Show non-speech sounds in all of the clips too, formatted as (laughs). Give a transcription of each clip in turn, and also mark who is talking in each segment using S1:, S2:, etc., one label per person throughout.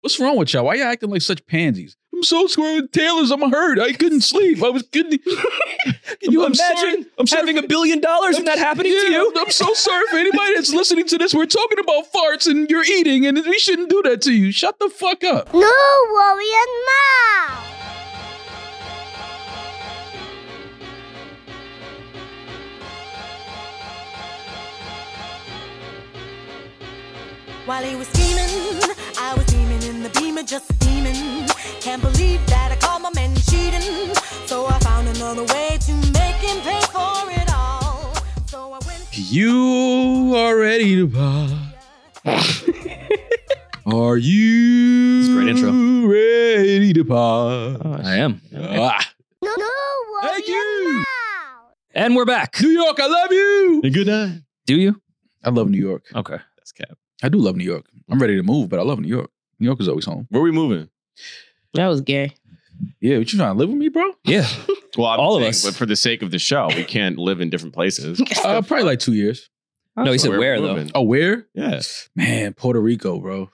S1: What's wrong with y'all? Why you acting like such pansies? I'm so square with Taylor's. I'm hurt. I couldn't sleep. I was couldn't. e-
S2: (laughs) Can you
S1: I'm sorry.
S2: imagine
S1: I'm sorry
S2: having
S1: for-
S2: a billion dollars and that happening
S1: Yeah,
S2: to you?
S1: I'm, I'm so sorry for anybody that's listening to this. We're talking about farts and you're eating, and we shouldn't do that to you. Shut the fuck up.
S3: No worrying now.
S4: While he was scheming, I was steaming in the beamer, just steaming. Can't believe that I called my man cheating. So I found another way to make him pay for it all. So I went.
S1: You are ready to pop. (laughs) are you
S2: It's a great intro.
S1: ready to pop?
S2: I am.
S1: Ah,
S3: No, no
S1: thank
S3: worrying
S1: you.
S3: now.
S2: And we're back.
S1: New York, I love you.
S2: Good night. Do you?
S1: I love New York.
S2: Okay.
S5: That's cap.
S1: I do love New York. I'm ready to move, but I love New York. New York is always home.
S5: Where we moving?
S6: That was gay.
S1: Yeah, what you trying to live with me, bro?
S5: (laughs)
S2: Yeah.
S5: Well, I'm
S2: All of
S5: saying,
S2: us.
S5: But for the sake of the show, we can't live in different places.
S1: Uh, probably like two years.
S2: No, he
S5: So
S2: said
S5: we're
S2: where though.
S5: moving.
S1: Oh, where?
S5: Yeah.
S1: Man, Puerto Rico, bro.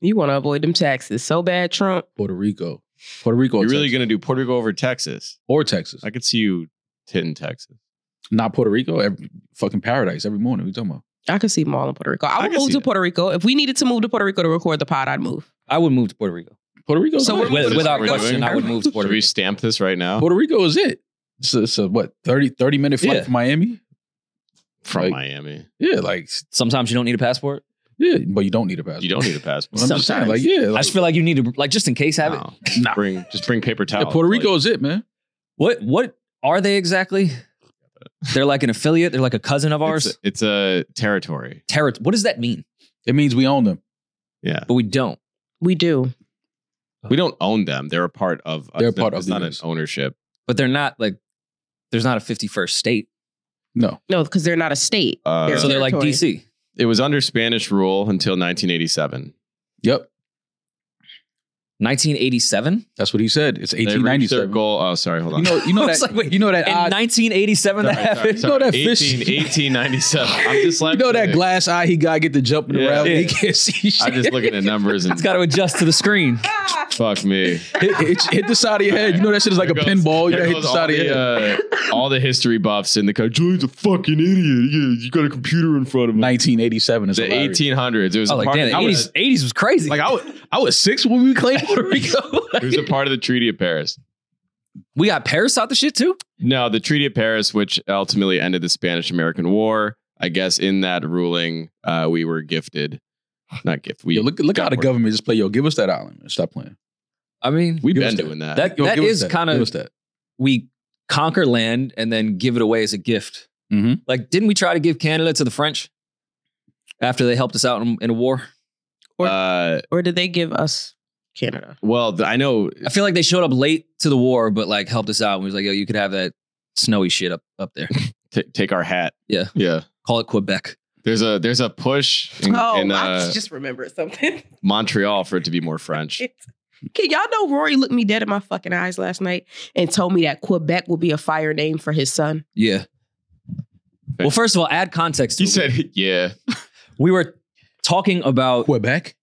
S6: You want to avoid them taxes so bad, Trump.
S1: Puerto Rico. Puerto Rico. or
S5: You're really
S1: Texas.
S5: gonna do Puerto Rico over Texas?
S1: or Texas,
S5: I could see you hitting Texas.
S1: not Puerto Rico. Every, fucking paradise every morning. We talking about?
S6: I could see them all in Puerto Rico.
S5: I
S6: I would
S5: could
S6: move
S5: see
S6: to
S5: that.
S6: Puerto Rico. If we needed to move to Puerto Rico to record the pod, I'd move.
S2: I would move to Puerto Rico.
S1: Puerto Rico.
S6: So
S1: is
S6: we're-
S1: it.
S2: With- without
S5: We're doing-
S2: question, I would move to Puerto
S5: Should we
S2: Rico.
S5: stamp this right now
S1: Puerto Rico is it? It's a, it's a, what 30, 30 minute flight
S2: Yeah.
S1: from Miami.
S5: from
S1: Like-
S5: Miami?
S1: Yeah, like
S2: Sometimes you don't need a passport.
S1: yeah, but you don't need a passport.
S5: You don't need a passport.
S1: But I'm just saying, like
S2: Sometimes.
S1: yeah,
S2: I
S1: like,
S2: just feel like you need to like just in case (laughs) have it.
S5: No. Just Bring just bring paper
S1: yeah,
S5: towels.
S1: Puerto
S5: Like,
S1: Rico is it, man.
S2: What what are they exactly? They're like an affiliate. They're like a cousin of
S5: it's,
S2: ours.
S5: a, it's a territory.
S2: Terror. What does that mean?
S1: It means we own them.
S5: Yeah.
S2: But we don't.
S6: We do.
S2: Uh-huh.
S5: We don't own them. They're a part of.
S1: They're a part of
S5: It's
S1: the
S5: not an
S1: US.
S5: ownership.
S2: But they're not like there's not a 51st state.
S1: No,
S6: No, because they're not a state.
S5: Uh,
S6: They're
S2: So they're like
S6: Territory.
S2: DC.
S5: it was under Spanish rule until 1987.
S1: yep,
S2: 1987. In
S1: that's what he said. It's
S5: They reached
S1: eighteen ninety
S5: their
S1: seven.
S5: goal. Oh, sorry. Hold
S1: You
S5: on.
S1: know, you know
S2: I
S1: that.
S2: was like, wait,
S1: you know that. Odd,
S2: 1987 that
S5: Sorry, sorry,
S2: happened.
S5: sorry.
S1: You know that fish-
S5: 18, 1897. I'm
S1: (laughs)
S5: just
S1: you
S5: like
S1: know that glass eye he got get the jumping
S5: Yeah.
S1: around. He
S2: Yeah.
S1: can't see shit. (laughs)
S5: I'm just looking at numbers and
S2: It's got to adjust to the screen.
S5: fuck me.
S1: hit, hit- hit the side of your head. You know that shit is like a
S5: There goes-
S1: pinball. You
S5: there
S1: gotta hit
S5: goes
S1: the side of your head.
S5: uh, all the history buffs in the country. Julian's a fucking idiot. Yeah, you got a computer in front of him.
S1: Nineteen eighty seven is
S5: The
S1: hilarious.
S5: 1800s. It was
S2: I
S5: a
S2: was like,
S5: part.
S2: damn, the
S5: I
S2: 80s,
S5: was-
S2: 80s was crazy. (laughs)
S1: Like I was, I was six when we claimed (laughs) Puerto Rico.
S5: (laughs) it was a part of the Treaty of Paris.
S2: we got Paris out the shit too.
S5: No, the Treaty of Paris, which ultimately ended the Spanish American War. I guess in that ruling, uh, we were gifted, not gift. We
S1: Yo, look look
S5: got
S1: how the
S5: more-
S1: government just play. Yo, give us that island and stop playing.
S2: I mean,
S5: We've
S1: give us
S5: been
S1: that.
S5: doing that.
S2: That-
S1: Yo, give us
S2: is
S1: that.
S2: kinda-
S1: Give us that.
S2: we conquer land and then give it away as a gift.
S1: Mhm.
S2: Like, didn't we try to give Canada to the French after they helped us out in, in a war?
S5: uh,
S6: Or did they give us Canada?
S5: well, th- I know.
S2: I feel like they showed up late to the war, but like helped us out. And we was like, yo, you could have that snowy shit up up
S1: (laughs)
S2: there.
S5: T- take our hat.
S2: Yeah.
S5: yeah.
S2: Call it Quebec.
S5: There's a there's a push in, in, uh,
S6: Oh, just remembered something. (laughs)
S5: Montreal for it to be more French.
S6: Can y'all know Rory looked me dead in my fucking eyes last night and told me that Quebec will be a fire name for his son? (laughs)
S2: Yeah. Well, first of all, add context. to
S5: He
S2: it.
S5: said, (laughs) "Yeah,
S2: we were talking about
S1: Quebec.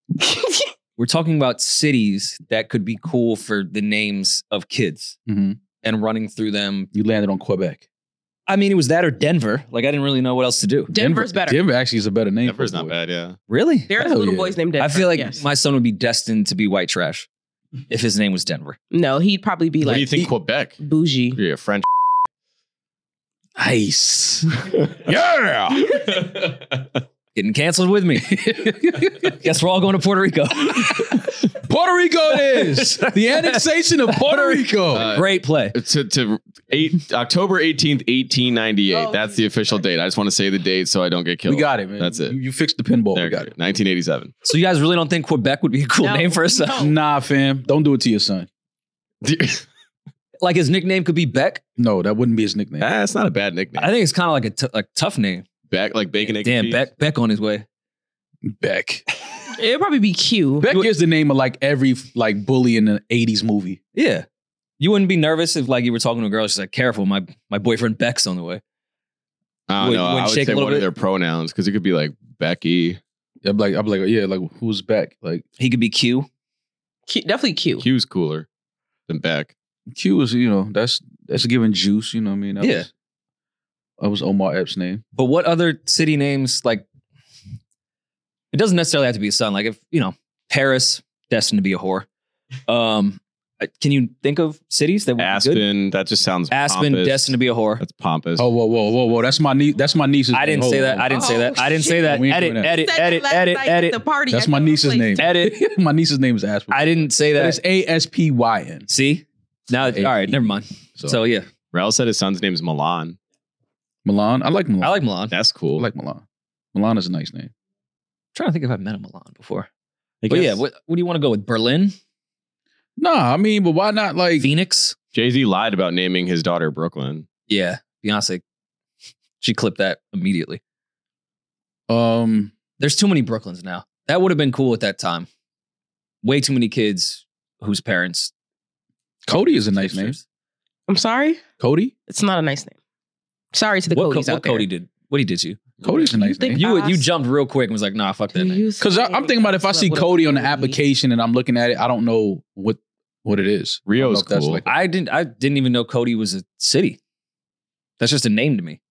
S2: we're talking about cities that could be cool for the names of kids
S1: hmm
S2: and running through them.
S1: You landed on Quebec.
S2: I mean, it was that or Denver. Like I didn't really know what else to do.
S6: Denver's better.
S1: Denver actually is a better name.
S5: Denver's
S1: for a
S5: not
S1: boy.
S5: bad. Yeah,
S2: Really?
S6: There's
S1: Hell
S6: little
S1: yeah.
S6: boys named Denver.
S2: I feel like
S6: yes.
S2: my son would be destined to be white trash if his name was Denver.
S6: no, he'd probably be
S5: what do you
S6: like
S5: think, (laughs) Quebec?
S6: bougie.
S5: You're a French.
S1: Nice. yeah.
S2: Getting canceled with
S6: (laughs)
S2: me. Guess we're all going to Puerto Rico.
S1: Puerto Rico it
S2: (laughs)
S1: is. The annexation of Puerto Rico.
S5: Uh,
S2: Great play.
S5: to, to eight, October 18th, 1898.
S6: Oh,
S5: That's the official date. I just want to say the date so I don't get killed.
S1: we got it, man.
S5: That's it.
S1: You, you fixed the pinball.
S5: There,
S1: we got it.
S5: (laughs) 1987.
S2: So you guys really don't think Quebec would be a cool
S6: No.
S2: name for a
S1: (laughs)
S2: son?
S1: Nah, fam. Don't do it to your son.
S5: Ah,
S2: Like his nickname could be Beck.
S1: No, that wouldn't be his nickname.
S5: Ah, it's not a bad nickname.
S2: I think it's kind of like a t- like tough name.
S5: Back like bacon, egg, and
S2: Damn,
S5: cheese.
S2: Beck Beck on his way.
S1: Beck.
S2: (laughs)
S6: It'd probably be Q.
S1: Beck is the name of like every like bully in an 80s movie.
S2: Yeah. You wouldn't be nervous if like you were talking to a girl. She's like, "Careful, my my boyfriend Beck's on the way."
S5: I don't
S2: Would-
S5: know.
S2: would
S5: I would
S2: shake a
S5: say
S2: little
S5: one of
S2: bit.
S5: their pronouns because it could be like Becky.
S1: I'm like, I'm like, yeah, like who's back? Like
S2: He could be Q.
S6: Q, definitely Q.
S5: Q's cooler than Beck.
S1: Q was, you know, that's that's giving juice. You know what I mean? That
S2: Yeah.
S1: was, that was Omar Epps' name.
S2: But what other city names like? It doesn't necessarily have to be a son. Like if you know Paris, destined to be a whore. Um, uh, can you think of cities that would Be good?
S5: Aspen, that just sounds
S2: Aspen,
S5: pompous.
S2: destined to be a whore.
S5: That's pompous.
S1: Oh, whoa, whoa, whoa, whoa! That's my niece. That's my niece's.
S2: I didn't
S1: name.
S2: say
S1: Hold
S2: that.
S1: on.
S2: I didn't say that. I didn't say
S6: Oh, shit.
S2: that.
S1: We ain't
S2: Edit,
S1: doing that.
S2: edit,
S6: Said that
S2: edit,
S6: last
S2: edit,
S6: night at
S2: edit,
S6: the party.
S1: That's
S6: at
S1: my
S6: the
S1: niece's
S6: place.
S1: name.
S6: (laughs)
S1: (laughs)
S2: edit.
S1: my niece's name is Aspen.
S2: I didn't say
S1: But it's
S2: that.
S1: A S P Y N.
S2: See now, all right, never mind.
S1: So,
S2: So yeah,
S5: Raul said his son's name's Milan.
S1: Milan. I like Milan.
S2: I like Milan.
S5: That's cool.
S1: I like Milan. Milan is a nice name.
S2: trying to think if I've met a Milan before.
S5: I
S2: But
S5: guess.
S2: yeah, what, what do you want to go with? Berlin,
S1: Nah, I mean, but why not like
S2: Phoenix.
S5: Jay Z lied about naming his daughter Brooklyn.
S2: Yeah, Beyonce. She clipped that immediately.
S1: um
S2: There's too many Brooklyns now. That would have been cool at that time. Way too many kids whose parents.
S1: Cody is a nice name.
S6: I'm sorry.
S1: Cody?
S6: It's not a nice name. Sorry to the
S2: what
S6: Cody's
S2: Co-
S6: out
S2: what
S6: there.
S2: Cody did? What he did to you?
S1: Cody's a
S6: You
S1: nice
S6: think
S1: name.
S2: You would- you
S6: Us.
S2: jumped real quick and was like, "Nah, fuck that." Name.
S1: Because I'm thinking about if I see Cody on the application and I'm looking at it, I don't know what what it is. I don't know
S5: Rio's
S1: if that's
S5: cool.
S1: like-
S2: I didn't. I didn't even know Cody was a city. That's just a name to me.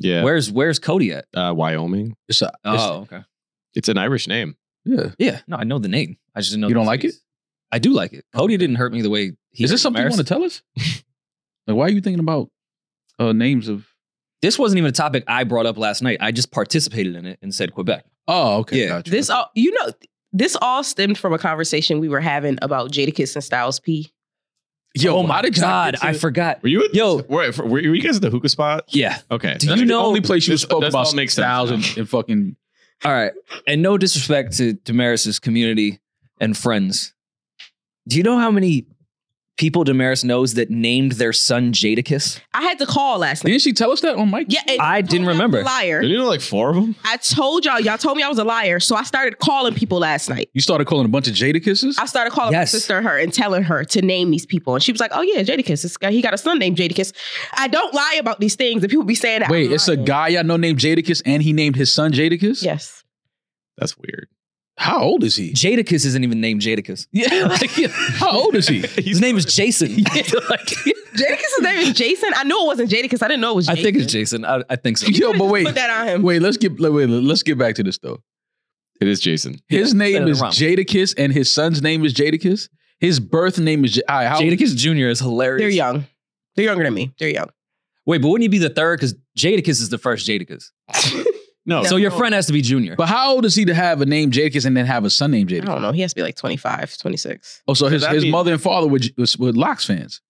S5: yeah.
S2: Where's Where's Cody at?
S5: Uh, Wyoming.
S1: It's a, it's,
S2: Oh, okay.
S5: It's an Irish name.
S1: yeah.
S2: Yeah, no, I know the name. I just didn't know.
S1: You
S2: the
S1: don't like
S2: cities. I do like it. Cody didn't hurt me the way he.
S1: Is
S2: hurt
S1: this something you
S2: Maris.
S1: want to tell us?
S6: (laughs)
S1: like, why are you thinking about uh, names of?
S2: This wasn't even a topic I brought up last night. I just participated in it and said Quebec.
S1: Oh, okay.
S2: Yeah.
S1: gotcha.
S6: This all you know. This all stemmed from a conversation we were having about Jadakiss and Styles P.
S1: Yo,
S2: oh my
S1: how did y'all
S2: god,
S1: get to
S2: I
S1: the-
S2: forgot.
S5: Were you at
S2: Yo.
S5: Were, were you guys at the hookah spot?
S2: Yeah.
S5: Okay.
S2: Do
S5: That's
S2: you
S5: the
S2: know-
S5: only
S1: only place you
S5: This-
S1: spoke
S5: this
S1: about
S5: all makes sense
S1: styles and,
S5: now.
S1: and fucking
S2: All right. And no disrespect to Damaris's community and friends. Do you know how many people Damaris knows that named their son Jadakiss?
S6: I had to call last night.
S1: Didn't she tell us that on mic?
S6: Yeah, and
S2: I didn't
S6: told y'all I was
S2: remember.
S6: a liar.
S5: Didn't you know like four of them?
S6: I told y'all. Y'all told me I was a liar, so I started calling people last night.
S1: You started calling a bunch of Jada kisses?
S6: I started calling
S2: Yes.
S6: my sister and her and telling her to name these people, and she was like, "Oh yeah, Jadakiss. This guy, he got a son named Jadakiss." I don't lie about these things, and people be saying that.
S1: Wait,
S6: I'm
S1: it's a
S6: lying.
S1: guy I know named Jadakiss and he named his son Jadakiss?
S6: Yes,
S5: That's weird.
S1: How old is
S6: (laughs)
S1: he?
S2: Jadakiss isn't even named Jadakiss.
S1: Yeah. like, (laughs) how old is he? (laughs)
S2: His name is Jason. (laughs)
S6: Jadakiss's name is Jason. I knew it wasn't Jadakiss. I didn't know it was.
S2: I
S6: Jason.
S2: think it's Jason. I, I think so.
S1: Yo, but wait.
S6: Put that on him.
S1: Wait, let's get wait, wait, let's get back to this though.
S5: It is Jason.
S1: His
S2: said
S1: name
S2: it
S1: is
S2: wrong.
S1: Jadakiss and his son's name is Jadakiss. His birth name is J- all right, (laughs) how
S2: Jadakiss Jr. is hilarious.
S6: They're young. They're younger than me. They're young.
S2: Wait, but wouldn't he be the third? Because Jadakiss is the first Jadakiss.
S5: No.
S2: So your friend has to be Junior.
S1: Oh. But how old is he to have a name Jadakiss and then have a son named
S6: I
S1: Jadakiss?
S6: don't know. He has to be like 25, 26.
S1: Oh, so his,
S5: that
S1: his
S5: means-
S1: mother and father were, J- was- were Locks fans.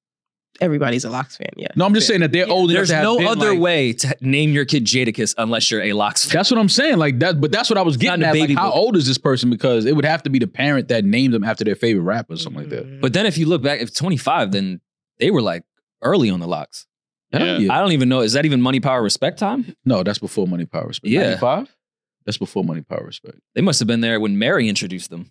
S6: Everybody's a Locks fan. Yeah.
S1: No, I'm just saying that they're old enough
S2: There's
S1: to have
S2: no
S1: been,
S2: other
S1: like-
S2: way to name your kid Jadakiss unless you're a Locks fan.
S1: That's what I'm saying. Like that, but that's what I was getting
S2: not
S1: at.
S2: a
S1: Like,
S2: baby
S1: how
S2: boy.
S1: old is this person? Because it would have to be the parent that named them after their favorite rapper or something like that.
S2: But then if you look back, if 25, then they were like early on the locks.
S1: Hell yeah.
S2: I don't even know. Is that even money, power, respect time?
S1: No, that's before Money Power Respect.
S2: Yeah.
S1: 95? That's before Money Power Respect.
S2: They must have been there when Mary introduced them.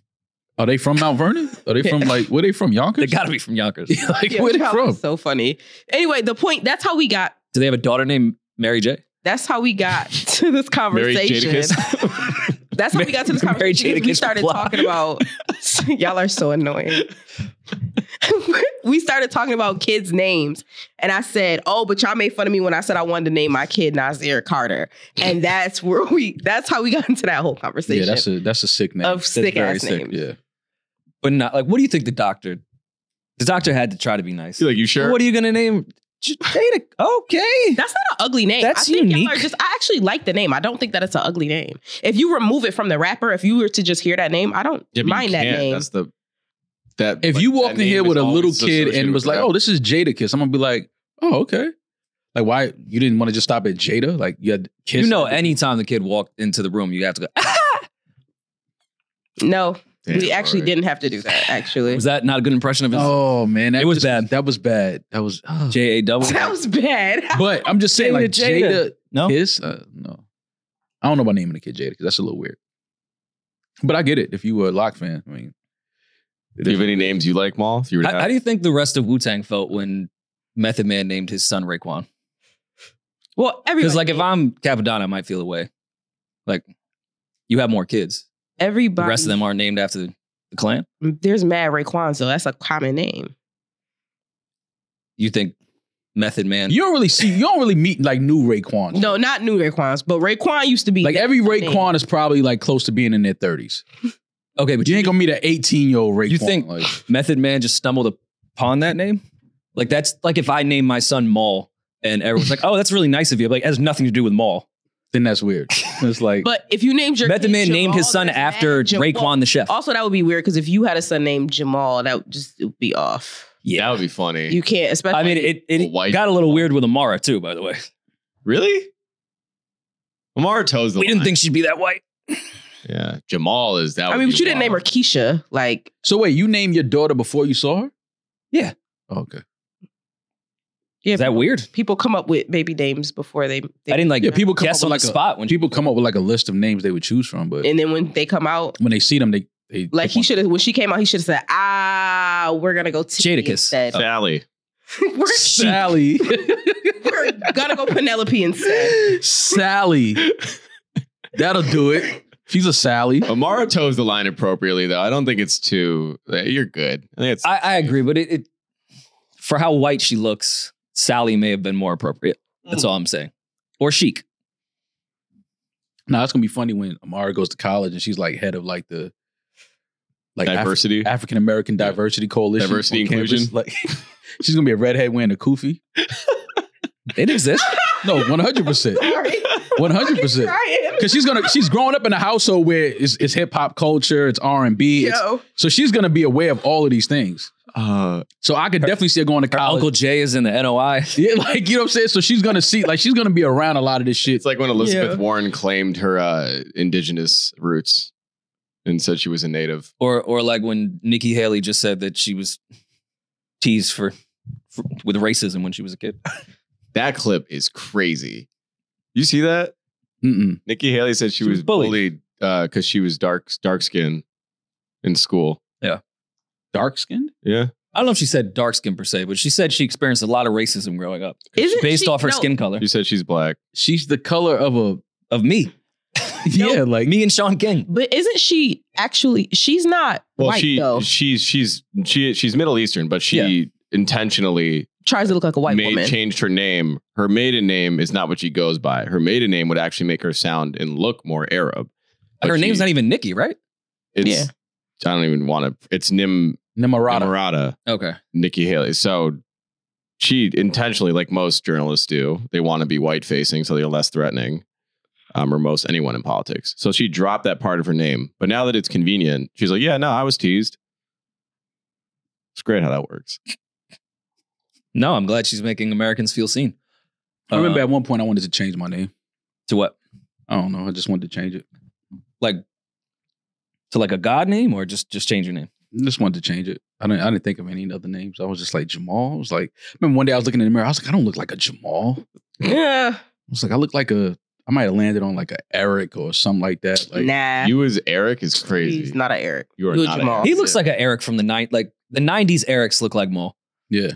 S1: Are they from Mount Vernon? Are they
S2: (laughs)
S1: from like where they from?
S2: They
S1: Yonkers?
S2: got to be from (laughs) Yonkers.
S1: like
S6: Yeah,
S1: where they
S6: Charles
S1: from?
S6: is So funny. Anyway, the point. That's how we got.
S2: Do they have a daughter named Mary J?
S6: That's how we
S1: (laughs)
S6: got to this
S5: Mary
S6: conversation.
S5: Jadakiss.
S6: That's how we got
S1: (laughs)
S6: to this
S2: Mary
S6: conversation. because we
S2: Jadakiss
S6: started
S2: Blige.
S6: talking about. (laughs) y'all are so annoying. (laughs) we started talking about kids' names, and I said, "Oh, but y'all made fun of me when I said I wanted to name my kid Nazir Carter," and that's where we. That's how we got (laughs) into that whole conversation.
S1: Yeah, that's a that's a sick name.
S6: Of
S1: That's
S6: sick
S1: very
S6: ass names.
S1: Yeah.
S2: But not like, what do you think the doctor? The doctor had to try to be nice.
S5: You're like, you sure?
S2: What are you going to name? J- Jada. Okay.
S6: That's not an ugly name.
S2: That's
S6: I think
S2: unique.
S6: y'all are just I actually like the name. I don't think that it's an ugly name. If you remove it from the rapper, if you were to just hear that name, I don't
S5: Yeah, but you
S6: mind that
S5: can't.
S6: name.
S5: That's the that
S1: If
S5: like,
S1: you
S5: that
S1: walked in
S5: name
S1: here
S5: is
S1: with a little
S5: always
S1: kid
S5: associated
S1: and was
S5: with
S1: like,
S5: that.
S1: "Oh, this is Jada Kiss," I'm gonna be like, "Oh, okay." Like, why you didn't want to just stop at Jada? Like, you had kiss.
S2: You know, anytime the kid walked into the room, you have to go,
S6: no,
S5: Damn,
S6: we actually
S5: alright.
S6: didn't have to do that, actually.
S2: was that not a good impression of his
S1: Oh man, that
S2: It was
S1: just-
S2: bad.
S1: That was bad. That was. ugh.
S2: J A double?
S6: (laughs) that was bad.
S1: But I'm just saying,
S2: Jada,
S1: like
S2: Jada.
S1: Jada,
S2: No?
S1: Kiss? Uh, no. I don't know about naming the kid Jada because that's a little weird. But I get it. If you were a Lock fan, I mean,
S5: Do you have any names you like, Maul? If You were to
S2: How,
S5: ask-
S2: how do you think the rest of Wu Tang felt when Method Man named his son Raekwon?
S6: Well, everybody
S2: Because like if I'm Capadonna, I might feel away. Like You have more kids.
S6: Everybody. mm,
S2: The rest of them are named after the clan.
S6: There's Mad Raekwon, so that's a common name.
S2: You think Method Man?
S1: You don't really see. You don't really meet like new Raekwon.
S6: No, not new Raekwons, but Raekwon used to be
S1: Like
S6: that
S1: every
S6: name.
S1: Raekwon is probably like close to being in their thirties.
S2: okay,
S1: But
S2: but
S1: you ain't gonna meet an eighteen year old Raekwon.
S2: You think-
S1: like,
S2: Method Man just stumbled upon that name. Like that's like if I name my son Maul, and everyone's like, "Oh, that's really nice of you." I'm like, it has nothing to do with Maul.
S1: then that's weird. It's like
S6: But if you named your
S2: Method
S6: kid
S2: Man named his
S6: Jamal,
S2: son
S6: that's
S2: after
S6: mad. Jamal-
S2: Raekwon the chef.
S6: Also, that would be weird because if you had a son named Jamal, that would just it would be off.
S5: That would be funny.
S6: You can't, especially.
S2: I mean, it it
S5: White-
S2: got a little weird with Amara too. By the way,
S5: really? Amara toes the
S2: we didn't
S5: line.
S2: think she'd be that white.
S5: Yeah, Jamal is that.
S6: I
S5: would
S6: mean,
S5: be
S6: but you didn't name her
S5: wild.
S6: Keisha. Like,
S1: so. Wait, you named your daughter before you saw her? Oh,
S2: Yeah.
S1: Okay.
S6: yeah,
S2: Is that weird?
S6: people come up with baby names before they. they
S2: I didn't like
S1: Yeah, people come
S2: guess
S1: up
S2: on
S1: with
S2: the
S1: like a-
S2: spot when
S1: People come up with like a list of names they would choose from, but
S6: And then when they come out,
S1: when they see them, they, they
S6: like
S1: they
S6: he
S1: want-
S6: should have. When she came out, he should have said, "Ah, we're gonna go Tiffany
S2: Jadakiss.
S6: instead.
S5: Sally.
S6: (laughs)
S1: (laughs)
S6: we're, (laughs)
S1: Sally.
S6: we're gonna go Penelope instead." (laughs)
S1: Sally. That'll do it. She's a Sally.
S5: Amara toes the line appropriately, though. I don't think it's too. You're good. I think it's.
S2: I, I agree, but it, it for how white she looks, Sally may have been more appropriate. That's all I'm saying. Or chic.
S1: Now it's gonna be funny when Amara goes to college and she's like head of like the like
S5: Diversity?
S1: African American diversity coalition,
S5: Diversity
S1: on campus.
S5: inclusion?
S1: Like (laughs) she's gonna be a redhead wearing a kufi.
S2: It (laughs) exists.
S1: No, one hundred percent,
S6: Sorry.
S1: one hundred percent.
S6: Ryan.
S1: Because she's gonna she's growing up in a household where it's, it's hip hop culture, it's R and B,
S6: Yo,
S1: so she's gonna be aware of all of these things.
S5: uh,
S1: So I could definitely see her going to
S2: Her
S1: college.
S2: Uncle Jay is in the NOI.
S1: yeah, like you know what I'm saying. So she's gonna see like she's gonna be around a lot of this shit.
S5: it's like when Elizabeth
S6: Yeah.
S5: Warren claimed her uh, indigenous roots and said she was a native.
S2: Or or like when Nikki Haley just said that she was teased for, for with racism when she was a kid.
S5: That clip is crazy. You see that?
S1: Mm-mm.
S5: Nikki Haley said she,
S2: She
S5: was
S2: was
S5: bullied because she was dark dark skinned in school.
S1: Dark skinned?
S5: Yeah.
S2: I don't know if she said dark skin per se, but she said she experienced a lot of racism growing up
S6: Isn't
S2: based
S6: she-
S2: off her
S6: no,
S2: skin color
S5: You said she's black.
S1: She's the color of a
S2: of me.
S1: (laughs) yeah, like
S2: me and Sean King.
S6: But isn't she actually? She's not
S5: Well,
S6: white
S5: she
S6: though.
S5: she's she's she she's Middle Eastern, but she intentionally
S6: Tries to look like a white
S5: made,
S6: woman.
S5: changed her name. Her maiden name is not what she goes by. Her maiden name would actually make her sound and look more Arab.
S2: Her
S5: But
S2: name's
S5: she-
S2: not even Nikki, right?
S5: It's, I don't even want to. It's Nim
S1: Nimarada.
S5: Marada,
S2: Okay.
S5: Nikki Haley. So she intentionally, like most journalists do, they want to be white facing so they're less threatening, um, or most anyone in politics. So she dropped that part of her name. But now that it's convenient, she's like, yeah, no, I was teased. It's great how that works.
S2: No, I'm glad she's making Americans feel seen.
S1: I remember
S2: Uh,
S1: at one point I wanted to change my name.
S2: to what?
S1: I don't know. I just wanted to change it.
S2: To like a god name or just just change your name?
S1: I just wanted to change it. I didn't. I didn't think of any other names. I was just like Jamal. I was like, I remember one day I was looking in the mirror. I was like, I don't look like a Jamal. I
S6: (laughs) Yeah.
S1: was like, I look like a. I might have landed on like a Eric or something like that. Like,
S6: nah.
S5: You as Eric is crazy.
S6: He's not an Eric. (laughs)
S5: You are
S6: You a
S5: not.
S6: Jamal.
S5: A,
S2: He looks like an Eric from the night, like the '90s Erics look like Maul,
S1: yeah,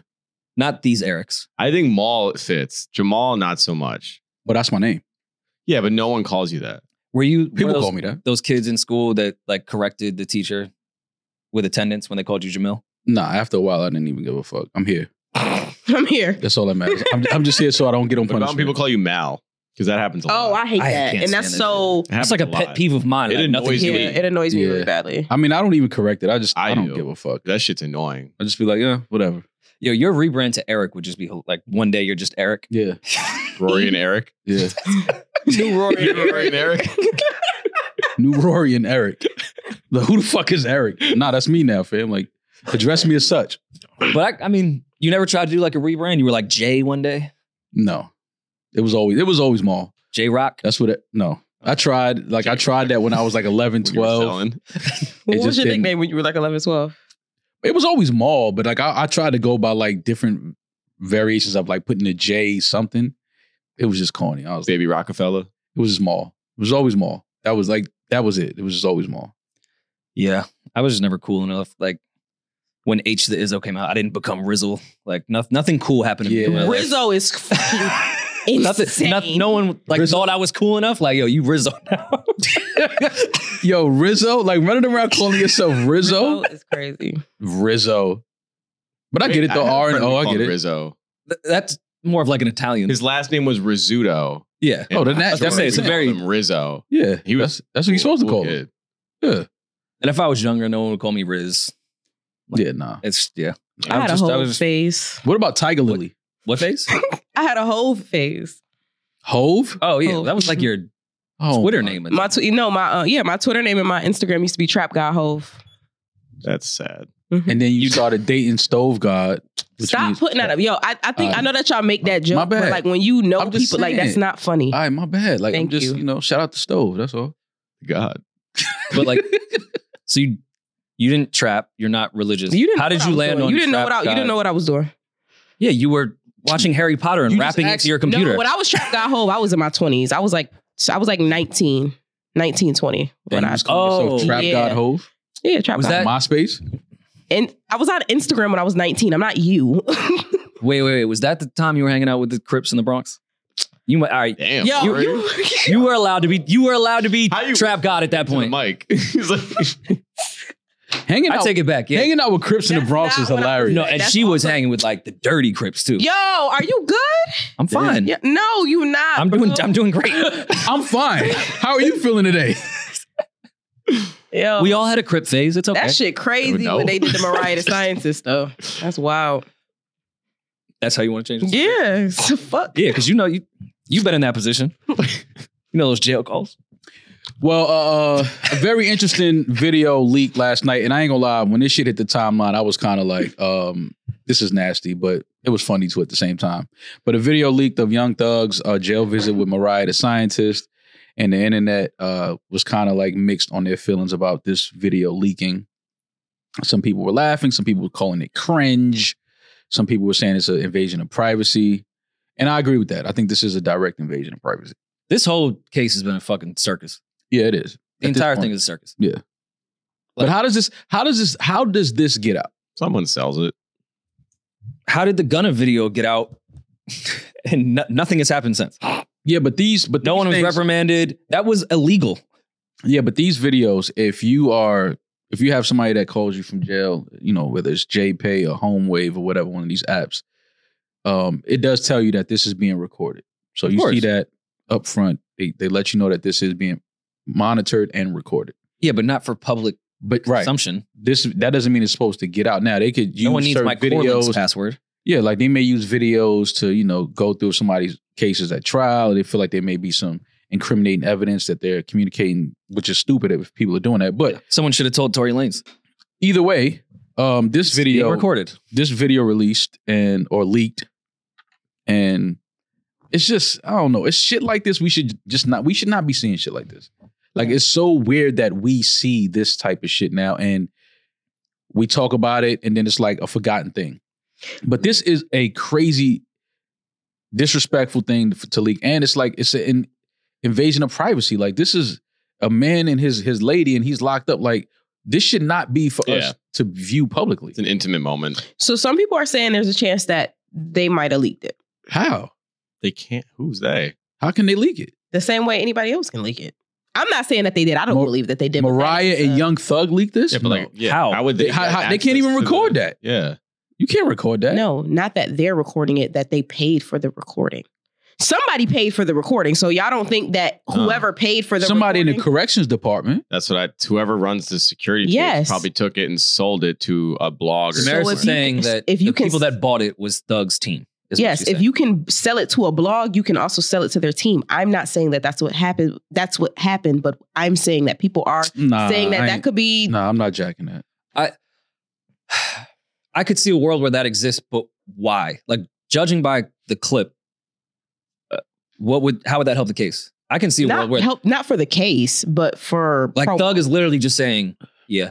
S2: not these Erics.
S5: I think Maul fits. Jamal, not so much.
S1: but that's my name.
S5: Yeah, but no one calls you that.
S2: Were you one
S1: People
S2: of those,
S1: call me that.
S2: Those kids in school that like corrected the teacher with attendance when they called you Jamil.
S1: Nah. After a while, I didn't even give a fuck. I'm here.
S6: I'm here.
S1: That's all that matters. I'm, I'm just here so I don't get on
S5: What about
S1: punishment.
S5: when people call you Mal? Because that happens a lot.
S6: Oh, I hate
S2: I
S6: that.
S2: can't
S6: And that's
S2: stand
S6: so.
S5: It
S2: That's
S5: happens
S2: like a
S5: lot.
S2: pet peeve of mine.
S5: It
S2: like, nothing.
S5: annoys
S6: Yeah,
S5: me.
S6: it annoys me
S1: Yeah.
S6: really badly.
S1: I mean, I don't even correct it. I just I,
S5: I
S1: don't
S5: do.
S1: give a fuck.
S5: That shit's annoying.
S1: I just be like, yeah, whatever.
S2: (laughs) Yo, your rebrand to Eric would just be like one day you're just Eric.
S1: Yeah,
S5: Rory
S1: (laughs)
S5: and Eric.
S2: (laughs)
S1: yeah.
S2: New Rory.
S5: (laughs) Rory and Eric.
S1: New Rory and Eric. Like, who the fuck is Eric? Nah, that's me now, fam. Like, address me as such.
S2: But I, I mean, you never tried to do like a rebrand. You were like Jay one day,
S1: No, it was always it was always Maul.
S2: J Rock.
S1: That's what. it No, I tried. Like I tried that when I was like 11,
S5: When you were
S1: 12.
S5: selling.
S6: What
S1: just
S6: was your
S1: didn't-
S6: nickname when you were like 11, 12?
S1: It was always Maul, but like I, I tried to go by like different variations of like putting a J something. It was just corny. I was. Like,
S5: Baby Rockefeller.
S1: it was just Maul. It was always Maul. That was like that was it. It was just always Maul.
S2: Yeah, I was just never cool enough. Like when H the Izzo came out, I didn't become Rizzle. Like no, nothing cool happened to me. in
S1: Yeah.
S2: my life.
S6: Rizzo
S2: (laughs)
S6: is fucking
S2: Nothing,
S6: insane.
S2: noth- no one like
S1: Rizzo-
S2: thought I was cool enough. Like, yo, you Rizzo (laughs) now.
S1: Yo, Rizzo, like running around calling yourself Rizzo,
S6: is crazy.
S1: Rizzo. But I get it though.
S5: had a
S1: R and
S5: friend
S1: O,
S5: we
S1: I
S5: called
S1: get it.
S5: Rizzo.
S2: Th- That's more of like an Italian.
S5: His last name was Rizzuto.
S2: yeah.
S1: Oh, then that-
S5: I
S1: that's-
S5: swear
S2: it's a
S5: we called
S2: very-
S5: him Rizzo.
S1: Yeah,
S5: He
S1: he
S5: was
S1: was. That's, what you're supposed to
S5: Cool
S1: call it.
S5: kid.
S1: Yeah,
S2: And if I was younger, no one would call me Riz.
S1: yeah, nah.
S2: It's yeah.
S6: I had
S2: just-
S6: a
S2: I
S6: whole
S2: was-
S6: face.
S1: What about Tiger Lily?
S2: What
S6: (laughs)
S2: face?
S6: I had a whole face.
S1: Hove?
S2: Oh yeah,
S6: Oh.
S2: that was like your
S1: Oh,
S2: Twitter
S1: my-
S2: name.
S6: My tw- you know my uh, yeah my Twitter name and my Instagram used to be Trap God Hove.
S5: That's sad.
S1: And then you started dating Stove God. which
S6: Stop
S1: means-
S6: putting that up, yo. I, I think
S1: Uh,
S6: I know that y'all make that joke,
S1: my bad.
S6: but like when you know
S1: I'm
S6: people,
S1: just
S6: like that's
S1: saying.
S6: not funny.
S1: All right, my bad. Like I'm
S6: Thank
S1: just,
S6: you.
S1: you know, shout out to Stove. That's all.
S5: God.
S2: But like,
S6: (laughs)
S2: so you you didn't trap. You're not religious.
S6: you didn't.
S2: How
S6: know
S2: did
S6: what I
S2: you
S6: was
S2: land
S6: doing.
S2: on?
S6: You didn't know
S2: Trap
S6: what I, you didn't
S2: God?
S6: know what I was doing.
S2: Yeah, you were watching Harry Potter and
S1: You just
S2: rapping
S1: asked-
S2: into your computer.
S6: No, when I was Trap God Hove, I was in my twenties. I was like I was like 19, 19, 20 when
S1: Then you
S6: I
S1: was calling yourself
S2: Oh,
S1: Trap
S6: yeah.
S1: God Hove.
S6: yeah Trap
S2: Was
S6: God.
S2: that-
S1: MySpace.
S6: and I was on Instagram when I was nineteen. I'm not you. (laughs)
S2: wait, wait, wait. Was that the time you were hanging out with the Crips in the Bronx? You went all right.
S5: Damn.
S6: Yo,
S5: Corey.
S6: you-
S2: You were allowed to be. You were allowed to be
S5: How you-
S2: Trap God at that
S5: To the
S2: point.
S5: mic. (laughs) He's like,
S1: Hanging
S2: I
S1: out,
S2: take it back. Yeah.
S1: hanging out with Crips in the
S6: That's
S1: Bronx
S6: not
S1: is
S6: what I-
S1: hilarious.
S2: No, and
S6: That's
S2: she was
S6: awesome.
S2: hanging with like the dirty Crips too.
S6: yo, are you good?
S2: I'm fine.
S6: Yeah, no, you not.
S2: I'm
S6: bro.
S2: doing. I'm doing great. (laughs)
S1: I'm fine. How are you feeling today?
S6: Yo,
S2: we all had a Crip phase. It's okay.
S6: that shit crazy
S5: No.
S6: when they did the Mariah the Scientist stuff. That's wild.
S2: That's how you want to change. it?
S6: Yeah, (laughs) so fuck.
S2: Yeah, because you know you you've been in that position. you know those jail calls.
S1: Well, uh, a very interesting video leaked last night, and I ain't gonna lie. When this shit hit the timeline, I was kind of like, um, "This is nasty," but it was funny too at the same time. But a video leaked of Young Thug's uh, jail visit with Mariah the Scientist, and the internet uh, was kind of like mixed on their feelings about this video leaking. Some people were laughing, some people were calling it cringe, some people were saying it's an invasion of privacy, and I agree with that. I think this is a direct invasion of privacy.
S2: This whole case has been a fucking circus.
S1: Yeah, it is.
S2: The
S1: At this
S2: entire
S1: point.
S2: thing is a circus.
S1: But how does this? How does this? How does this get out?
S5: someone sells it.
S2: How did the Gunna video get out? (laughs) and no, nothing has happened since.
S1: Yeah, but these, but
S2: No
S1: these
S2: one was
S1: things-
S2: reprimanded. That was illegal.
S1: Yeah, but these videos, if you are, if you have somebody that calls you from jail, you know, whether it's JPay or HomeWave or whatever one of these apps, um, it does tell you that this is being recorded. So
S2: Of
S1: you see
S2: course.
S1: that up front, they they let you know that this is being monitored and recorded.
S2: Yeah, but not for public
S1: But right,
S2: consumption.
S1: this that doesn't mean it's supposed to get out now. They could use
S2: no one needs
S1: certain
S2: my Corlin's
S1: videos
S2: password.
S1: Yeah, like they may use videos to, you know, go through somebody's cases at trial. They feel like there may be some incriminating evidence that they're communicating, which is stupid if people are doing that. But
S2: Someone should have told Tory Lanez.
S1: either way, um, this
S2: It's being
S1: video
S2: recorded.
S1: this video released and or leaked, and it's just I don't know. It's shit like this. We should just not. We should not be seeing shit like this. Like it's so weird that we see this type of shit now, and we talk about it, and then it's like a forgotten thing. But this is a crazy, disrespectful thing to leak, and it's like it's an invasion of privacy. Like this is a man and his his lady, and he's locked up. Like this should not be for
S5: Yeah.
S1: us to view publicly.
S5: It's an intimate moment.
S6: So some people are saying there's a chance that they might have leaked it.
S1: How?
S5: They can't. Who's they?
S1: How can they leak it?
S6: The same way anybody else can leak it. I'm not saying that they did. I don't
S1: Mar-
S6: believe that they did. but that
S1: Mariah
S6: is, uh,
S1: and Young Thug leaked this? No.
S2: How?
S5: How would
S1: They,
S5: they?
S1: how-
S5: have
S1: how- they
S5: access
S1: can't even
S5: to
S1: record
S5: the-
S1: that.
S5: Yeah.
S1: You can't record that.
S6: No, not that they're recording it, that they paid for the recording. Somebody paid for the recording. So y'all don't think that whoever paid for the
S1: Somebody in the
S6: recording-
S1: corrections department.
S5: That's what I. Whoever runs the security checks
S6: Yes.
S5: probably took it and sold it to a blogger.
S6: So
S2: Maris
S6: if
S2: was
S6: you-
S2: saying that
S6: if you
S2: the
S6: can-
S2: people that bought it was Thug's team. is what
S6: Yes,
S2: she
S6: if
S2: said.
S6: you can sell it to a blog, you can also sell it to their team. I'm not saying that that's what happened. That's what happened, but I'm saying that people are
S1: Nah,
S6: saying that
S1: I
S6: that
S1: ain't-
S6: could be
S1: Nah, I'm not jacking that.
S2: (sighs) I could see a world where that exists, but why? Like judging by the clip, uh, what would how would that help the case? I can see a world
S6: not
S2: where
S6: help not for the case, but for
S2: like
S6: pro-
S2: Thug is literally just saying, yeah.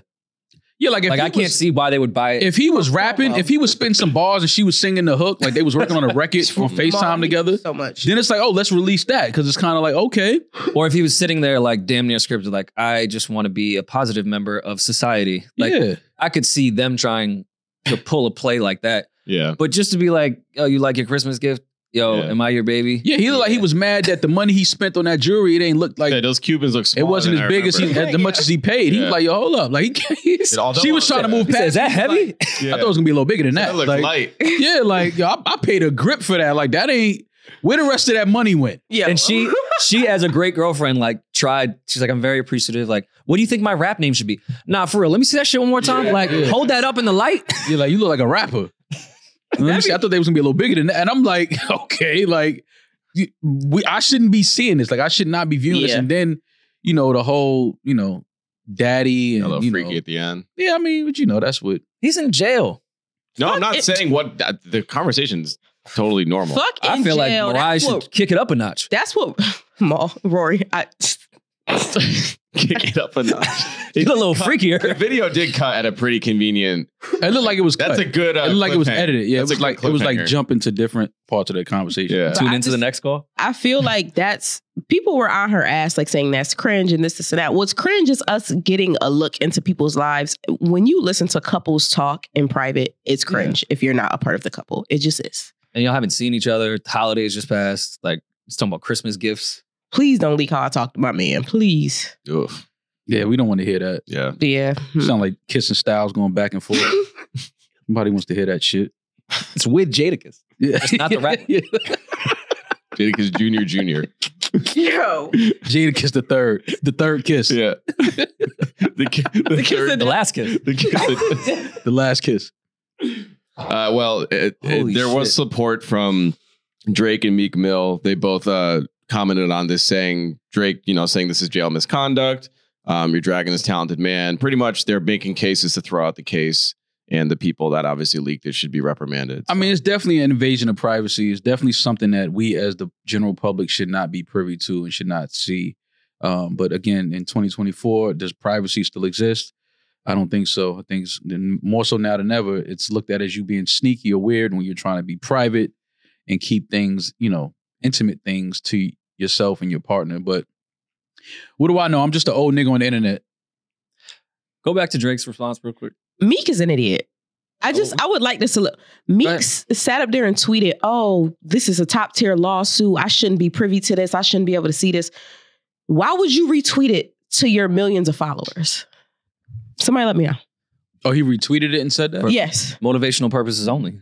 S1: Yeah, like if
S2: like
S1: he
S2: I can't
S1: was-
S2: see why they would buy it.
S1: If he was rapping, if he was spitting some bars and she was singing the hook, like they was working on
S6: (laughs)
S1: a record on
S6: Mom,
S1: FaceTime
S6: he
S1: together,
S6: so much.
S1: then it's like, oh, let's release that because it's kind of like, okay,
S2: or if he was sitting there like damn near scripted, like I just want to be a positive member of society. Like
S1: yeah,
S2: I could see
S6: (laughs)
S2: them trying to pull a play like that,
S5: yeah.
S2: but just to be like, oh, you like your Christmas gift? yo,
S5: Yeah.
S2: am I your baby?
S1: Yeah, he looked like he was mad that the money he spent on that jewelry, it ain't looked like
S5: yeah, those Cubans look.
S1: it
S5: smaller
S1: wasn't
S5: than
S1: as
S5: I
S1: big as he
S5: remember.
S1: as much as he paid. He
S5: Yeah.
S1: was like, yo, hold up. Like (laughs) he, he-
S5: although-
S1: she was trying to move
S2: He
S1: past.
S2: said, is that
S1: it. He was
S2: heavy?
S1: like-
S5: (laughs) Yeah.
S1: I thought it was gonna be a little bigger than that.
S5: That looks
S1: like,
S5: light.
S1: yeah, like yo, I, I paid a grip for that. Like that ain't where the rest of that money went.
S5: (laughs)
S6: Yeah.
S2: and she she as a great girlfriend like tried she's like i'm very appreciative like what do you think my rap name should be nah for real let me see that shit one more time like
S1: Yeah.
S2: hold that up in the light (laughs)
S1: You're like, you look like a rapper. And let me see, I thought they was gonna be a little bigger than that. And I'm like, (laughs) okay, like you- we, I shouldn't be seeing this. Like I should not be viewing this.
S6: Yeah.
S1: And then, you know, the whole, you know, daddy
S5: A
S1: and
S5: little
S1: you
S5: freaky
S1: know,
S5: at the end.
S1: yeah. I mean, but you know, that's what.
S2: he's in jail
S5: No, I'm not
S6: it.
S5: saying what that- the conversation's totally normal.
S6: fuck in
S2: i feel
S6: jail.
S2: like mariah
S6: that's,
S2: should
S6: what,
S2: kick it up a notch
S6: (laughs) that's what Maul, Rory. I,
S5: (laughs) Kick
S1: (laughs)
S5: it up a notch.
S2: he's a little
S6: (laughs)
S5: The
S2: freakier
S5: video did cut at a pretty convenient.
S1: It looked like it was.
S5: That's
S1: cut.
S5: a good. Uh,
S1: it looked like it was
S5: cliffhanger.
S1: edited. Yeah,
S5: That's
S1: it was
S5: a
S1: like
S5: good
S1: it was like
S5: cliffhanger.
S1: jump into different parts of the conversation.
S5: Yeah.
S2: tune
S6: I
S2: into the
S6: just-
S2: next call
S6: I feel like that's people were on her ass, like saying that's cringe and this, this, and that. What's cringe is us getting a look into people's lives. When you listen to couples talk in private, it's cringe if you're not a part of the couple. It just is.
S2: and y'all haven't seen each other holidays just passed like it's talking about christmas gifts
S6: Please don't leak how I talk to my man. Please.
S5: Oof.
S1: Yeah, we don't want to hear that. (laughs)
S5: Yeah.
S6: Yeah.
S2: Hmm.
S1: Sound like kissing styles going back and forth.
S2: (laughs)
S1: Nobody wants to hear that shit.
S2: it's with jadakiss
S6: (laughs)
S1: Yeah,
S2: not the
S1: (laughs)
S2: rap.
S1: yeah.
S5: Jadakiss Junior Junior.
S6: (laughs) Yo.
S1: Jada kissed the third, the third kiss,
S5: Yeah. (laughs) the, ki- the
S2: (laughs)
S5: third-
S2: alaska
S5: the ki- the-
S1: the last kiss.
S5: uh, well, it,
S2: Holy
S5: it, there was
S2: shit.
S5: support from Drake and Meek Mill. They both uh, commented on this, saying Drake, you know, saying this is jail misconduct. Um, you're dragging this talented man. Pretty much, they're making cases to throw out the case, and the people that obviously leaked it should be reprimanded.
S1: I mean, it's definitely an invasion of privacy. It's definitely something that we as the general public should not be privy to and should not see. Um, but again, in 2024, does privacy still exist? I don't think so. I think it's, n- more so now than ever, it's looked at as you being sneaky or weird when you're trying to be private and keep things, you know, intimate things to yourself and your partner. But what do I know? I'm just an old nigga on the internet.
S2: go back to drake's response real quick
S6: Meek is an idiot. I just,
S2: Oh.
S6: I would like this to look. Meek
S2: ahead.
S6: s- sat up there and tweeted, Oh, this is a top tier lawsuit. I shouldn't be privy to this. I shouldn't be able to see this. Why would you retweet it to your millions of followers? Somebody let me know.
S1: Oh, he retweeted it and said that?
S6: Yes.
S2: motivational purposes only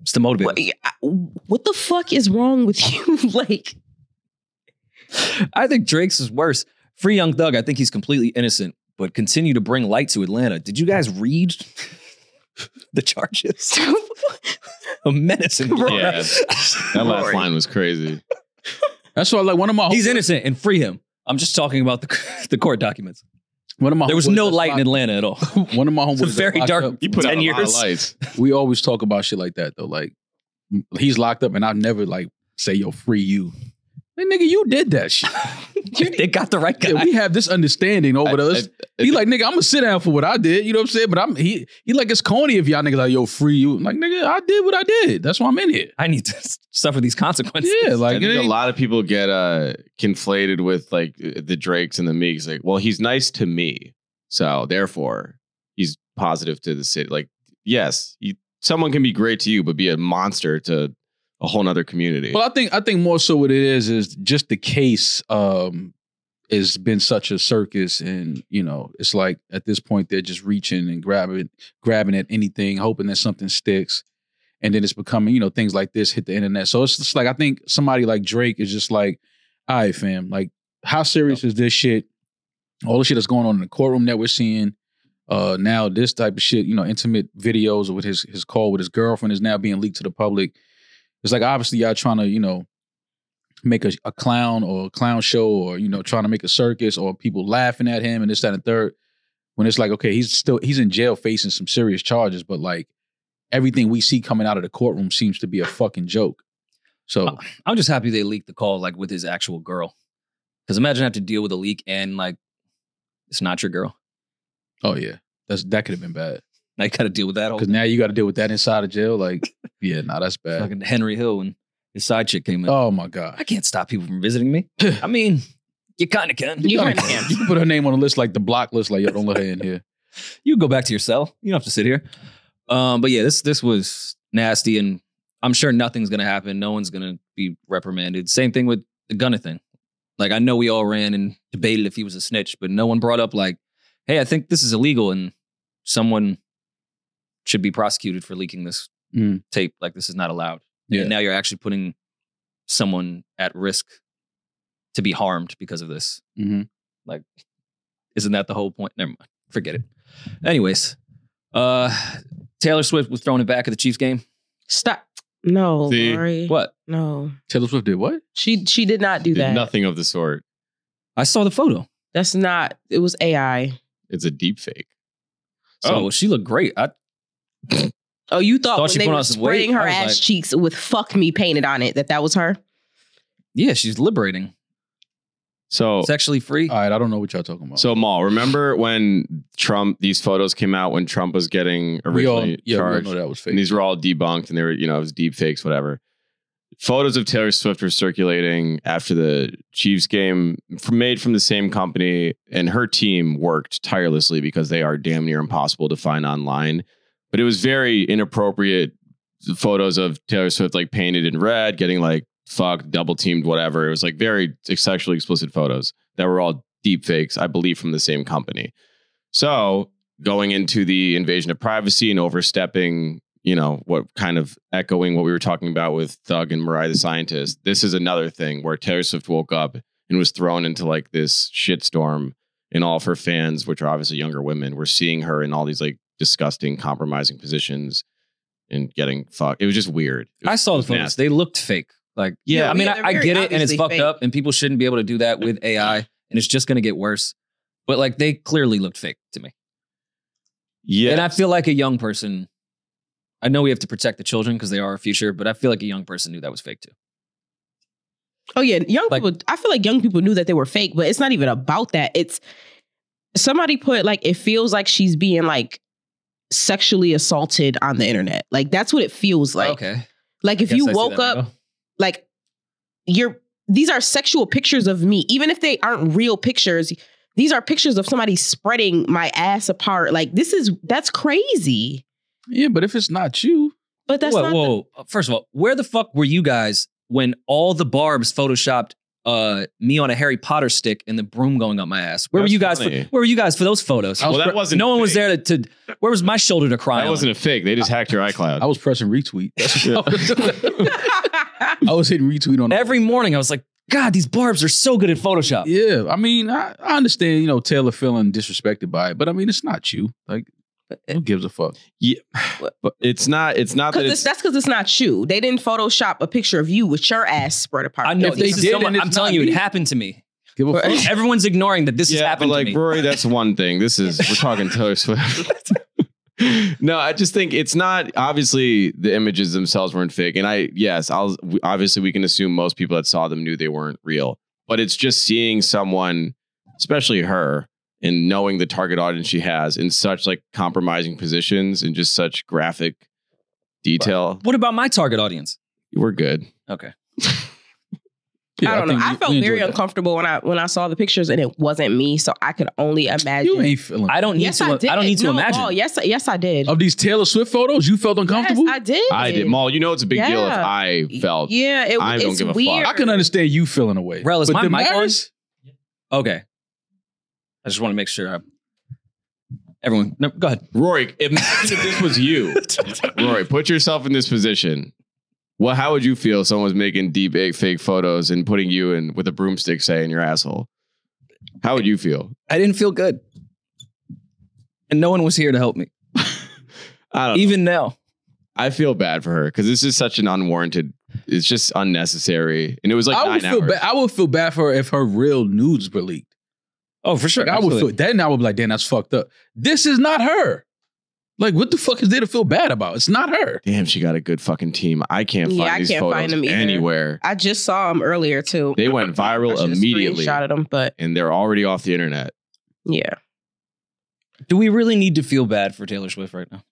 S2: it's to motivate
S6: What, I- what the fuck is wrong with (laughs) you? like,
S2: I think Drake's is worse. Free Young Thug, I think he's completely innocent, but continue to bring light to Atlanta. Did you guys read (laughs)
S1: (laughs)
S2: the charges? A menace. in- (laughs)
S5: Yeah. that last
S6: Rory.
S5: line was crazy.
S1: That's why, like, one of my
S2: He's innocent and free him. I'm just talking about the, the court documents.
S1: one
S5: Oh,
S1: of my
S2: There was
S1: homeboys
S2: no
S1: that's
S2: light in
S1: locked-
S2: Atlanta at
S5: (laughs)
S2: all.
S1: One of my homework.
S2: It's a very dark
S5: He put
S2: 10
S5: out a lot of
S2: years.
S5: lights.
S1: we always talk about shit like that though. Like m- he's locked up, and I've never like say yo free you. Like, nigga, you did that shit.
S2: they got the right guy.
S1: Yeah, we have this understanding over
S5: I-
S1: us. he like nigga, I'm gonna sit down for what I did. You know what I'm saying? But I'm he he like it's corny if y'all niggas like yo free you. I'm like nigga, I did what I did. That's why I'm in here.
S2: I need to suffer these consequences.
S1: Yeah,
S5: I
S1: like it
S5: think a
S1: ain't-
S5: lot of people get uh, conflated with like the Drakes and the Meeks. Like, well, he's nice to me, so therefore he's positive to the city. Like, yes, you, someone can be great to you, but be a monster to a whole nother community.
S1: Well, I think I think more so what it is is just the case um has been such a circus and you know, it's like at this point they're just reaching and grabbing grabbing at anything, hoping that something sticks. And then it's becoming, you know, things like this hit the internet. So it's just like I think somebody like Drake is just like, all right, fam, like how serious is this shit? All the shit that's going on in the courtroom that we're seeing. Uh now this type of shit, you know, intimate videos with his his call with his girlfriend is now being leaked to the public. It's like obviously y'all trying to, you know, make a, a clown or a clown show or, you know, trying to make a circus or people laughing at him and this, that, and third. When it's like, okay, he's still he's in jail facing some serious charges, but like everything we see coming out of the courtroom seems to be a fucking joke. So
S2: Uh, I'm just happy they leaked the call like with his actual girl. Because imagine I have to deal with a leak and like it's not your girl. (laughs)
S1: oh yeah. That's that could have been bad.
S2: I got to deal with that whole
S1: Because now you gotta deal with that inside of jail. Like, yeah, nah, that's bad.
S2: fucking Henry Hill when his side chick came in.
S1: Oh my God.
S2: I can't stop people from visiting
S1: (clears throat)
S2: me. I mean, you kind of can.
S6: You
S2: You,
S6: kinda
S2: can.
S1: You put her name on the list like the block list, like yo, don't let her in here.
S2: You go back to your cell. You don't have to sit here. Um, but yeah, this this was nasty, and I'm sure nothing's gonna happen. No one's gonna be reprimanded. Same thing with the Gunna thing. Like I know we all ran and debated if he was a snitch, but no one brought up like, hey, I think this is illegal and someone should be prosecuted for leaking this
S1: Mm.
S2: tape. Like this is not allowed.
S1: Yeah.
S2: And now you're actually putting someone at risk to be harmed because of this.
S1: Mm-hmm.
S2: Isn't that the whole point? Never mind. Forget it. Anyways, uh Taylor Swift was thrown it back at the Chiefs game.
S6: Stop. No,
S5: See?
S6: Lori.
S2: What?
S6: No,
S1: Taylor Swift did what?
S6: she she did not do
S5: Did
S6: that.
S5: nothing of the sort.
S2: I saw the photo.
S6: That's not. It was AI.
S5: It's a deep fake.
S2: oh, well, she looked great. I,
S6: Oh, you thought,
S2: Thought
S6: when
S2: she
S6: they
S2: put
S6: were
S2: on some weight?
S6: spraying her
S2: I was
S6: ass
S2: like-
S6: cheeks with "fuck me" painted on it that that was her.
S2: yeah, she's liberating.
S5: So
S2: Sexually free.
S1: All right, I don't know what y'all talking about.
S5: So Maul, remember when Trump these photos came out when Trump was getting
S1: we all,
S5: originally
S1: yeah, we all
S5: charged?
S1: know that was fake.
S5: and these were all debunked and they were, you know, it was deep fakes, whatever. Photos of Taylor Swift were circulating after the Chiefs game f- made from the same company, and her team worked tirelessly because they are damn near impossible to find online. But it was very inappropriate photos of Taylor Swift like painted in red, getting like fucked, double teamed, whatever. It was like very sexually explicit photos that were all deep fakes, I believe, from the same company. So going into the invasion of privacy and overstepping, you know, what kind of echoing what we were talking about with Thug and Mariah the Scientist, this is another thing where Taylor Swift woke up and was thrown into like this shitstorm. And all of her fans, which are obviously younger women, were seeing her in all these like disgusting, compromising positions and getting fucked. It was just weird. It was-
S2: I saw
S5: it
S2: the
S5: was
S2: photos.
S5: nasty.
S2: They looked fake. Like,
S5: Yeah.
S2: I mean,
S6: Yeah,
S2: I,
S6: they're
S2: I
S6: very
S2: get it, and it's
S6: obviously
S2: fucked
S6: fake.
S2: up, and people shouldn't be able to do that with AI, and it's just going to get worse. But like, they clearly looked fake to me,
S5: Yeah.
S2: and I feel like a young person. I know we have to protect the children because they are our future, but I feel like a young person knew that was fake too.
S6: Oh yeah, young
S2: Like-
S6: people. I feel like young people knew that they were fake, but it's not even about that. It's somebody put like it feels like she's being like sexually assaulted on the internet. Like that's what it feels like.
S2: okay,
S6: Like if
S2: Guess
S6: you
S2: I see
S6: woke
S2: that
S6: up
S2: now.
S6: like you're these are sexual pictures of me even if they aren't real pictures these are pictures of somebody spreading my ass apart like this is that's crazy
S1: yeah, but if it's not you,
S6: but that's
S2: whoa,
S6: not (laughs) the-
S2: whoa. Uh, First of all, where the fuck were you guys when all the barbs photoshopped uh, me on a Harry Potter stick and the broom going up my ass? Where were
S5: That's
S2: you guys? For,
S5: funny.
S2: where were you guys for those photos?
S1: I
S5: well, that
S1: pre-
S5: wasn't
S2: no one was there
S5: fake.
S2: to, to. Where was my shoulder to cry?
S5: That
S2: on?
S5: wasn't a fake. They just hacked your iCloud.
S1: I was pressing retweet.
S5: (laughs)
S1: That's what I,
S2: (laughs)
S1: was, I was hitting retweet on
S2: Um, Every morning I was like, God, these barbs are so good at Photoshop.
S1: Yeah, I mean, I, I understand, you know, Taylor feeling disrespected by it, but I mean, it's not you. Like, who gives a fuck?
S5: but it's not. It's not
S6: 'Cause
S5: that
S6: it's-
S5: it's.
S6: that's because it's not you they didn't photoshop a picture of you with your ass spread apart
S2: I know
S1: If they
S2: this is
S1: did
S2: someone,
S1: and it's
S2: I'm telling
S1: not
S2: you, it
S1: me-
S2: happened to me.
S1: Give a
S2: eh,
S1: fuck.
S2: Everyone's ignoring that this has
S5: but
S2: happened
S5: like
S2: to me.
S5: Rory, that's one thing. This is
S2: (laughs)
S5: we're talking Taylor Swift. (laughs) no, I just think it's not obviously the images themselves weren't fake, and I yes, I'll we- obviously we can assume most people that saw them knew they weren't real, but it's just seeing someone, especially her, and knowing the target audience she has in such like compromising positions and just such graphic detail.
S2: what about my target audience?
S5: We're good.
S2: Okay.
S1: Yeah,
S6: I don't know.
S1: think
S6: I
S1: we-
S6: felt
S1: we
S6: very
S1: enjoyed that.
S6: uncomfortable when I when I saw the pictures and it wasn't me, so I could only imagine.
S1: You ain't feeling.
S2: I don't need
S6: yes,
S2: to
S6: I did.
S2: don't need to
S6: No,
S2: imagine.
S6: Oh, yes, I- yes, I did.
S1: of these Taylor Swift photos, you felt uncomfortable?
S6: Yes, I did.
S5: I did. Maul, you know it's a big deal if
S6: Yeah.
S5: I felt.
S6: Yeah, it,
S5: I don't
S6: it's
S5: give a fuck.
S6: weird.
S1: I, can understand you feeling away.
S2: Rel, is
S1: but
S2: my
S1: the
S2: mic on?
S1: Maris-
S2: Okay. I just want to make sure I, everyone no, go ahead.
S5: Rory, imagine if this was you. (laughs) Rory, put yourself in this position. Well, how would you feel if someone was making deep fake- fake photos and putting you in with a broomstick, say, in your asshole? How would you feel?
S2: I didn't feel good. And no one was here to help me.
S5: I
S1: Oh,
S5: don't. know.
S2: Even now.
S5: I feel bad for her because this is such an unwarranted. It's just unnecessary, and it was like
S1: I would
S5: nine
S1: feel
S5: hours.
S1: bad. I would feel bad for her if her real nudes were leaked.
S2: Oh, for sure.
S1: Like, I would feel then I would be like, damn, that's fucked up. This is not her. Like, what the fuck is there to feel bad about? It's not her.
S5: Damn, she got a good fucking team. I can't
S6: Yeah,
S5: find
S6: I
S5: these
S6: can't
S5: photos
S6: find them either.
S5: anywhere.
S6: I just saw them earlier too. (laughs)
S5: They went viral immediately,
S6: Shot at them, but
S5: and they're already off the internet.
S6: yeah,
S2: Do we really need to feel bad for Taylor Swift right now?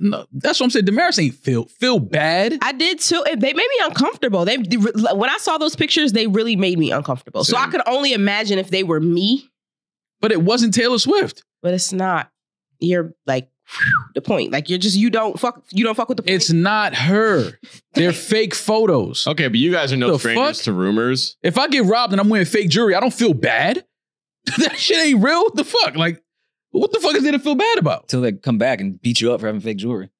S1: No, that's what I'm saying. Damaris ain't feel feel bad.
S6: I did too. It, they made me uncomfortable. They they re- when I saw those pictures, they really made me uncomfortable. So I
S5: Same.
S6: could only imagine if they were me,
S1: But it wasn't Taylor Swift.
S6: but it's not. You're like the point. Like you're just you don't fuck you don't fuck with the point.
S1: It's not her.
S6: (laughs)
S1: They're fake photos.
S5: Okay, but you guys are no
S1: The
S5: strangers
S1: fuck?
S5: to rumors.
S1: If I get robbed and I'm wearing fake jewelry, I don't feel bad. (laughs) that shit ain't real. What the fuck? Like, what the fuck is there to feel bad about?
S2: Until they come back and beat you up for having fake jewelry.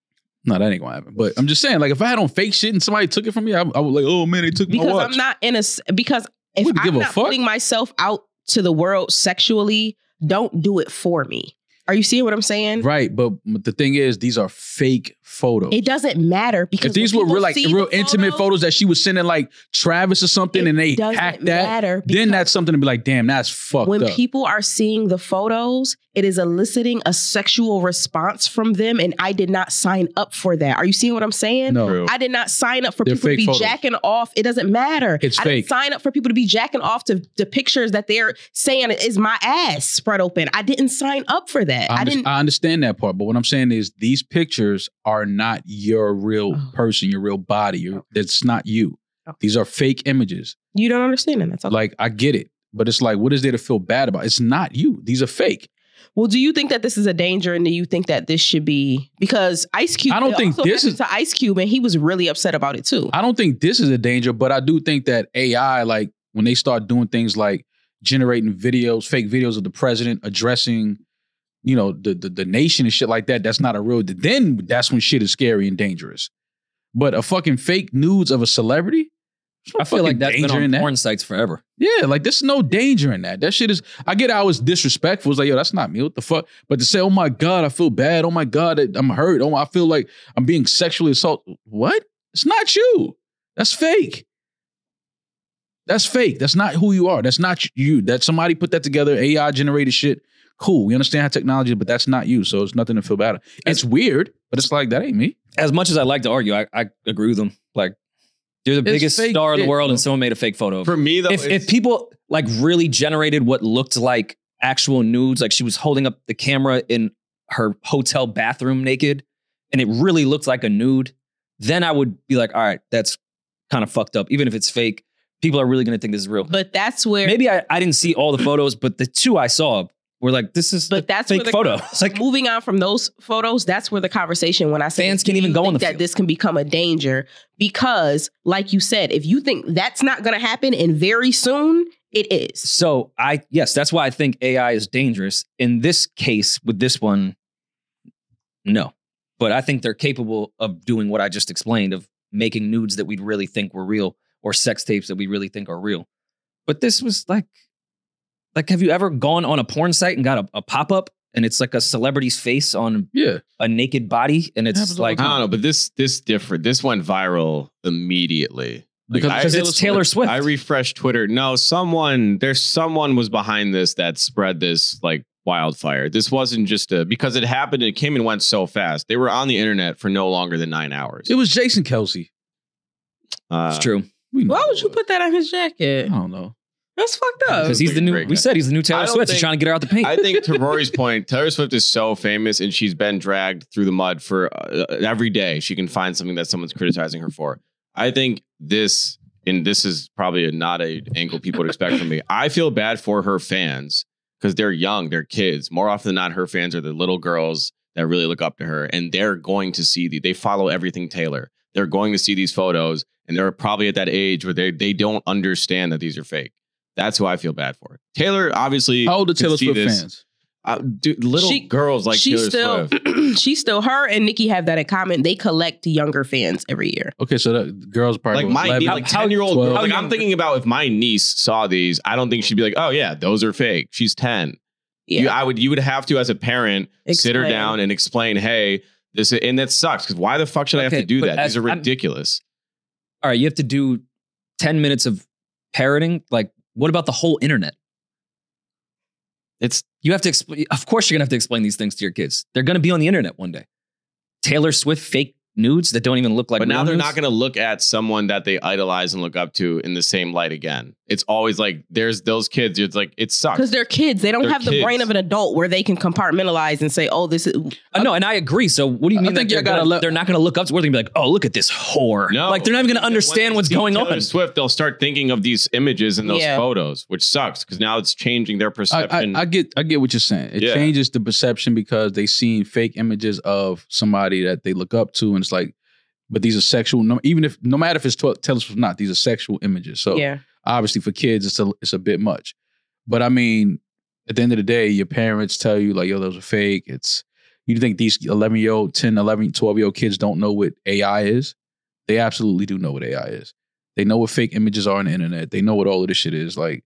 S1: No, that ain't gonna happen. But I'm just saying, like, if I had on fake shit and somebody took it from me, I, I was like, oh man, they took my
S6: because
S1: watch.
S6: I'm not in a s- because if
S1: Wouldn't
S6: I'm
S1: give a
S6: not
S1: fuck.
S6: putting myself out to the world sexually, don't do it for me. Are you seeing what I'm saying?
S1: right, but the thing is, these are fake photos.
S6: It doesn't matter because
S1: if these
S6: when
S1: were
S6: people
S1: real, like
S6: see
S1: real
S6: the
S1: intimate
S6: photo,
S1: photos that she was sending, like Travis or something,
S6: it
S1: and they
S6: doesn't
S1: hacked that,
S6: matter
S1: then
S6: because
S1: that's something to be like, damn, that's fucked
S6: when
S1: up.
S6: people are seeing the photos, it is eliciting a sexual response from them, and I did not sign up for that. Are you seeing what I'm saying?
S1: no,
S5: True.
S6: I did not sign up for
S1: They're
S6: people to
S1: fake
S6: be
S1: photos.
S6: jacking off. It doesn't matter.
S1: It's
S6: I didn't
S1: fake.
S6: sign up for people to be jacking off to the pictures that they're saying is my ass spread open. I didn't sign up for that.
S1: I,
S6: I,
S1: under-
S6: didn't.
S1: I understand that part, but what I'm saying is these pictures are not your real
S6: Oh.
S1: person, your real body. Your, That's not you.
S6: Okay.
S1: These are fake images.
S6: you don't understand, and that's all.
S1: Like I get it, but it's like, what is there to feel bad about? It's not you. These are fake.
S6: well, do you think that this is a danger, and do you think that this should be because Ice Cube?
S1: I don't
S6: it
S1: think
S6: also
S1: this
S6: happened
S1: is-
S6: to Ice Cube, and he was really upset about it too.
S1: I don't think this is a danger, but I do think that AI, like when they start doing things like generating videos, fake videos of the president addressing, you know, the the, the nation and shit like that, that's not a real. Then that's when shit is scary and dangerous. But a fucking fake nudes of a celebrity. there's no
S2: I feel
S1: fucking
S2: like that's been
S1: danger in
S2: on
S1: that.
S2: porn sites forever.
S1: Yeah, like there's no danger in that. That shit is. I get how it's disrespectful. It's like, yo, that's not me. What the fuck? But to say, oh my god, I feel bad. Oh my god, I'm hurt. Oh, my, I feel like I'm being sexually assaulted. What? It's not you. That's fake. That's fake. That's not who you are. That's not you. That somebody put that together. AI generated shit. Cool. We understand how technology, but that's not you. So it's nothing to feel bad. about. It's weird, but it's like that ain't me.
S2: As much as I like to argue, I, I agree with them. Like, you're the
S1: It's
S2: biggest
S1: fake
S2: star in the
S1: shit,
S2: world, and
S1: bro.
S2: someone made a fake photo of
S5: For me, though,
S2: if,
S5: it's-
S2: if people like really generated what looked like actual nudes, like she was holding up the camera in her hotel bathroom naked, and it really looked like a nude, then I would be like, all right, that's kind of fucked up. Even if it's fake, people are really gonna think this is real.
S6: But that's where
S2: Maybe I, I didn't see all the photos, but the two I saw were like, this is
S6: But
S2: but
S6: that's where
S2: fake
S6: the- (laughs)
S2: photo. It's like
S6: moving on from those photos, that's where the conversation when I say
S2: Fans can't even go on the
S6: that
S2: field.
S6: this can become a danger because, like you said, if you think that's not going to happen and very soon it is.
S2: so I yes, that's why I think AI is dangerous. In this case, with this one, no. But I think they're capable of doing what I just explained of making nudes that we'd really think were real or sex tapes that we really think are real. But this was like like have you ever gone on a porn site and got a, a pop-up and it's like a celebrity's face on
S1: Yeah.
S2: a naked body and it's
S1: Happens all the
S2: like
S5: I don't know, but this this different. This went viral immediately. Like,
S1: Because-
S5: I-
S2: because it's Taylor Swift.
S5: I refreshed Twitter. No, someone there's someone was behind this that spread this like wildfire. This wasn't just a because it happened. It came and went so fast. They were on the internet for no longer than nine hours.
S1: It was Jason Kelsey.
S5: Uh,
S2: it's true.
S1: We know
S6: Why
S1: it
S6: would you
S1: was.
S6: put that on his jacket?
S1: I don't know.
S6: That's fucked up.
S2: Because he's the new
S5: Great
S2: we
S5: guy.
S2: said he's the new
S5: Uh, I
S2: Taylor
S5: don't
S2: Swift. He's
S5: think-
S2: trying to get her out the (laughs) paint.
S5: I think to Rory's point, Taylor Swift is so famous and she's been dragged through the mud for uh, every day. She can find something that someone's criticizing her for. I think this, and this is probably a, not a angle people would expect from me. I feel bad for her fans because they're young, they're kids. More often than not, her fans are the little girls that really look up to her, and they're going to see the. They follow everything Taylor. They're going to see these photos, and they're probably at that age where they they don't understand that these are fake. That's who I feel bad for. Taylor obviously
S1: How old are
S5: can
S1: Taylor
S5: see
S1: Swift
S5: this.
S1: fans?
S5: Uh, dude, little
S6: She-
S5: girls like
S6: she's still,
S5: Taylor
S6: (clears throat)
S5: Swift.
S6: she's still. Her and Nikki have that in common. They collect younger fans every year.
S1: Okay, so that girls probably
S5: Like my
S1: eleven.
S5: niece, like
S2: how-
S5: ten year old
S1: twelve.
S5: girl. Like
S2: how
S5: I'm
S2: young-
S5: thinking about if my niece saw these, I don't think she'd be like, "Oh yeah, those are fake." She's ten.
S6: Yeah,
S5: You, I would. You would have to, as a parent, sit her
S6: Explain.
S5: down and explain, "Hey, this," is, and that sucks because why the fuck should I have
S2: Okay,
S5: to do
S2: but
S5: that?
S2: as-
S5: These are
S2: I'm-
S5: ridiculous.
S2: all right, you have to do 10 minutes of parroting. Like, what about the whole internet?
S5: It's
S2: You have to explain, of course, you're going to have to explain these things to your kids. They're going to be on the internet one day. Taylor Swift fake nudes that don't even look like
S5: but now
S2: real
S5: they're
S2: nudes?
S5: not going to look at someone that they idolize and look up to in the same light again. it's always like there's those kids. It's like it
S6: Because
S5: sucks.
S6: they're kids. They don't
S5: They're
S6: have the brain of
S5: kids.
S6: an adult where they can compartmentalize and say, oh, this is.
S2: Uh, no, and I agree. So what do you
S1: I
S2: mean?
S1: think
S2: that
S1: y'all
S2: they're
S1: gotta
S2: gonna-
S1: let-
S2: they're not going to look up to where they're going to be like, oh, look at this whore.
S5: No,
S2: like they're not even going to
S5: When they
S2: understand what's
S5: see
S2: going
S5: Taylor
S2: on.
S5: Swift, they'll start thinking of these images and those
S6: Yeah.
S5: photos, which sucks because now it's changing their
S1: I,
S5: perception.
S1: I, I get I get what you're saying. It
S5: Yeah.
S1: changes the perception because they seen fake images of somebody that they look up to, and it's like, but these are sexual. No, even if no matter if it's tw- tell us or not, these are sexual images. So
S6: yeah.
S1: obviously for kids, it's a it's a bit much. But I mean, at the end of the day, your parents tell you like, yo, those are fake. It's you think these 11 year old, 10, 11, 12 year old kids don't know what AI is? They absolutely do know what AI is. They know what fake images are on the internet. They know what all of this shit is like.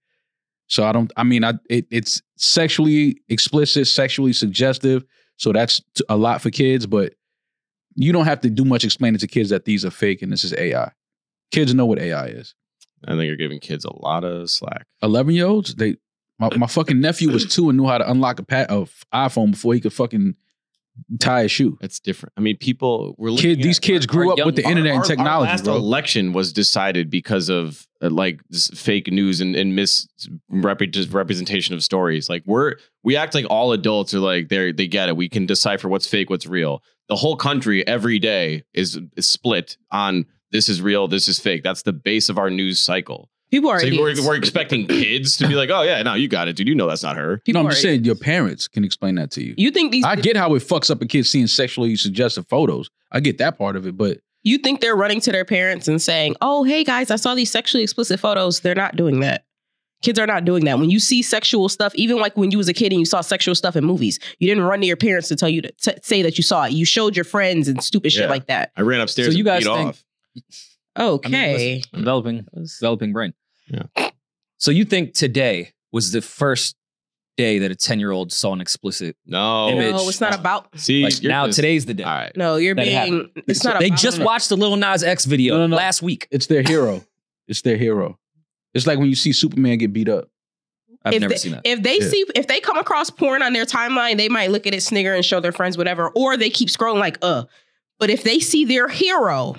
S1: So I don't. I mean, I it, it's sexually explicit, sexually suggestive. So that's t- a lot for kids, but you don't have to do much explaining to kids that these are fake and this is AI. Kids know what AI is.
S5: I think you're giving kids a lot of slack.
S1: 11 year olds they
S5: Uh,
S1: my, my fucking nephew was two and knew how to unlock a pat of iphone before he could fucking tie a shoe
S5: That's different. I mean, people were looking
S1: kid
S5: at-
S1: these kids grew
S2: our
S1: up with the
S2: young-
S1: internet and
S5: Our- Our
S1: technology
S5: last
S1: bro.
S5: election was decided because of uh, like this fake news and, and misrepresentation of stories. Like we're we act like all adults are like they they get it. We can decipher what's fake, what's real. The whole country every day is, is split on this is real, this is fake. That's the base of our news cycle.
S6: People are.
S5: so we're,
S6: idiots.
S5: we're expecting kids to be like, oh yeah, no, you got it, dude. You know that's not her.
S1: no
S6: People
S1: i'm
S6: are
S1: just
S6: idiots.
S1: saying your parents can explain that to you
S6: You think these
S1: i get how it fucks up a kid seeing sexually suggestive photos i get that part of it but
S6: you think they're running to their parents and saying, "Oh, hey guys, I saw these sexually explicit photos." They're not doing that. Kids are not doing that. When you see sexual stuff, even like when you was a kid and you saw sexual stuff in movies, you didn't run to your parents to tell you to t- say that you saw it. You showed your friends and stupid
S5: Yeah.
S6: shit like that.
S5: I ran upstairs.
S2: So you
S5: and
S2: guys
S5: beat
S2: think-
S5: off.
S6: Okay.
S2: Developing, developing brain.
S5: Yeah.
S2: So you think today was the first day that a ten year old saw an explicit?
S5: No.
S2: Image.
S6: no, it's not about.
S5: See
S2: Like
S5: you're
S2: now
S5: just-
S2: today's the day.
S5: All right.
S6: No, you're
S2: That
S6: being.
S2: happened.
S6: It's not.
S2: They
S6: about,
S2: just watched the Lil Nas X video
S1: No, no, no.
S2: last week.
S1: it's their
S5: (laughs)
S1: hero it's their hero it's like when you see superman get beat up
S2: I've
S6: if
S2: never
S6: they,
S2: seen that.
S6: If they
S1: Yeah.
S6: see, if they come across porn on their timeline, they might look at it, snigger, and show their friends whatever, or they keep scrolling like, uh. But if they see their hero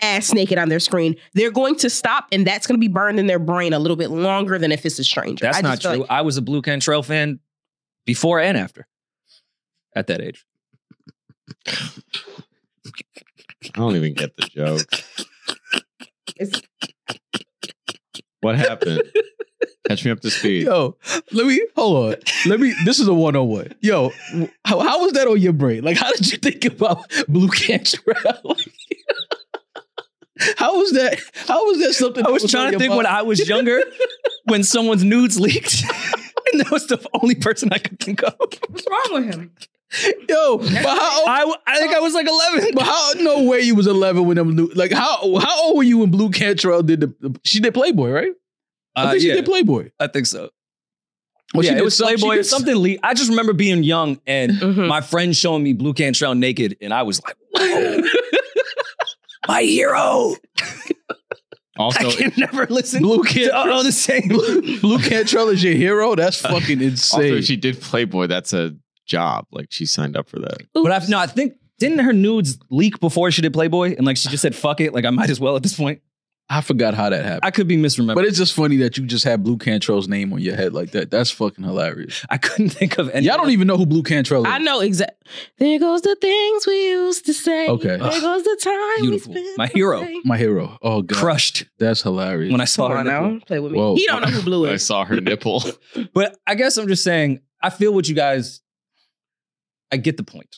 S6: ass naked on their screen, they're going to stop, and that's going to be burned in their brain a little bit longer than if it's a stranger.
S2: That's
S6: I
S2: not
S6: just feel
S2: true.
S6: like-
S2: I was a Blue Cantrell fan before and after. At that age,
S5: I don't even get the joke.
S6: It's-
S5: what happened? Catch me up to speed.
S1: Yo, let me hold on. Let me. This is a one on one. Yo, wh- how, how was that on your brain? Like, how did you think about Blue Cantrell? (laughs) how was that? How was that something?
S2: I was trying to think when I
S1: (laughs)
S2: was younger, when someone's nudes leaked, (laughs) and that was the only person I could think of.
S1: Oh,
S6: what's wrong with him?
S1: Yo, but how? Old,
S2: I, w- I think I was like eleven.
S1: but how? No way you was eleven when them. new- Like how? How old were you when Blue Cantrell did the? She did Playboy, right? I
S2: Uh,
S1: think she
S2: yeah,
S1: did Playboy.
S2: I think so.
S1: Well,
S2: yeah,
S1: she
S2: it
S1: did
S2: was
S1: some- she
S2: Playboy.
S1: did some- Hmm.
S2: Something leaked. I just remember being young and
S6: Mhm.
S2: my friend showing me Blue Cantrell naked, and I was like,
S1: (laughs)
S2: "Whoa, my hero!"
S5: Also,
S2: I can never listen.
S1: Blue
S2: to (laughs)
S1: Cantrell.
S2: all the same.
S1: Blue Cantrell is your hero. That's
S2: (laughs)
S1: fucking
S5: also
S1: insane.
S5: if she did Playboy. That's a job. Like she signed up for that.
S2: But I, no, I think didn't her nudes leak before she did Playboy, and like she just said, "Fuck it," like I might as well at this point.
S1: I forgot how that happened.
S2: I could be misremembering.
S1: But it's just funny that you just had Blue Cantrell's name on your head like that. That's fucking hilarious.
S2: I couldn't think of any.
S1: Y'all don't even know who Blue Cantrell is.
S6: I know exactly. There goes the things we used to say.
S1: Okay.
S6: There
S2: Ugh.
S6: goes the time
S2: Beautiful.
S6: we spent.
S2: My hero.
S6: away.
S1: My hero. Oh god,
S2: (laughs) crushed
S1: that's hilarious.
S2: when I saw
S6: Come
S2: her.
S6: on
S2: nipple.
S6: now, play with me.
S1: Whoa.
S6: He don't know who
S2: (laughs)
S6: blew
S5: I
S6: it.
S5: saw her nipple.
S2: But I guess I'm just saying, I feel what you guys, I get the point.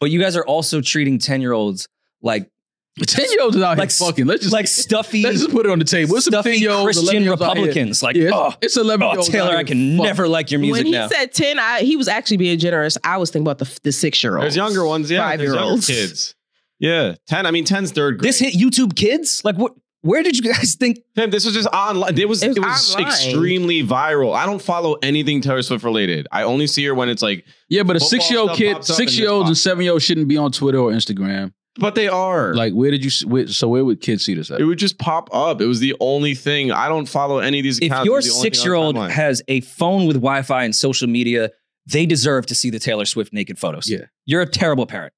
S2: But you guys are also treating 10 year olds like,
S1: (laughs) ten year olds out
S2: like,
S1: here fucking. Let's just
S2: like stuffy,
S1: let's just put it on the table. What's some ten
S2: stuffy
S1: year olds?
S2: Christian Republicans. Like,
S1: Yeah,
S2: oh,
S1: it's, it's eleven
S2: oh,
S1: year olds.
S2: Taylor, I can never like your music
S6: when he
S2: now.
S6: said 10, I, he was actually being generous. I was thinking about the, the six year old.
S5: There's younger ones. Yeah, there's younger
S6: Five-year-olds.
S5: kids. Yeah, ten. I mean, ten's third grade.
S2: this hit YouTube kids? Like, what? Where did you guys think?
S5: Fam, this was just online. It was
S6: It was
S5: it was
S6: online.
S5: extremely viral. I don't follow anything Taylor Swift related. I only see her when it's like,
S1: Yeah, but a
S5: Football
S1: six year old
S5: stuff
S1: kid,
S5: pops up
S1: six
S5: in
S1: year
S5: this
S1: olds and
S5: box.
S1: seven year olds shouldn't be on Twitter or Instagram.
S5: but they are
S1: Like, where did you? s- Where, so where would kids see this? At?
S5: It would just pop up. It was the only thing. I don't follow any of these
S2: If
S5: accounts.
S2: your
S5: It was the only thing on
S2: six year old
S5: timeline.
S2: has a phone with Wi Fi and social media, they deserve to see the Taylor Swift naked photos.
S1: Yeah.
S2: You're a terrible parent.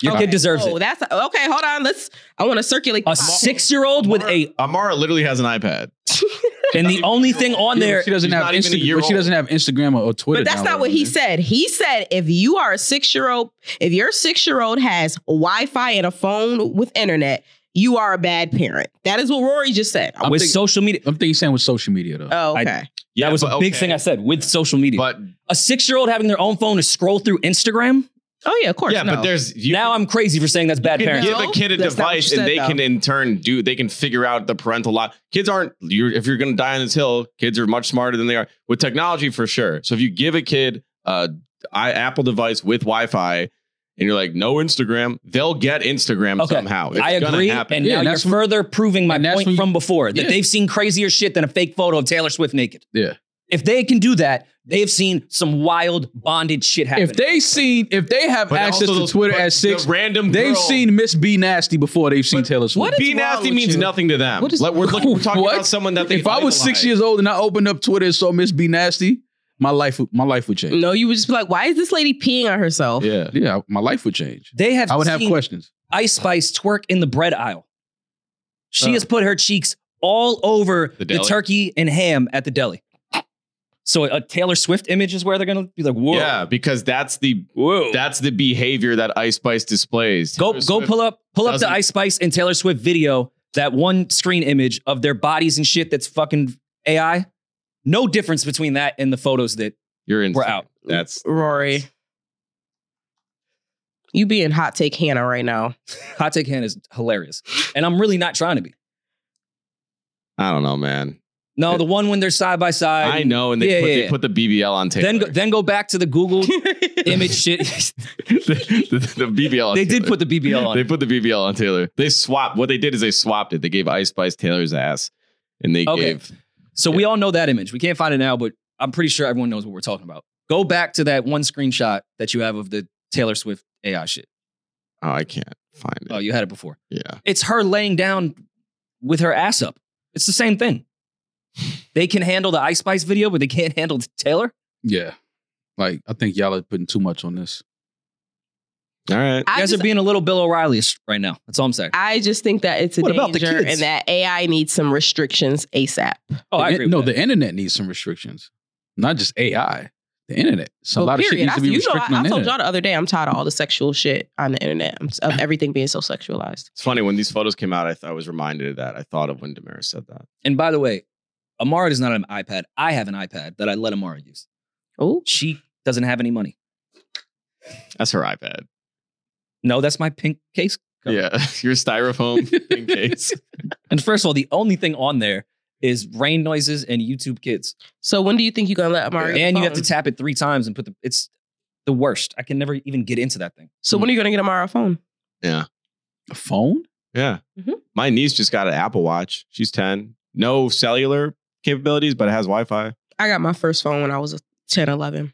S2: Your kid deserves
S6: oh,
S2: it.
S6: that's okay. Hold on. Let's. I want to circulate.
S2: A six year old with a
S5: Amara literally has an iPad.
S2: And the only thing on
S1: Yeah, but
S2: there,
S1: she doesn't
S5: She's
S1: have
S5: not even a
S1: Insta-
S5: year
S1: but she
S5: old.
S1: doesn't have Instagram or, or Twitter.
S6: But that's
S1: now,
S6: not what
S1: right,
S6: he
S1: man.
S6: said. He said if you are a six year old, if your six year old has Wi Fi and a phone with internet, you are a bad parent. That is what Rory just said.
S1: I'm
S2: with
S1: thinking-
S2: social media,
S1: I'm thinking saying with social media though.
S6: Oh,
S2: I-
S6: okay.
S2: that was a
S5: but
S2: big
S5: okay.
S2: thing I said with social media.
S5: But
S2: a six year old having their own phone to scroll through Instagram.
S6: oh, yeah, of course.
S5: yeah,
S6: no.
S5: but there's you
S2: now I'm crazy for saying that's bad
S5: can
S2: parenting.
S5: give
S6: No,
S5: a kid a
S6: that's not what
S5: device
S6: you
S5: and
S6: said,
S5: they
S6: though.
S5: can in turn do they can figure out the parental lot. Kids aren't you're if you're gonna die on this hill, kids are much smarter than they are with technology for sure. So if you give a kid a I, Apple device with Wi-Fi and you're like no Instagram, they'll get Instagram
S2: Okay.
S5: somehow. It's
S2: I
S5: gonna
S2: agree,
S5: happen.
S2: and
S1: Yeah,
S2: now
S1: and
S2: you're
S1: that's when-
S2: further proving my
S1: and that's
S2: point
S1: when you-
S2: from before that
S1: Yeah.
S2: they've seen crazier shit than a fake photo of Taylor Swift naked.
S1: Yeah.
S2: If they can do that, they've seen some wild bonded shit happen.
S1: If they seen, if they have
S5: But
S1: access
S5: also
S1: to
S5: those-
S1: Twitter
S5: but
S1: at six,
S5: the random
S1: they've
S5: girl-
S1: seen Miss B nasty before they've seen
S5: But
S1: Taylor Swift.
S6: What is
S5: be
S6: wrong
S5: nasty
S6: with
S5: means
S6: you?
S5: nothing to them.
S6: What is-
S5: Like, we're, looking, we're talking
S1: (laughs) What?
S5: about someone that they
S1: if I was six years old and I opened up Twitter and saw Miss B nasty, my life, would- my life would change.
S6: no, you would just be like, why is this lady peeing on herself?
S5: yeah,
S1: Yeah, my life would change.
S2: they have
S1: I would have
S2: seen
S1: questions.
S2: Ice Spice twerk in the bread aisle. She
S1: Oh.
S2: has put her cheeks all over
S5: The
S2: the,
S5: deli?
S2: turkey and ham at the deli. So a Taylor Swift image is where they're gonna be like, whoa,
S5: yeah, because that's the
S2: whoa.
S5: that's the behavior that Ice Spice displays.
S2: go
S5: Taylor
S2: go
S5: Swift-
S2: pull up pull up the
S5: doesn't-
S2: Ice Spice and Taylor Swift video. That one screen image of their bodies and shit that's fucking AI. No difference between that and the photos that
S5: You're in.
S2: were out.
S5: That's
S6: Rory. You being hot take Hannah right now. (laughs)
S2: Hot take hand is hilarious, and I'm really not trying to be.
S5: I don't know, man.
S2: No, the one when they're side by side.
S5: I know, and they,
S2: Yeah,
S5: put,
S2: yeah,
S5: they
S2: yeah.
S5: put the BBL on tape.
S2: Then go, then go back to the Google (laughs) image shit.
S5: (laughs) the, the BBL. On
S2: they did
S5: Taylor.
S2: put the BBL on.
S5: They
S2: it.
S5: put the BBL on Taylor. They swapped. What they did is they swapped it. They gave Ice Spice Taylor's ass, and they
S2: Okay.
S5: gave.
S2: So we all know that image. We can't find it now, but I'm pretty sure everyone knows what we're talking about. Go back to that one screenshot that you have of the Taylor Swift AI shit.
S5: Oh, I can't find it.
S2: Oh, you had it before.
S5: yeah,
S2: It's her laying down with her ass up. It's the same thing. They can handle the Ice Spice video, but they can't handle the Taylor.
S1: Yeah, like I think y'all are putting too much on this.
S5: all right.
S2: You
S6: I
S2: guys
S6: just,
S2: are being a little Bill O'Reilly right now. That's all I'm saying.
S6: I just think that it's a
S2: What about the
S6: danger
S2: kids?
S6: and that AI needs some restrictions ASAP.
S2: Oh,
S1: The
S2: I
S1: in-
S2: agree. with
S1: no,
S2: that.
S1: the internet needs some restrictions, not just AI. The internet. So a
S6: Well,
S1: lot of
S6: period.
S1: shit needs to
S6: I-
S1: be
S6: you know,
S1: restricted
S6: I,
S1: on
S6: I
S1: the
S6: told
S1: internet.
S6: y'all the other day, I'm tired of all the sexual shit on the internet, I'm, s- of everything being so sexualized.
S5: It's funny when these photos came out. I, th- I was reminded of that. I thought of when Damaris said that.
S2: and by the way, Amara does not have an iPad. I have an iPad that I let Amara use.
S6: Oh,
S2: She doesn't have any money.
S5: That's her iPad.
S2: No, that's my pink case Cover.
S5: Yeah, (laughs)
S2: (laughs)
S5: your styrofoam in case.
S2: And first of all, the only thing on there is rain noises and YouTube Kids.
S6: so when do you think you're gonna let Amari? get
S2: and
S6: a
S2: you have to
S6: phone?
S2: tap it three times and put the. It's the worst. I can never even get into that thing.
S6: so when are you gonna get Amari a phone?
S1: A phone?
S5: Yeah.
S2: Mm-hmm.
S6: Mhm.
S5: My niece just got an Apple Watch. She's 10. No cellular capabilities, but it has Wi Fi.
S6: I got my first phone when I was 10, 11.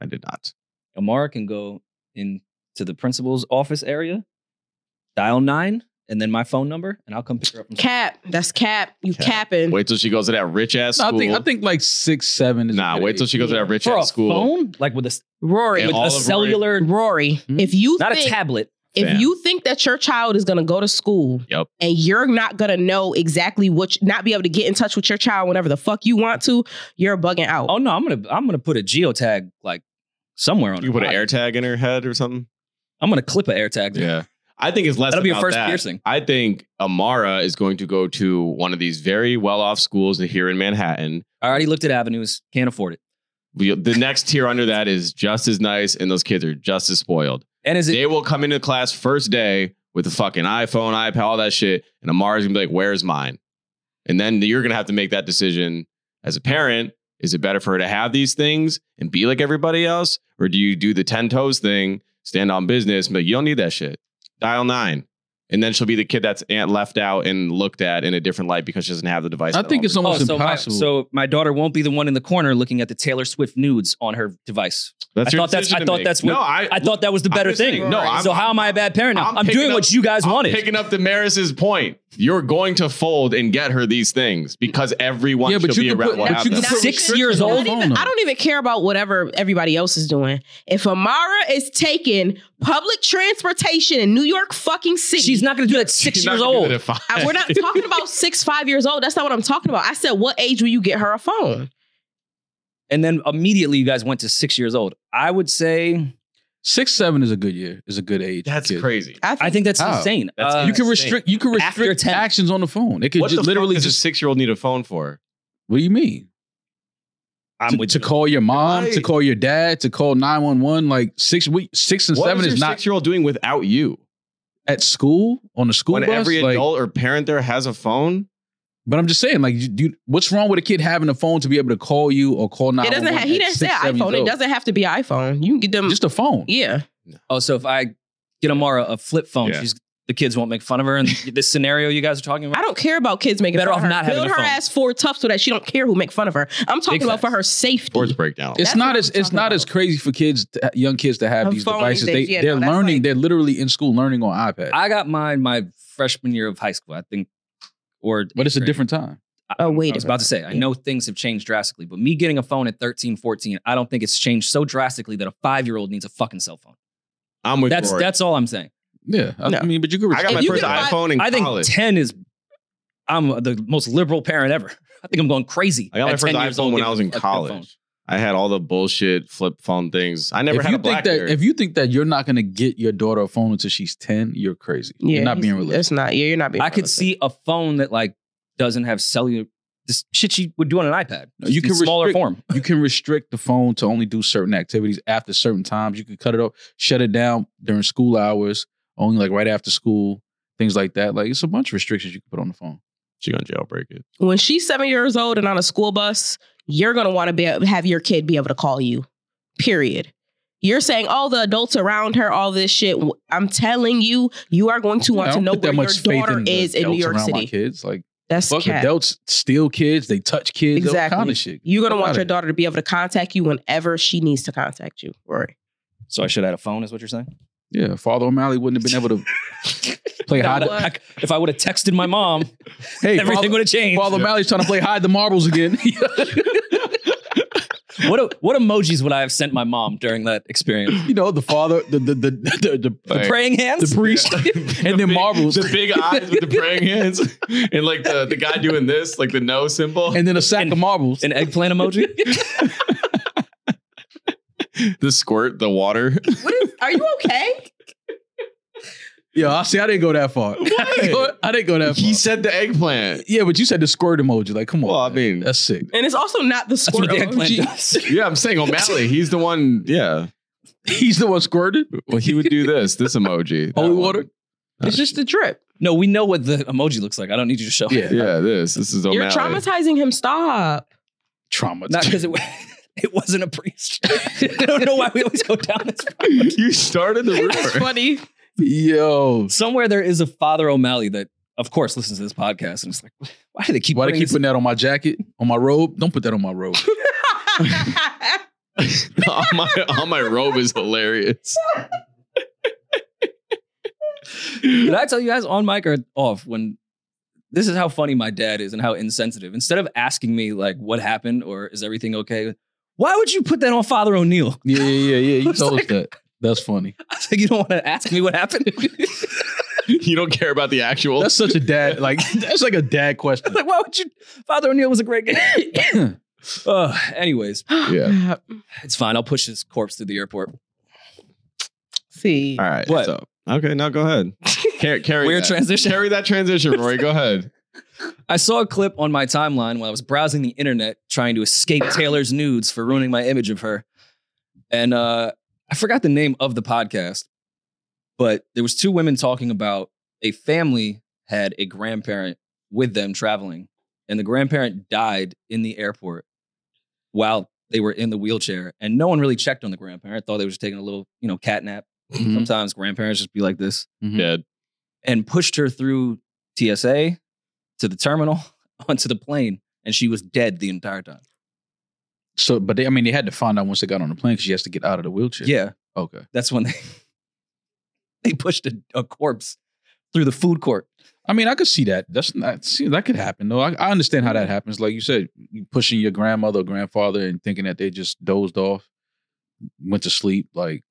S5: I did not.
S2: Amara can go into the principal's office area, dial nine, and then my phone number, and I'll come pick her up. From
S6: Cap, that's cap. You
S5: Cap.
S6: capping?
S5: Wait till she goes to that rich ass
S1: No,
S5: school.
S1: I think I think like six, seven. Is
S5: nah,
S1: a good
S5: wait till
S1: age.
S5: she goes to that rich
S2: for a
S5: ass school.
S2: phone, like with a s-
S6: Rory,
S5: And
S2: with
S5: all
S2: a
S5: of her-
S2: cellular,
S6: Rory,
S1: Hmm?
S6: if you
S2: not a
S6: think,
S2: tablet.
S6: if
S5: Fam.
S6: you think that your child is gonna go to school,
S5: Yep.
S6: and you're not gonna know exactly what, you- not be able to get in touch with your child whenever the fuck you want to, you're bugging out.
S2: Oh no, I'm gonna I'm gonna put a geotag like somewhere on.
S5: You put an
S2: body.
S5: air tag in her head or something.
S2: I'm gonna clip an air tag. there.
S5: Yeah. I think it's less
S2: That'll be her
S5: about
S2: first
S5: that.
S2: piercing.
S5: I think Amara is going to go to one of these very well off schools here in Manhattan.
S2: I already looked at avenues. Can't afford it.
S5: We, the next tier under that is just as nice, and those kids are just as spoiled.
S2: And is it
S5: they will come into class first day with a fucking iPhone, iPad, all that shit, and Amara's gonna be like, "Where's mine?" And then you're gonna have to make that decision as a parent. Is it better for her to have these things and be like everybody else, or do you do the ten toes thing, stand on business, and be like, "You don't need that shit. Dial nine. And then she'll be the kid that's aunt left out and looked at in a different light because she doesn't have the device.
S1: I
S5: at
S1: think
S5: home.
S1: it's almost
S2: Oh, so my,
S1: impossible.
S2: so my daughter won't be the one in the corner looking at the Taylor Swift nudes on her device. I
S5: that's your
S2: thought that's-
S5: decision
S2: I
S5: to
S2: thought
S5: make.
S2: that's what-
S5: no. I,
S2: I thought that was the
S5: I'm
S2: better
S5: just
S2: thing.
S5: saying, no, I'm-
S2: so how am I a bad parent now?
S5: I'm
S2: I'm, doing
S5: picking
S2: what
S5: up-
S2: you guys
S5: I'm
S2: wanted.
S5: picking up Damaris's point. You're going to fold and get her these things because everyone
S1: Yeah,
S5: should
S1: but you
S5: be
S1: can
S5: around.
S1: put-
S5: will
S1: but
S5: have
S1: you
S5: them.
S1: can put
S2: Six
S1: restrictions
S2: years
S1: on
S2: old?
S1: the
S6: I don't,
S1: phone,
S6: even,
S1: though.
S6: I don't even care about whatever everybody else is doing. If Amara is taking public transportation in New York fucking city,
S2: She's not going to do that at six
S5: She's not
S2: years
S5: gonna do that
S2: old.
S5: at five.
S6: I- we're not talking about six, five years old. That's not what I'm talking about. I said, what age will you get her a phone?
S2: And then immediately you guys went to six years old. I would say,
S1: Six seven is a good year. Is a good age. (laughs)
S5: That's
S1: kid.
S5: crazy.
S2: I think that's
S1: How?
S2: insane.
S5: That's-
S2: Uh,
S1: You can
S5: Insane.
S1: restrict. You can
S2: After
S1: restrict
S2: 10.
S1: actions on the phone. It could
S5: What the
S1: just literally
S5: fuck does a
S1: just.
S5: six year old need a phone for?
S1: What do you mean?
S2: I'm
S1: to,
S2: with
S1: to
S2: you.
S1: call your mom, to
S5: Right.
S1: call your dad, to call nine one one. Like six week, six and
S5: What
S1: seven
S5: is
S1: is
S5: your
S1: not
S5: six year old doing without you?
S1: at school on the school
S5: When
S1: bus.
S5: every
S1: like-
S5: adult or parent there has a phone,
S1: but I'm just saying, like, you, you, what's wrong with a kid having a phone to be able to call you or call nine?
S6: It doesn't have, he didn't say iPhone. It doesn't have to be iPhone. You can get them.
S1: Just a phone.
S6: yeah.
S2: Oh, so if I get Amara a flip phone,
S5: Yeah.
S2: she's the kids won't make fun of her.
S5: (laughs)
S2: And this scenario you guys are talking about,
S6: I don't care about kids making
S2: Better
S6: fun
S2: off
S6: of her.
S2: not having
S6: Build
S2: a
S6: her
S2: phone.
S6: ass four tough so that she don't care who make fun of her. I'm talking
S2: Big
S6: about for
S2: facts.
S6: her safety.
S5: sports breakdown.
S1: It's
S6: That's
S1: not
S6: what
S1: as
S6: I'm
S1: it's
S6: talking
S1: not
S6: about.
S1: as crazy for kids, to, ha- young kids, to have
S6: On
S1: these
S6: phone these
S1: devices. They
S6: days, yeah,
S1: they're
S6: no, that's
S1: learning.
S6: like-
S1: they're literally in school learning on iPad,
S2: I got mine my freshman year of high school, I think, or
S1: but it's a
S2: grade.
S1: different time.
S6: Oh, wait
S2: I was
S6: a
S2: about to say, I know things have changed drastically, but me getting a phone at 13, 14, I don't think it's changed so drastically that a five year old needs a fucking cell phone.
S5: I'm with
S2: That's
S5: Rory.
S2: that's all I'm saying.
S1: Yeah, I-
S6: No.
S1: I mean, but you could.
S5: I got
S1: restrict-
S5: my
S6: If you
S5: first
S6: can buy-
S5: iPhone in
S2: I think
S5: college.
S2: 10 is, I'm the most liberal parent ever. I think I'm going crazy.
S5: I got my
S2: at
S5: first
S2: 10 years
S5: iPhone
S2: old
S5: when
S2: giving
S5: I was
S2: a
S5: in
S2: fucking phone.
S5: college. I had all the bullshit flip phone things. I never
S1: if
S5: had
S1: you
S5: a
S1: think
S5: BlackBerry.
S1: that if you think that you're not going to get your daughter a phone until she's ten, you're crazy. you're not being realistic.
S6: That's not. Yeah, you're not being.
S2: I could
S6: realistic.
S2: see a phone that like doesn't have cellular. This shit she would do on an iPad.
S1: No, you
S2: Just in
S1: can
S2: smaller
S1: restrict-
S2: form.
S1: you can restrict the phone to only do certain activities after certain times. You can cut it off, shut it down during school hours, only like right after school, things like that. Like it's a bunch of restrictions you can put on the phone.
S5: she gonna jailbreak it.
S6: when she's seven years old and on a school bus, you're gonna want to be have your kid be able to call you. Period. You're saying all the adults around her, all this shit. W- I'm telling you, you are going to want
S1: I
S6: to
S1: don't
S6: know
S1: put
S6: where your daughter
S1: the
S6: is in New
S1: adults
S6: York
S1: around My
S6: City.
S1: kids, like
S6: That's
S1: fuck
S6: cat.
S1: adults steal kids, they touch kids, all
S6: Exactly.
S1: kind of shit.
S6: You're gonna
S1: Fuck
S6: want
S1: outta
S6: your
S1: here.
S6: daughter to be able to contact you whenever she needs to contact you. Rory.
S2: So I should have had a phone, is what you're saying?
S1: Yeah, Father O'Malley wouldn't have been
S6: (laughs)
S1: able to play
S2: Now
S1: hide.
S2: that
S1: The,
S2: I- if I would have texted my mom,
S1: hey,
S2: everything
S1: Father,
S2: would have changed.
S1: Father O'Malley's trying to play hide the marbles again. (laughs)
S2: What what emojis would I have sent my mom during that experience?
S1: you know, the father, the the the the, the,
S5: Like,
S2: Praying hands.
S1: the (laughs) priest,
S5: (laughs)
S1: and then
S5: big-
S1: marbles,
S5: the big
S1: (laughs)
S5: eyes with the praying hands, and like the, the guy doing this, like the no symbol,
S1: and then a sack
S2: And-
S1: of marbles.
S2: An eggplant emoji.
S5: (laughs) the squirt, the
S1: (laughs)
S5: water.
S6: What is? Are you okay?
S1: Yeah, I see. I didn't go that far. (laughs) I didn't go, I didn't go that far.
S5: he said the eggplant.
S1: yeah, but you said the squirt emoji. Like, come on.
S5: Well, I
S1: man.
S5: mean-
S1: that's sick.
S6: (laughs) and it's also not the
S2: (laughs) That's what
S6: squirt.
S2: the
S6: emoji.
S2: eggplant does.
S5: Yeah, I'm saying O'Malley. He's the one. Yeah,
S1: He's the one squirted.
S5: well, he would do this, this emoji,
S1: (laughs) Holy
S5: That one.
S1: water.
S6: It's just the drip.
S2: No, we know what the emoji looks like. I don't need you to show. it.
S1: Yeah,
S5: Yeah, this, this is O'Malley.
S6: You're traumatizing him. Stop.
S1: (laughs) trauma.
S2: Not because it wa- (laughs) it wasn't a priest. (laughs) I don't know why we always go down this. road.
S5: (laughs) you
S1: (laughs)
S5: started the
S6: That's
S5: (laughs)
S6: (laughs)
S5: rumor.
S6: funny.
S1: (laughs) Yo,
S2: Somewhere there is a Father O'Malley that, of course, listens to this podcast and it's like, why do they keep?
S1: why they
S2: putting
S1: keep
S2: this-
S1: putting that on my jacket, on my robe? Don't put that on my
S2: (laughs)
S1: robe.
S5: on, my, on my robe is hilarious. (laughs)
S2: Did I tell you guys on mic or off when this is how funny my dad is and how insensitive? Instead of asking me like what happened or is everything okay, why would you put that on Father O'Neill? (laughs)
S1: Yeah, yeah, yeah, yeah. You
S2: It's
S1: told us
S2: like-
S1: that. That's funny.
S2: I was like, you don't want to ask me what happened. (laughs)
S5: You don't care about the actual.
S1: That's such a
S2: (laughs)
S1: dad. Like that's like a dad question.
S2: like, why would you? Father O'Neill was a great guy. (coughs) uh, anyways,
S5: Yeah.
S2: it's fine. I'll push this corpse through the airport.
S6: See.
S5: All right.
S2: What?
S5: So, okay, now go ahead. Car- carry
S2: Weird
S5: that.
S2: transition.
S5: Carry that transition, Rory. Go (laughs) ahead.
S2: I saw a clip on my timeline when I was browsing the internet trying to escape Taylor's nudes for ruining my image of her. And uh, I forgot the name of the podcast, but there was two women talking about a family had a grandparent with them traveling, and the grandparent died in the airport while they were in the wheelchair, and no one really checked on the grandparent. Thought they were just taking a little, you know, cat nap.
S1: Mhm.
S2: Sometimes grandparents just be like this
S5: Dead.
S2: and pushed her through TSA to the terminal (laughs) onto the plane, and she was dead the entire time.
S1: So, but they, I mean, they had to find out once they got on the plane because she has to get out of the wheelchair.
S2: (laughs) Yeah,
S1: Okay.
S2: that's when they they pushed a, a corpse through the food court.
S1: I mean, I could see that. That's not see that could happen though. I, I understand how that happens. Like you said, you pushing your grandmother or grandfather and thinking that they just dozed off, went to sleep. Like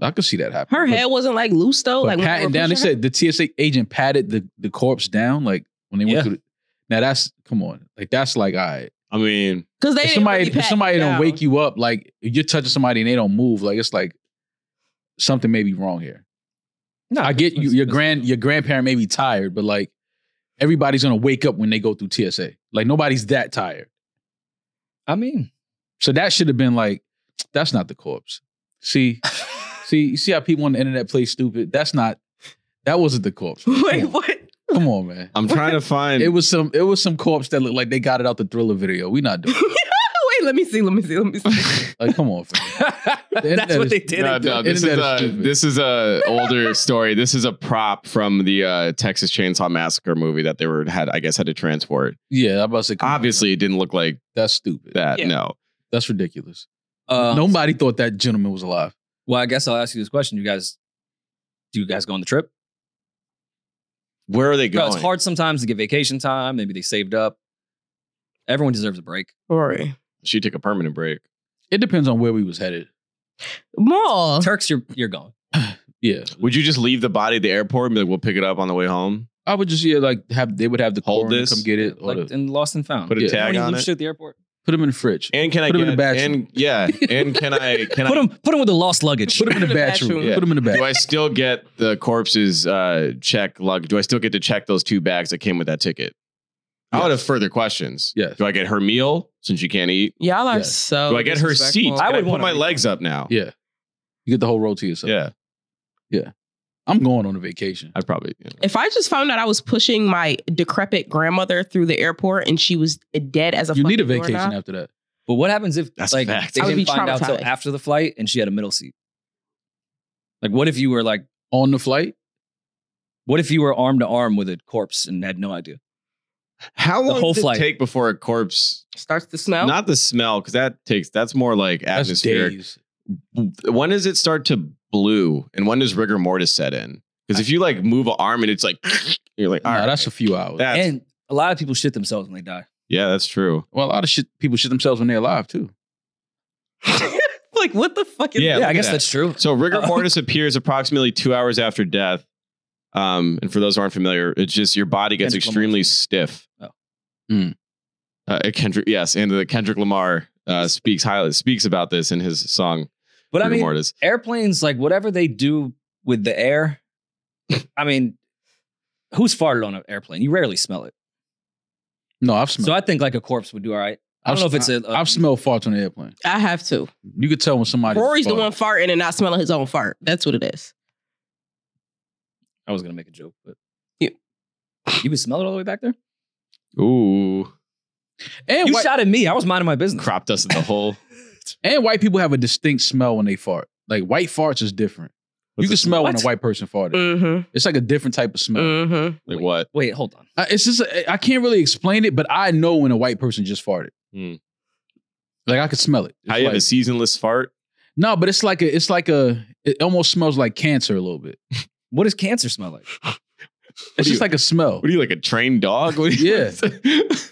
S1: I could see that happen.
S6: Her
S1: But-
S6: head wasn't like loose though.
S1: but
S6: Like when they
S1: patting
S6: were
S1: down. They
S6: pushing her?
S1: said the TSA agent patted the the corpse down. Like when they went
S2: Yeah.
S1: through. The, now that's come on. Like that's like all right.
S5: I mean,
S6: because they
S1: If
S6: didn't
S1: somebody
S6: really
S1: if
S6: pat
S1: somebody don't
S6: down.
S1: wake you up, like if you're touching somebody and they don't move, like it's like something may be wrong here.
S2: No,
S1: I get you, your grand your grandparent may be tired, but like everybody's gonna wake up when they go through TSA. Like nobody's that tired.
S2: I mean,
S1: So that should have been like, that's not the corpse.
S6: (laughs)
S1: See, see, you see how people on the internet play stupid? That's not that wasn't the corpse.
S6: (laughs) Wait, what?
S1: Come on, man.
S5: I'm trying to find. (laughs)
S1: It was some it was some corpse that looked like they got it out the thriller video. We not doing it.
S6: Wait, let me see. Let me see. Let
S1: (laughs)
S6: me see.
S1: like come on, fam.
S2: that's what they did.
S5: no,
S1: Internet
S5: no, this is
S1: is
S5: a
S1: stupid.
S5: this is a
S1: (laughs)
S5: older story. This is a prop from the uh, Texas Chainsaw Massacre movie that they were had I guess had to transport.
S1: Yeah, I about to say come on,
S5: Obviously, it didn't look like
S1: man. that's stupid.
S5: that.
S6: Yeah.
S5: No,
S1: That's ridiculous.
S2: Uh,
S1: Nobody thought that gentleman was alive.
S2: Well, I guess I'll ask you this question. You guys, do you guys go on the trip?
S5: where are they
S2: Bro,
S5: going?
S2: it's hard sometimes to get vacation time. Maybe they saved up. Everyone deserves a break.
S6: Rory.
S5: She took a permanent break.
S1: It depends on where we was headed.
S6: Mall.
S2: Turks, you're you're gone.
S1: Yeah.
S5: Would you just leave the body at the airport and be like, we'll pick it up on the way home?
S1: I would just yeah, like have they would have the
S5: Hold
S1: coroner
S5: this?
S1: come get it or
S2: like
S1: the,
S2: and lost and found.
S5: Put a
S1: Yeah.
S5: tag
S2: you
S5: on
S2: lose
S5: it.
S2: shit at the airport.
S1: put him in the fridge.
S5: And can I
S1: Put
S5: get
S1: 'em in the bathroom.
S5: and yeah, and can
S2: (laughs)
S5: I can
S2: Put
S5: I
S2: him, put him with the lost luggage.
S1: Put him
S2: (laughs)
S5: (laughs)
S1: in the bathroom.
S6: bathroom.
S1: Put him in the
S5: do
S1: bathroom.
S5: I still get the corpses uh check lug? Do I still get to check those two bags that came with that ticket? I would have further questions.
S1: (laughs) Yes.
S5: Do I get her meal since she can't eat?
S6: Y'all are
S1: Yes.
S6: so.
S2: Oh,
S5: Do I get her seat?
S6: disrespectful.
S5: Can I
S2: would
S5: would put
S2: wanna
S5: my
S2: be-
S5: legs up now.
S1: Yeah. You get the whole roll to yourself.
S5: Yeah.
S1: I'm going on a vacation.
S5: I'd probably you know.
S6: If I just found out I was pushing my decrepit grandmother through the airport and she was dead as a
S1: you need a
S6: fucking
S1: vacation
S6: doorknob,
S1: after that.
S2: But what happens if
S5: That's
S2: like
S5: fact.
S2: they
S6: I would
S2: didn't
S6: be
S2: find out till
S6: traumatized.
S2: after the flight and she had a middle seat? Like, what if you were like,
S1: On the flight?
S2: what if you were arm to arm with a corpse and had no idea?
S5: How
S2: The
S5: long
S2: whole
S5: does
S2: flight.
S5: it take before a corpse?
S6: starts to smell.
S5: Not the smell, because that takes that's more like
S1: That's
S5: atmospheric.
S1: days.
S5: When does it start to blue, and when does rigor mortis set in? Because if you like move an arm and it's like, you're like, all
S1: Nah,
S5: right,
S1: that's a few hours.
S5: That's-
S2: and a lot of people shit themselves when they die.
S5: yeah, that's true.
S1: well, a lot of shit people shit themselves when they're alive too.
S6: like what the fuck is?
S5: Yeah,
S2: Yeah,
S5: look
S2: I
S5: at
S2: guess
S5: that.
S2: that's true.
S5: So rigor
S2: Uh, (laughs)
S5: mortis appears approximately two hours after death. Um, and for those who aren't familiar, it's just your body gets
S2: Kendrick
S5: extremely
S2: Lamar.
S5: stiff.
S2: Oh.
S1: Hmm.
S5: Uh, Kendrick, yes, and the Kendrick Lamar uh, speaks highly speaks about this in his song
S2: But I
S5: rigor
S2: mean,
S5: mortis.
S2: airplanes, like whatever they do with the air, I mean, who's farted on an airplane? You rarely smell it.
S1: No, I've smelled.
S2: So I think like a corpse would do all right. I don't know if it's a. um, a
S1: I've smelled farts on the airplane.
S6: I have to.
S1: You could tell when somebody.
S6: Rory's the
S1: farted.
S6: one farting and not smelling his own fart. That's what it is.
S2: I was gonna make a joke, but
S6: Yeah.
S2: you could smell it all the way back there.
S5: Ooh,
S1: And
S2: You
S1: white,
S2: shot at me. I was minding my business.
S5: cropped us in the
S2: (laughs)
S5: hole.
S1: and white people have a distinct smell when they fart. Like white farts is different. you
S5: What's
S1: can
S5: it-
S1: smell when a
S2: What? Uh.
S1: white person farted.
S6: Mm-hmm.
S1: It's like a different type of smell.
S6: Mm-hmm.
S5: like what?
S2: Wait, hold on.
S1: I- it's just I I can't really explain it, but I know when a white person just farted.
S5: Hmm.
S1: Like I could smell it. It's
S5: How you have
S1: like-
S5: a seasonless fart?
S1: no, but it's like a it's like a it almost smells like cancer a little bit.
S2: What does cancer
S1: (laughs)
S2: smell like?
S1: It's
S5: do
S1: just
S5: you-
S1: like a smell.
S5: What are you like a trained dog? (laughs) What are you-
S1: Yeah.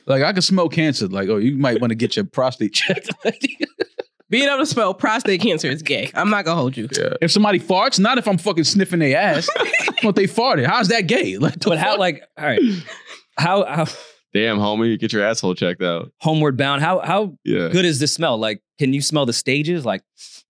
S1: Like I could smell cancer. Like oh, you might want to get your prostate
S5: (laughs)
S1: checked.
S6: Being able to smell prostate cancer is gay. I'm not gonna hold you.
S1: if somebody farts, not if I'm fucking sniffing their
S5: (laughs)
S1: ass, but they farted. How's that gay? (laughs) Like, the
S2: But how?
S1: fuck?
S2: Like, all right. How? How?
S5: Damn, homie, get your asshole checked out.
S2: Homeward bound. How? How
S5: Yeah.
S2: good is this smell? Like, can you smell the stages? Like,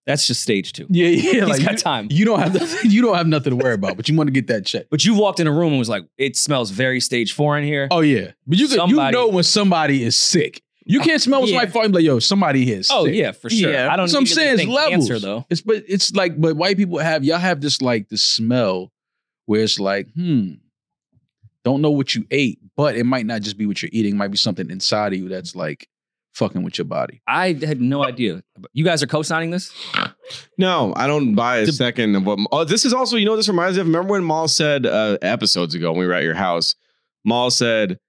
S2: that's just stage two.
S1: yeah, yeah.
S2: He's
S1: Like,
S2: got
S1: you,
S2: time.
S1: you don't have nothing, you don't have nothing to worry about, but you want to get that checked.
S2: But you walked in a room and was like, it smells very stage four in here.
S1: Oh yeah, but you could, you
S2: Somebody-
S1: know when somebody is sick. You can't smell when
S6: Yeah.
S1: somebody farting. and be Like yo, somebody here. Is
S2: Oh
S1: sick.
S2: yeah, for sure.
S6: Yeah.
S2: I don't.
S1: So I'm
S2: immediately
S1: saying it's
S2: think
S1: levels.
S2: Cancer though.
S1: It's but it's like but white people have y'all have this like this smell where it's like hmm, don't know what you ate, but it might not just be what you're eating. It might be something inside of you that's like fucking with your body.
S2: I had no idea. You guys are co-signing this.
S5: No, I don't buy a
S2: The-
S5: second of what. Oh, this is also, you know, what this reminds me of. Remember when Maul said uh, episodes ago when we were at your house, Maul said,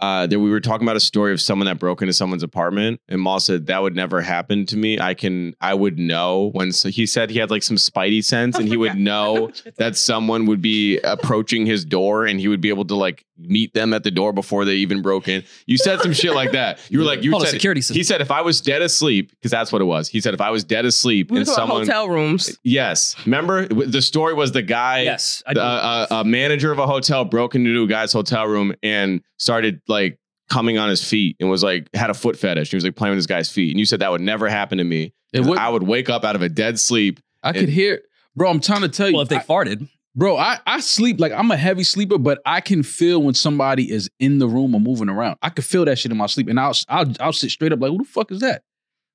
S5: uh, that we were talking about a story of someone that broke into someone's apartment, and Maul said that would never happen to me. I can, I would know when. So he said he had like some spidey
S2: Oh
S5: sense, and he
S2: (laughs)
S5: would know that someone would be approaching his door, and he would be able to like meet them at the door before they even broke in. You said some shit like that. You were like, you
S2: Called a
S5: said.
S2: security system.
S5: He said if I was dead asleep, because that's what it was. He said if I was dead asleep
S6: We were
S5: and
S6: talking about
S5: someone.
S6: hotel rooms.
S5: Yes, remember the story was the guy
S2: yes. I
S5: a, a, a manager of a hotel broke into a guy's hotel room and started like coming on his feet and was like had a foot fetish. He was like playing with this guy's feet, and you said that would never happen to me.
S1: It would-
S5: I would wake up out of a dead sleep.
S1: I could hear, bro. I'm trying to tell you,
S2: well, if they
S1: I-
S2: farted,
S1: bro. I, I sleep like I'm a heavy sleeper, but I can feel when somebody is in the room or moving around. I can feel that shit in my sleep, and I'll I'll, I'll sit straight up like, who the fuck is that?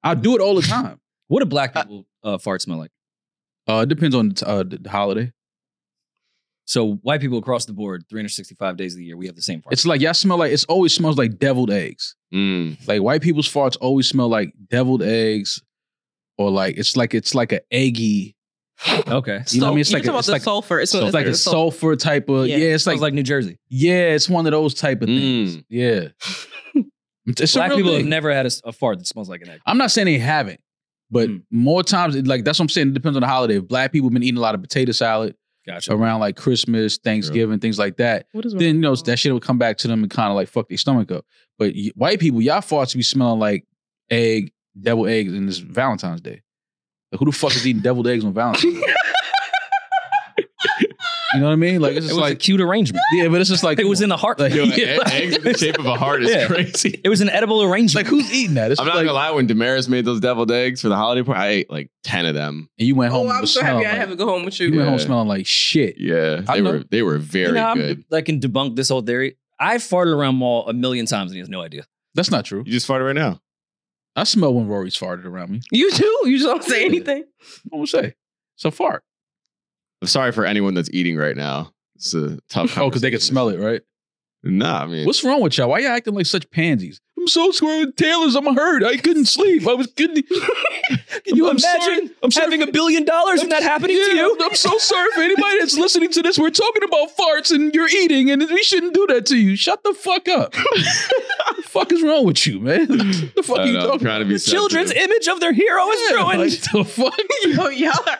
S1: I do it all the time.
S2: what do black people uh, fart smell like?
S1: Uh, it depends on the, t- uh, the the holiday.
S2: So white people across the board, 365 days of the year, we have the same fart.
S1: It's like y'all smell like it's always smells like deviled eggs. (laughs)
S5: Mm.
S1: Like white people's farts always smell like deviled eggs, or like it's like it's like an eggy.
S2: okay.
S1: You know what I mean? It's
S6: you
S1: like
S6: talk
S1: a-
S6: about
S1: it's
S6: the
S1: like-
S6: sulfur. It's,
S1: it's like a
S6: sulfur.
S1: sulfur type of yeah.
S6: Yeah.
S1: it's
S2: Sounds
S1: like,
S2: like, New Jersey.
S1: yeah, it's one of those type of things. Yeah, it's it's a
S2: Mm. Black
S1: real
S2: people
S1: thing.
S2: have never had a, s- a fart that smells like an egg.
S1: I'm not saying they haven't, but
S2: Mm.
S1: more times, it- like that's what I'm saying. It depends on the holiday. If black people have been eating a lot of potato salad
S2: Gotcha.
S1: around like Christmas, Thanksgiving, things like that,
S6: What is
S1: then you know that shit will come back to them and kind of like fuck their stomach up. But y- white people, y'all farts be smelling like egg, deviled eggs, and it's Valentine's Day. Like, who the fuck is eating deviled eggs on Valentine's?
S6: (laughs)
S1: Day? you know what I mean? Like it's
S2: It
S1: just
S2: was a
S1: like
S2: cute arrangement.
S1: yeah, but it's just like
S2: It was in the heart.
S1: Like,
S2: (laughs)
S5: Yo,
S1: Yeah.
S5: e- eggs in the shape of a heart is
S2: Yeah.
S5: crazy.
S2: It was an edible
S1: like
S2: arrangement.
S1: who's eating that? (laughs) It's
S5: I'm not
S1: like,
S5: gonna lie. When Damaris made those deviled eggs for the holiday party, I ate like ten of them.
S1: and you went home.
S6: Oh, I'm
S1: was
S6: so happy
S1: smelling
S6: I
S1: like-
S6: have to go home with
S1: You
S6: you.
S1: went home
S5: Yeah.
S1: smelling like shit.
S5: Yeah,
S1: I
S5: they
S1: know.
S5: were they were very
S2: Uh-huh. you know, I'm,
S5: good.
S2: I can debunk this whole theory. I farted around Maul a million times and he has no idea.
S1: That's not true.
S5: You just farted right now.
S1: I smell when Rory's farted around me.
S6: You too. You just don't say anything.
S1: I'm gonna say it's a fart.
S5: I'm sorry for anyone that's eating right now. It's a tough.
S1: Oh, because they can
S5: conversation.
S1: smell it, right?
S5: Nah, I mean,
S1: What's wrong with y'all? Why y'all acting like such pansies? I'm so square with tailors. I'm hurt. I couldn't sleep. I was couldn't. e-
S2: (laughs) Can
S1: (laughs)
S2: you
S1: I'm
S2: imagine
S1: sorry. I'm sorry
S2: having
S1: for-
S2: a billion dollars and that happening to
S1: Yeah,
S2: you?
S1: I'm so sorry for anybody that's listening to this. We're talking about farts and you're eating, and we shouldn't do that to you. Shut the fuck
S2: (laughs)
S1: up. the fuck is wrong with you, man? the fuck
S5: I
S1: are
S5: don't
S1: you
S5: know, uh, I'm
S1: talking
S5: trying to be
S2: The children's
S5: sensitive.
S2: image of their
S1: (laughs)
S2: hero is
S1: Yeah,
S2: ruined.
S1: like, the fuck? (laughs)
S6: Yo, y'all are,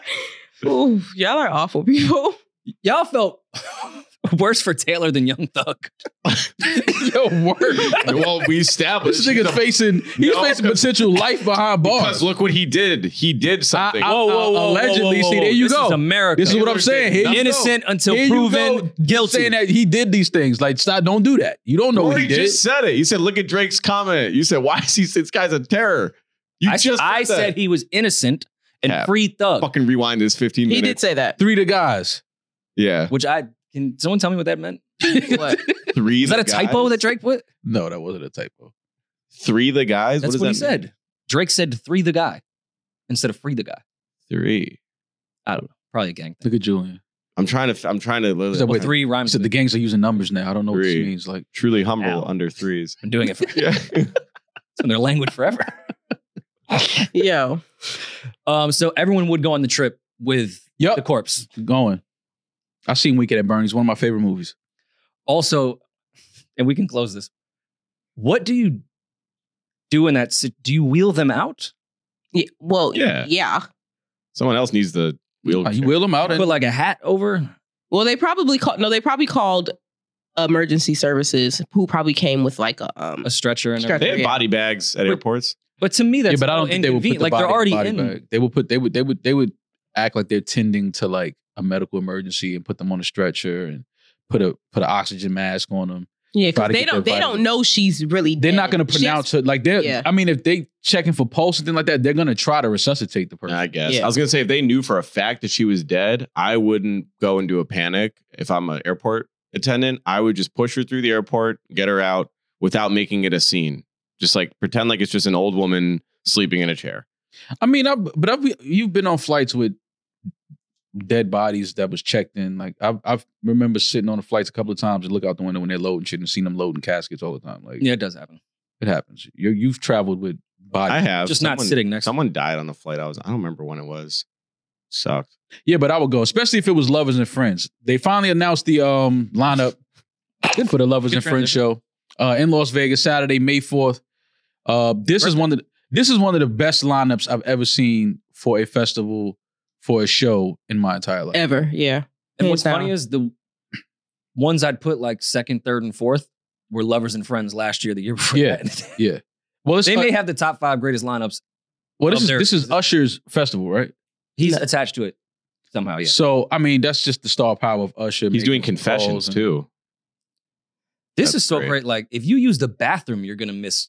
S6: ooh, y'all are awful people. (laughs)
S2: Y'all felt (laughs) worse for Taylor than Young Thug.
S1: Yo, word. (laughs)
S5: well, we (laughs) established
S1: This nigga's facing he's
S5: No,
S1: facing potential life behind bars.
S5: Because look what he did. He did something.
S1: I- allegedly, see, there you
S2: this
S1: go.
S2: Is America.
S1: This is what I'm saying. Here you go.
S2: Innocent until
S1: Here you
S2: proven
S1: go,
S2: guilty.
S1: Saying that he did these things. Like, stop, don't do that. You don't know what
S5: Rory
S1: he did.
S5: just said it. He said, "Look at Drake's comment." You said, "Why is he? This guy's a terror." You
S2: I,
S5: just
S2: I
S5: that.
S2: said he was innocent and
S5: Yeah.
S2: free thug,
S5: fucking rewind this 15
S6: He did
S5: minutes.
S6: say that.
S1: Three to guys.
S5: yeah,
S2: which I can someone tell me what that meant? (laughs)
S6: What?
S5: three.
S2: Is that a typo that Drake put?
S1: No, that wasn't a typo.
S5: Three the guys.
S2: That's what,
S5: does
S2: he
S5: that mean?
S2: said. Drake said three the guy instead of free the guy.
S5: Three.
S2: Probably a gang thing.
S1: Look at Julian.
S5: I'm trying to. I'm trying to.
S1: Is that
S5: Literally,
S2: Well,
S1: wait,
S2: three
S1: He
S2: rhymes.
S1: said the
S2: with-
S1: gangs are using numbers now. I don't know what
S5: Three.
S1: this means. Like,
S5: truly humble
S2: Ow.
S5: under threes. (laughs)
S2: I'm doing it for
S5: Yeah.
S2: it's in their language
S1: (laughs)
S2: forever.
S6: Yo,
S2: Um, so everyone would go on the trip with the
S1: yep,
S2: corpse.
S1: going. I seen Weekend at Bernie's, one of my favorite movies.
S2: also, and we can close this. What do you do in that? si- Do you wheel them out?
S6: yeah, well,
S5: Yeah.
S6: yeah.
S5: Someone else needs the wheel.
S1: Uh, you wheel them out, and
S2: Put like a hat over?
S6: Well, they probably called. No, they probably called emergency services, who probably came with like a um.
S2: a stretcher and
S6: Stretcher.
S2: everything.
S5: They have
S6: Yeah.
S5: body bags at
S2: But-
S5: airports.
S2: But to me, that's
S1: yeah, but I don't think they would put the
S2: like
S1: body,
S2: they're already
S1: body
S2: in.
S1: bag. They would put they would they would they would act like they're tending to like a medical emergency and put them on a stretcher and put a put an oxygen mask on them.
S6: Yeah,
S1: try
S6: because
S1: to
S6: they
S1: get their
S6: don't. They
S1: vitamin.
S6: don't know she's really.
S1: They're not
S6: dead.
S1: going to
S6: She's-
S1: pronounce her like they're.
S6: Yeah.
S1: I mean, if they checking for pulse and things like that, they're going to try to resuscitate the person.
S5: I guess.
S6: Yeah.
S5: I was gonna say if they knew for a fact that she was dead, I wouldn't go into a panic if I'm an airport attendant. I would just push her through the airport, get her out without making it a scene. Just like pretend like it's just an old woman sleeping in a chair.
S1: I mean, I but I've you've been on flights with dead bodies that was checked in. Like I've I've remember sitting on the flights a couple of times and look out the window when they're loading shit and seen them loading caskets all the time. Like
S2: Yeah, it does happen.
S1: it happens. you you've traveled with
S5: I
S1: bodies.
S5: have
S2: Just not
S5: Someone-
S2: sitting next. to
S5: Someone died on the flight. I was. I don't remember when it was. Sucked.
S1: Yeah, but I would go, especially if it was
S2: (laughs)
S1: lovers and friends. They finally announced the um lineup for the lovers
S2: Good
S1: and friends show. uh, in Las Vegas Saturday, May fourth. Uh, this is one of the, this is one of the best lineups I've ever seen for a festival for a show in my entire life.
S6: Ever, yeah.
S2: And what's
S6: Hands
S2: funny
S6: down.
S2: is the ones I'd put like second, third, and fourth were lovers and friends last year, the year before.
S1: Yeah.
S2: that. (laughs)
S1: Yeah. Well, this,
S2: they
S1: uh,
S2: may have the top five greatest lineups.
S1: well, this
S2: up
S1: is
S2: there.
S1: this is Usher's festival, right?
S2: He's attached to it somehow. Oh, Yeah.
S1: So I mean, that's just the star power of Usher.
S5: He's
S1: making
S5: doing
S1: calls
S5: confessions
S1: and-
S5: too.
S2: This
S5: That's
S2: is so
S5: great.
S2: great. Like if you use the bathroom, you're gonna miss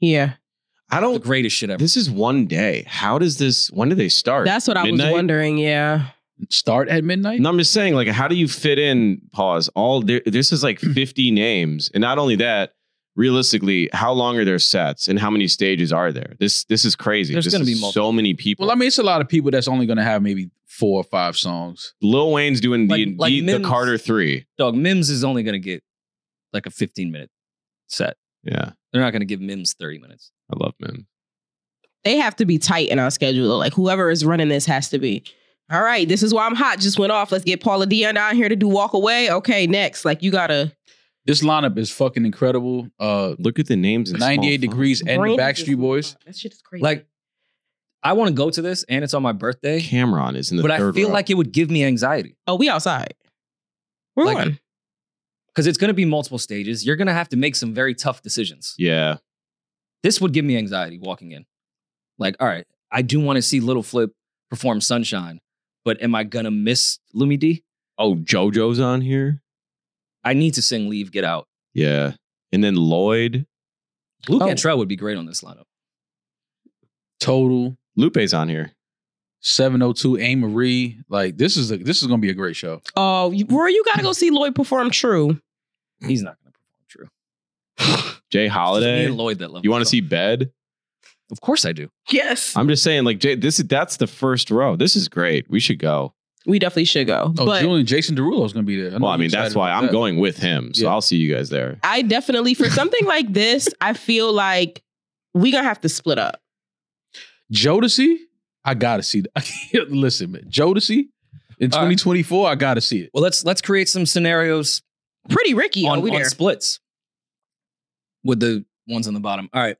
S6: Yeah.
S5: I
S2: the
S5: don't.
S2: greatest shit ever.
S5: This is one day. How does this? When do they start?
S6: That's what I was
S5: Midnight?
S6: wondering, yeah.
S1: Start at midnight.
S5: No, I'm just saying, like, how do you fit in? Pause. All there, this
S2: (clears throat)
S5: is like 50 names, and not only that. Realistically, how long are their sets, and how many stages are there? This this is crazy.
S2: There's
S5: This
S2: gonna
S5: is
S2: be
S5: so
S2: multiple.
S5: many people.
S1: Well, I mean, it's a lot of people that's only going to have maybe four or five songs.
S5: Lil Wayne's doing the
S2: Like- like
S5: the, the
S2: Mims.
S5: Carter Three.
S2: Dog Mims is only gonna get like a 15 minute set.
S5: Yeah,
S2: They're not gonna give Mims 30 minutes.
S5: I love Mims.
S6: They have to be tight in our schedule. Like whoever is running this has to be. All right, this is why I'm hot. Just went off. Let's get Paula Dion down here to do walk away. Okay, next. Like you gotta
S1: This lineup is fucking incredible. Uh,
S5: Look at the names. in small
S1: 98
S5: font.
S1: Degrees and the
S6: Brandon
S1: Backstreet
S6: just-
S1: Boys.
S6: That shit is crazy.
S2: Like I want to go to this and it's on my birthday,
S5: Cameron is in the
S2: but I
S5: third
S2: feel
S5: row.
S2: like it would give me anxiety.
S6: oh, we outside. We're
S2: Like-
S6: on.
S2: Because it's gonna be multiple stages. You're gonna have to make some very tough decisions.
S5: yeah.
S2: this would give me anxiety walking in. Like, all right, I do want to see Little Flip perform Sunshine, but am I gonna miss Lumi D?
S5: Oh, JoJo's on here.
S2: I need to sing Leave Get Out.
S5: Yeah, and then Lloyd
S2: Luke
S6: Oh.
S2: Cantrell would be great on this lineup.
S1: Total
S5: Lupe's on here.
S1: 702 A Marie. Like this is a, this is going to be a great show.
S6: Oh, you- Rory, you gotta go see Lloyd perform True.
S2: He's not gonna perform true. It's
S5: Jay
S2: just me
S5: Mm. Holiday.
S2: and Lloyd that love
S5: You want to
S2: this
S5: see
S2: song.
S5: Bed?
S2: Of course I do.
S6: Yes,
S5: I'm just saying, like Jay, this is that's the first row. This is great. We should go.
S6: we definitely should go.
S1: Oh,
S6: but
S1: Julian Jason Derulo is going to be there. know
S5: well, I
S1: you're
S5: mean,
S1: excited
S5: that's why
S1: about
S5: I'm
S1: that.
S5: going with him. So
S1: Yeah.
S5: I'll see you guys there.
S6: I definitely for something like this, I feel like we gonna have to split up.
S1: Jodeci, (laughs) I got to see. That. Listen, man, Jodeci in
S2: All right.
S1: 2024, I got to see it.
S2: Well, let's let's create some scenarios
S6: Pretty Ricky,
S2: on,
S6: oh, we
S2: on
S6: there.
S2: splits with the ones on the bottom. All right.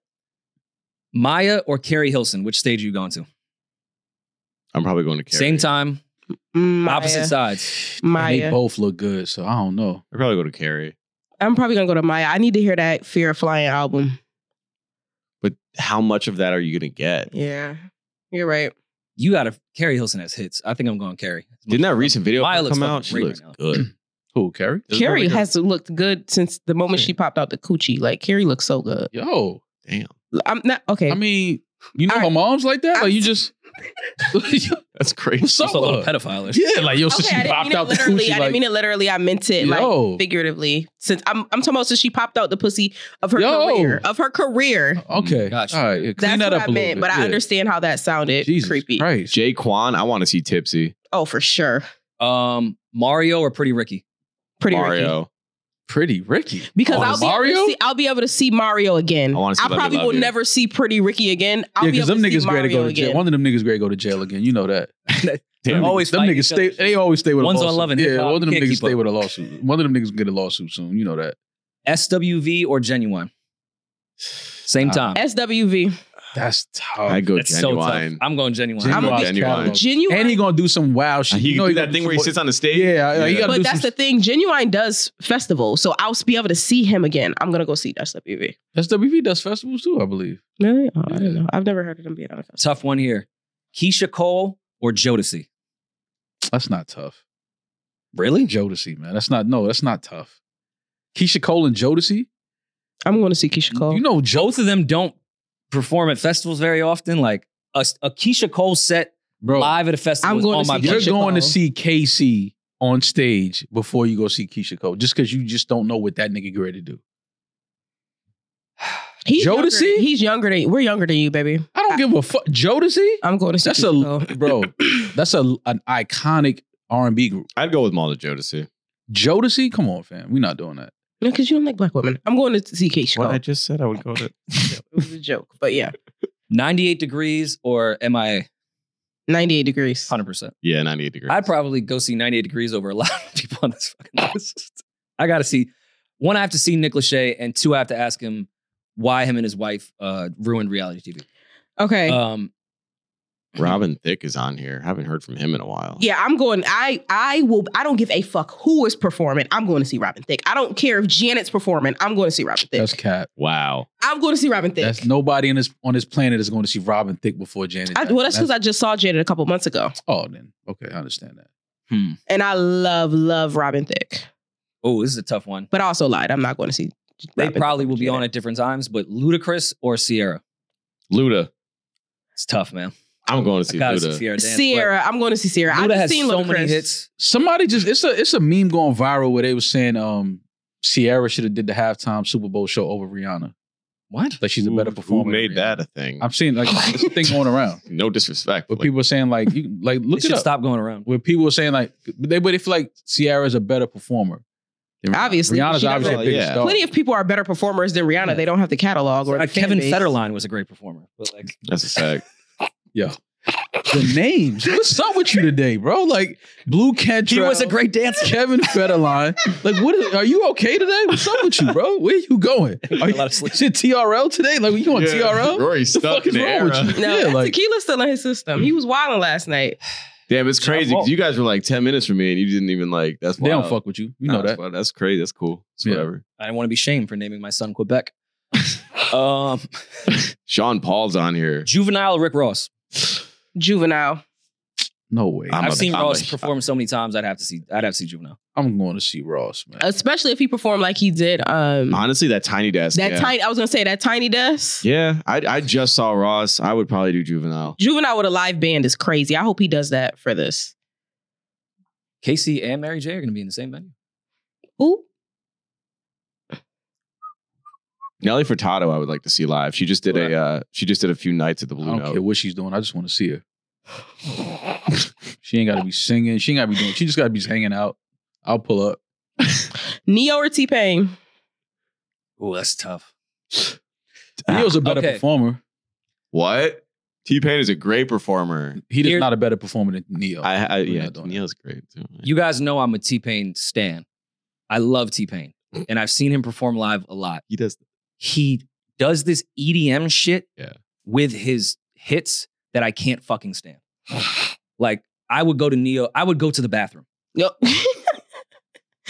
S2: Maya or Carrie Hilson, which stage are you going to?
S5: I'm probably going to Carrie.
S2: Same time,
S6: Mm, Maya.
S2: opposite sides.
S1: And they
S6: Maya.
S1: both look good, so I don't know.
S5: I probably go to Carrie.
S6: I'm probably gonna go to Maya. I need to hear that Fear of Flying album.
S5: But how much of that are you going to get?
S6: Yeah, you're right.
S2: You got to Carrie Hilson has hits. I think I'm going Carrie. As much
S5: Didn't
S2: as I
S5: that
S2: love
S5: recent video
S2: Maya looks
S5: come
S2: fucking
S5: out? She
S2: great
S5: looks
S2: right
S5: good.
S1: Who, Carrie?
S5: There's
S6: Carrie
S5: nobody-
S6: has looked good since the moment she popped out the coochie. Like Carrie looks so good.
S1: Yo,
S5: Damn,
S6: I'm not okay.
S1: I mean, you know
S6: All
S1: her mom's like that. Like you
S6: (laughs)
S1: just. (laughs)
S5: that's crazy.
S1: What's
S2: Just
S1: up
S2: a
S1: with
S2: little
S1: her?
S2: pedophile.
S1: Yeah, like yo, so
S6: okay,
S1: she
S6: I didn't
S1: popped
S6: mean it
S1: out the
S6: literally.
S1: coochie.
S6: I
S1: like,
S6: didn't mean it literally. I meant it
S1: Yo.
S6: like figuratively. Since I'm I'm talking about since she popped out the pussy of her
S1: Yo.
S6: career of her career.
S1: Okay,
S2: Mm, Gotcha.
S1: all right, yeah, clean that
S6: That's what
S1: up
S6: I
S1: a little
S6: meant,
S1: bit.
S6: but I
S1: yeah.
S6: understand how that sounded
S1: Jesus
S6: creepy.
S1: Christ.
S5: Jay Quan, I want to see Tipsy.
S6: Oh, for sure.
S2: Um, Mario or Pretty Ricky?
S6: Pretty Ricky.
S5: Mario.
S1: Pretty Ricky.
S6: Because
S1: Oh,
S6: I'll be
S1: Mario?
S6: able to see, I'll be able to see Mario again.
S5: I wanna see Let Me
S6: probably
S5: Love
S6: will
S5: You.
S6: never see Pretty Ricky again. I'll
S1: yeah,
S6: be
S1: because
S6: able
S1: them
S6: to see
S1: niggas
S6: Mario
S1: great to go to jail.
S6: again.
S1: One of them niggas great to go to jail again. You know
S2: (laughs)
S1: that.
S5: Damn.
S1: Them
S2: Always
S1: niggas- them
S2: fighting
S1: niggas
S2: each other.
S1: stay. They always stay with a
S2: One's on
S1: lawsuit.
S2: Love and Hip
S1: yeah,
S2: Hop,
S1: one of them
S2: can't
S1: niggas
S2: keep
S1: stay
S2: up.
S1: with a lawsuit. One of them niggas get a lawsuit soon. You know that.
S2: SWV or Genuine? Same
S1: Uh,
S2: time.
S6: SWV.
S1: That's tough.
S5: I go
S2: That's so tough.
S5: genuine.
S2: I'm going Genuine.
S1: Genuine.
S5: I'm
S6: I'ma
S5: going
S6: be-
S5: genuine.
S6: Genuine.
S1: and he gonna do some wild shit.
S5: Uh, He
S1: you know
S5: can do
S1: gonna
S5: that thing where he
S1: some-
S5: sits on the stage.
S1: Yeah, yeah.
S5: Yeah.
S1: He gotta
S6: but
S1: do
S6: that's
S1: some,
S6: the thing. Genuine does festival, so I'll be able to see him again. I'm gonna go see SWV.
S1: SWV does festivals too, I believe.
S6: Really? Oh, I don't
S1: Yeah.
S6: know. I've never heard of them being on a festival.
S2: Tough one here. Keisha Cole or Jodeci?
S1: That's not tough.
S2: Really?
S1: Jodeci, man. That's not no. That's not tough. Keisha Cole and Jodeci.
S6: I'm going to see Keisha Cole.
S1: You know,
S2: Both of them don't perform at festivals very often. Like a, a Keisha Cole set
S1: bro.
S2: live at a festival
S6: I'm
S2: is
S6: going
S2: on
S6: to
S2: my
S6: see
S1: You're
S2: budget.
S6: Keisha
S1: going to
S6: Cole.
S1: see KC on stage before you go see Keisha Cole, just because you just don't know what that nigga great to do.
S6: he's younger,
S1: Jodeci?
S6: he's younger than we're younger than you, baby.
S1: I don't give a fuck. Jodeci.
S6: I'm going to see
S1: That's
S6: Keisha
S1: a
S6: Cole.
S1: bro. That's a an iconic R and B group.
S5: (clears throat) I'd go with Malta Jodeci.
S1: Jodeci, come on, fam. We're not doing that.
S6: No, because you don't like black women. I'm going to see Keisha
S5: What
S6: Cole.
S5: I
S6: It
S5: just said, I would go to.
S6: was a joke, but yeah,
S2: 98 degrees or MIA?
S6: 98 degrees.
S2: 100%.
S5: Yeah, 98 degrees.
S2: I'd probably go see 98 degrees over a lot of people on this fucking list. I got to see One, I have to see Nick Lachey, and two, I have to ask him why him and his wife uh, ruined reality TV.
S6: Okay.
S2: Um,
S5: (clears throat) Robin Thicke is on here. I haven't heard from him in a while.
S6: yeah, I'm going. I I will. I don't give a fuck who is performing. I'm going to see Robin Thicke. I don't care if Janet's performing. I'm going to see Robin Thicke.
S1: That's cat.
S5: Wow.
S6: I'm going to see Robin Thicke.
S1: That's nobody in this on this planet is going to see Robin Thicke before Janet.
S6: I, well, that's because I just saw Janet a couple months ago,
S1: oh then okay, I understand that.
S6: and I love love Robin Thicke.
S2: oh, this is a tough one.
S6: But I also lied. I'm not going to see.
S2: They
S6: Robin
S2: probably
S6: Thicke
S2: will be on
S6: and Janet.
S2: at different times, but Ludacris or Sierra.
S5: Luda.
S2: It's tough, man.
S5: I'm going to
S2: I
S5: see
S2: gotta see
S5: Luda.
S2: Sierra dance. but
S6: Sierra, I'm going to see Sierra.
S2: Luda
S6: I've
S2: has
S6: seen
S2: so
S6: Ludacris.
S2: many hits.
S1: Somebody just it's a it's a meme going viral where they was saying um Sierra should have did the halftime Super Bowl show over Rihanna.
S2: What?
S1: Like she's a better
S5: Who-
S1: performer.
S5: Who
S1: than
S5: made
S1: Rihanna.
S5: that a thing?
S1: I'm seeing
S6: (laughs)
S1: like this thing going around.
S5: no disrespect.
S1: But
S5: but, like,
S1: people are saying like you like
S2: They
S1: look it
S2: should
S1: up.
S2: stop going around.
S1: Where people are saying like but they but they feel like Sierra's a better performer. than Rihanna.
S6: Obviously,
S1: Rihanna's
S6: she doesn't-
S1: obviously a bigger
S5: Yeah.
S1: star.
S6: Plenty of people are better performers than Rihanna.
S1: Yeah.
S6: They don't have the catalog or
S2: Uh,
S6: the fan
S2: Kevin
S6: base.
S2: Federline was a great performer, but like
S5: (laughs) that's a
S1: (laughs)
S5: fact.
S1: the names. What's up with you today, bro? Like Blue Cantrell.
S2: he was a great
S1: (laughs)
S2: dancer.
S1: Kevin Federline. Like, what is, are you okay today? What's up with you, bro? Where you going? Are
S2: (laughs) (laughs) A
S1: you,
S2: lot of sleep.
S1: is it TRL today? Like, you on TRL?
S5: Rory
S1: the
S5: stuck
S1: fuck
S5: in
S1: is
S5: the
S1: wrong with
S5: era.
S1: you?
S6: No,
S1: Yeah,
S6: that's
S1: like-
S6: tequila's still in his system. He was wilding last night.
S5: Damn, it's crazy
S2: fault.
S5: because you guys were like 10 minutes from me and you didn't even like, that's
S1: They don't
S5: wild.
S1: fuck with you. You
S5: Nah,
S1: know
S5: that's
S1: that.
S5: wild. That's crazy. That's cool. It's
S1: Yeah.
S5: whatever.
S2: I don't want to be shamed for naming my son Quebec. um,
S5: Sean Paul's on here.
S2: juvenile Rick Ross.
S6: Juvenile.
S1: No way.
S5: I'm
S1: I'm,
S2: I've
S5: a-
S2: seen
S5: I'm
S2: Ross
S5: a-
S2: perform so many times. I'd have to see. I'd have to see juvenile.
S1: going to see Ross, man.
S6: Especially if he performed like he did. Um
S5: Honestly, that tiny desk.
S6: that
S5: yeah.
S6: tiny I was gonna say that tiny dust.
S5: Yeah, I, I just saw Ross. I would probably do juvenile.
S6: Juvenile with a live band is crazy. I hope he does that for this.
S2: Casey and Mary J are going to be in the same venue.
S6: Ooh.
S5: Nelly Furtado, I would like to see live. She just did
S1: Right.
S5: a uh, she just did a few nights at the
S1: I
S5: Blue
S1: don't care
S5: Note.
S1: what she's doing. I just want to
S2: (laughs)
S1: see her. she ain't got to be singing. She ain't got to be doing. She just got to be just hanging out. I'll pull up.
S6: Neo or T Pain?
S2: Oh, that's tough.
S5: Ah,
S1: Neo's a better
S2: Okay.
S1: performer.
S5: What? T Pain is a great performer.
S1: He is
S2: Here-
S1: not a better performer than Neo.
S5: I, I
S1: We're
S5: yeah,
S1: not doing
S5: Neil's great too.
S2: You guys know I'm a T Pain stan. I love T Pain, and I've seen him perform live a lot.
S5: he does.
S2: He does this EDM shit
S5: Yeah.
S2: with his hits that I can't fucking stand. like I would go to Neo. I would go to the bathroom.
S6: (laughs) Nope.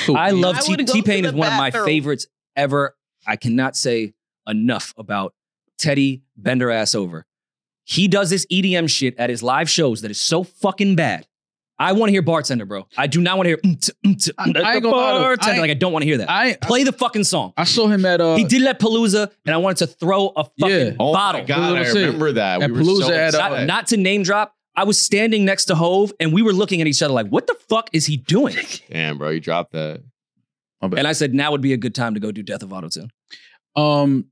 S1: Who?
S2: I love
S6: I
S2: T
S6: would go
S2: Pain
S6: to
S2: is
S6: the
S2: one of my
S6: bathroom.
S2: favorites ever. I cannot say enough about Teddy Bender ass over. He does this EDM shit at his live shows that is so fucking bad. I want to hear bartender, bro. I do not want to hear mm, t- mm, t-
S1: I-
S2: mm,
S1: I ain't gonna lie, though.
S2: bartender.
S1: I ain't-
S2: like I don't want to hear that.
S1: I, I
S2: Play the fucking song.
S1: I saw him at uh
S2: he did let Palooza, and I wanted to throw a fucking
S1: Yeah.
S5: Oh
S2: bottle.
S5: my god,
S1: That's
S5: I
S1: what I'm saying.
S5: remember that.
S1: At
S5: we were so
S1: Palooza at, uh,
S5: upset.
S2: Not, not to name drop. I was standing next to Hove, and we were looking at each other like, "What the fuck is
S1: (laughs)
S2: he doing?"
S5: Damn, bro, you dropped that.
S1: My bad.
S2: And I said, now would be a good time to go do Death of Auto Tune.
S1: Um,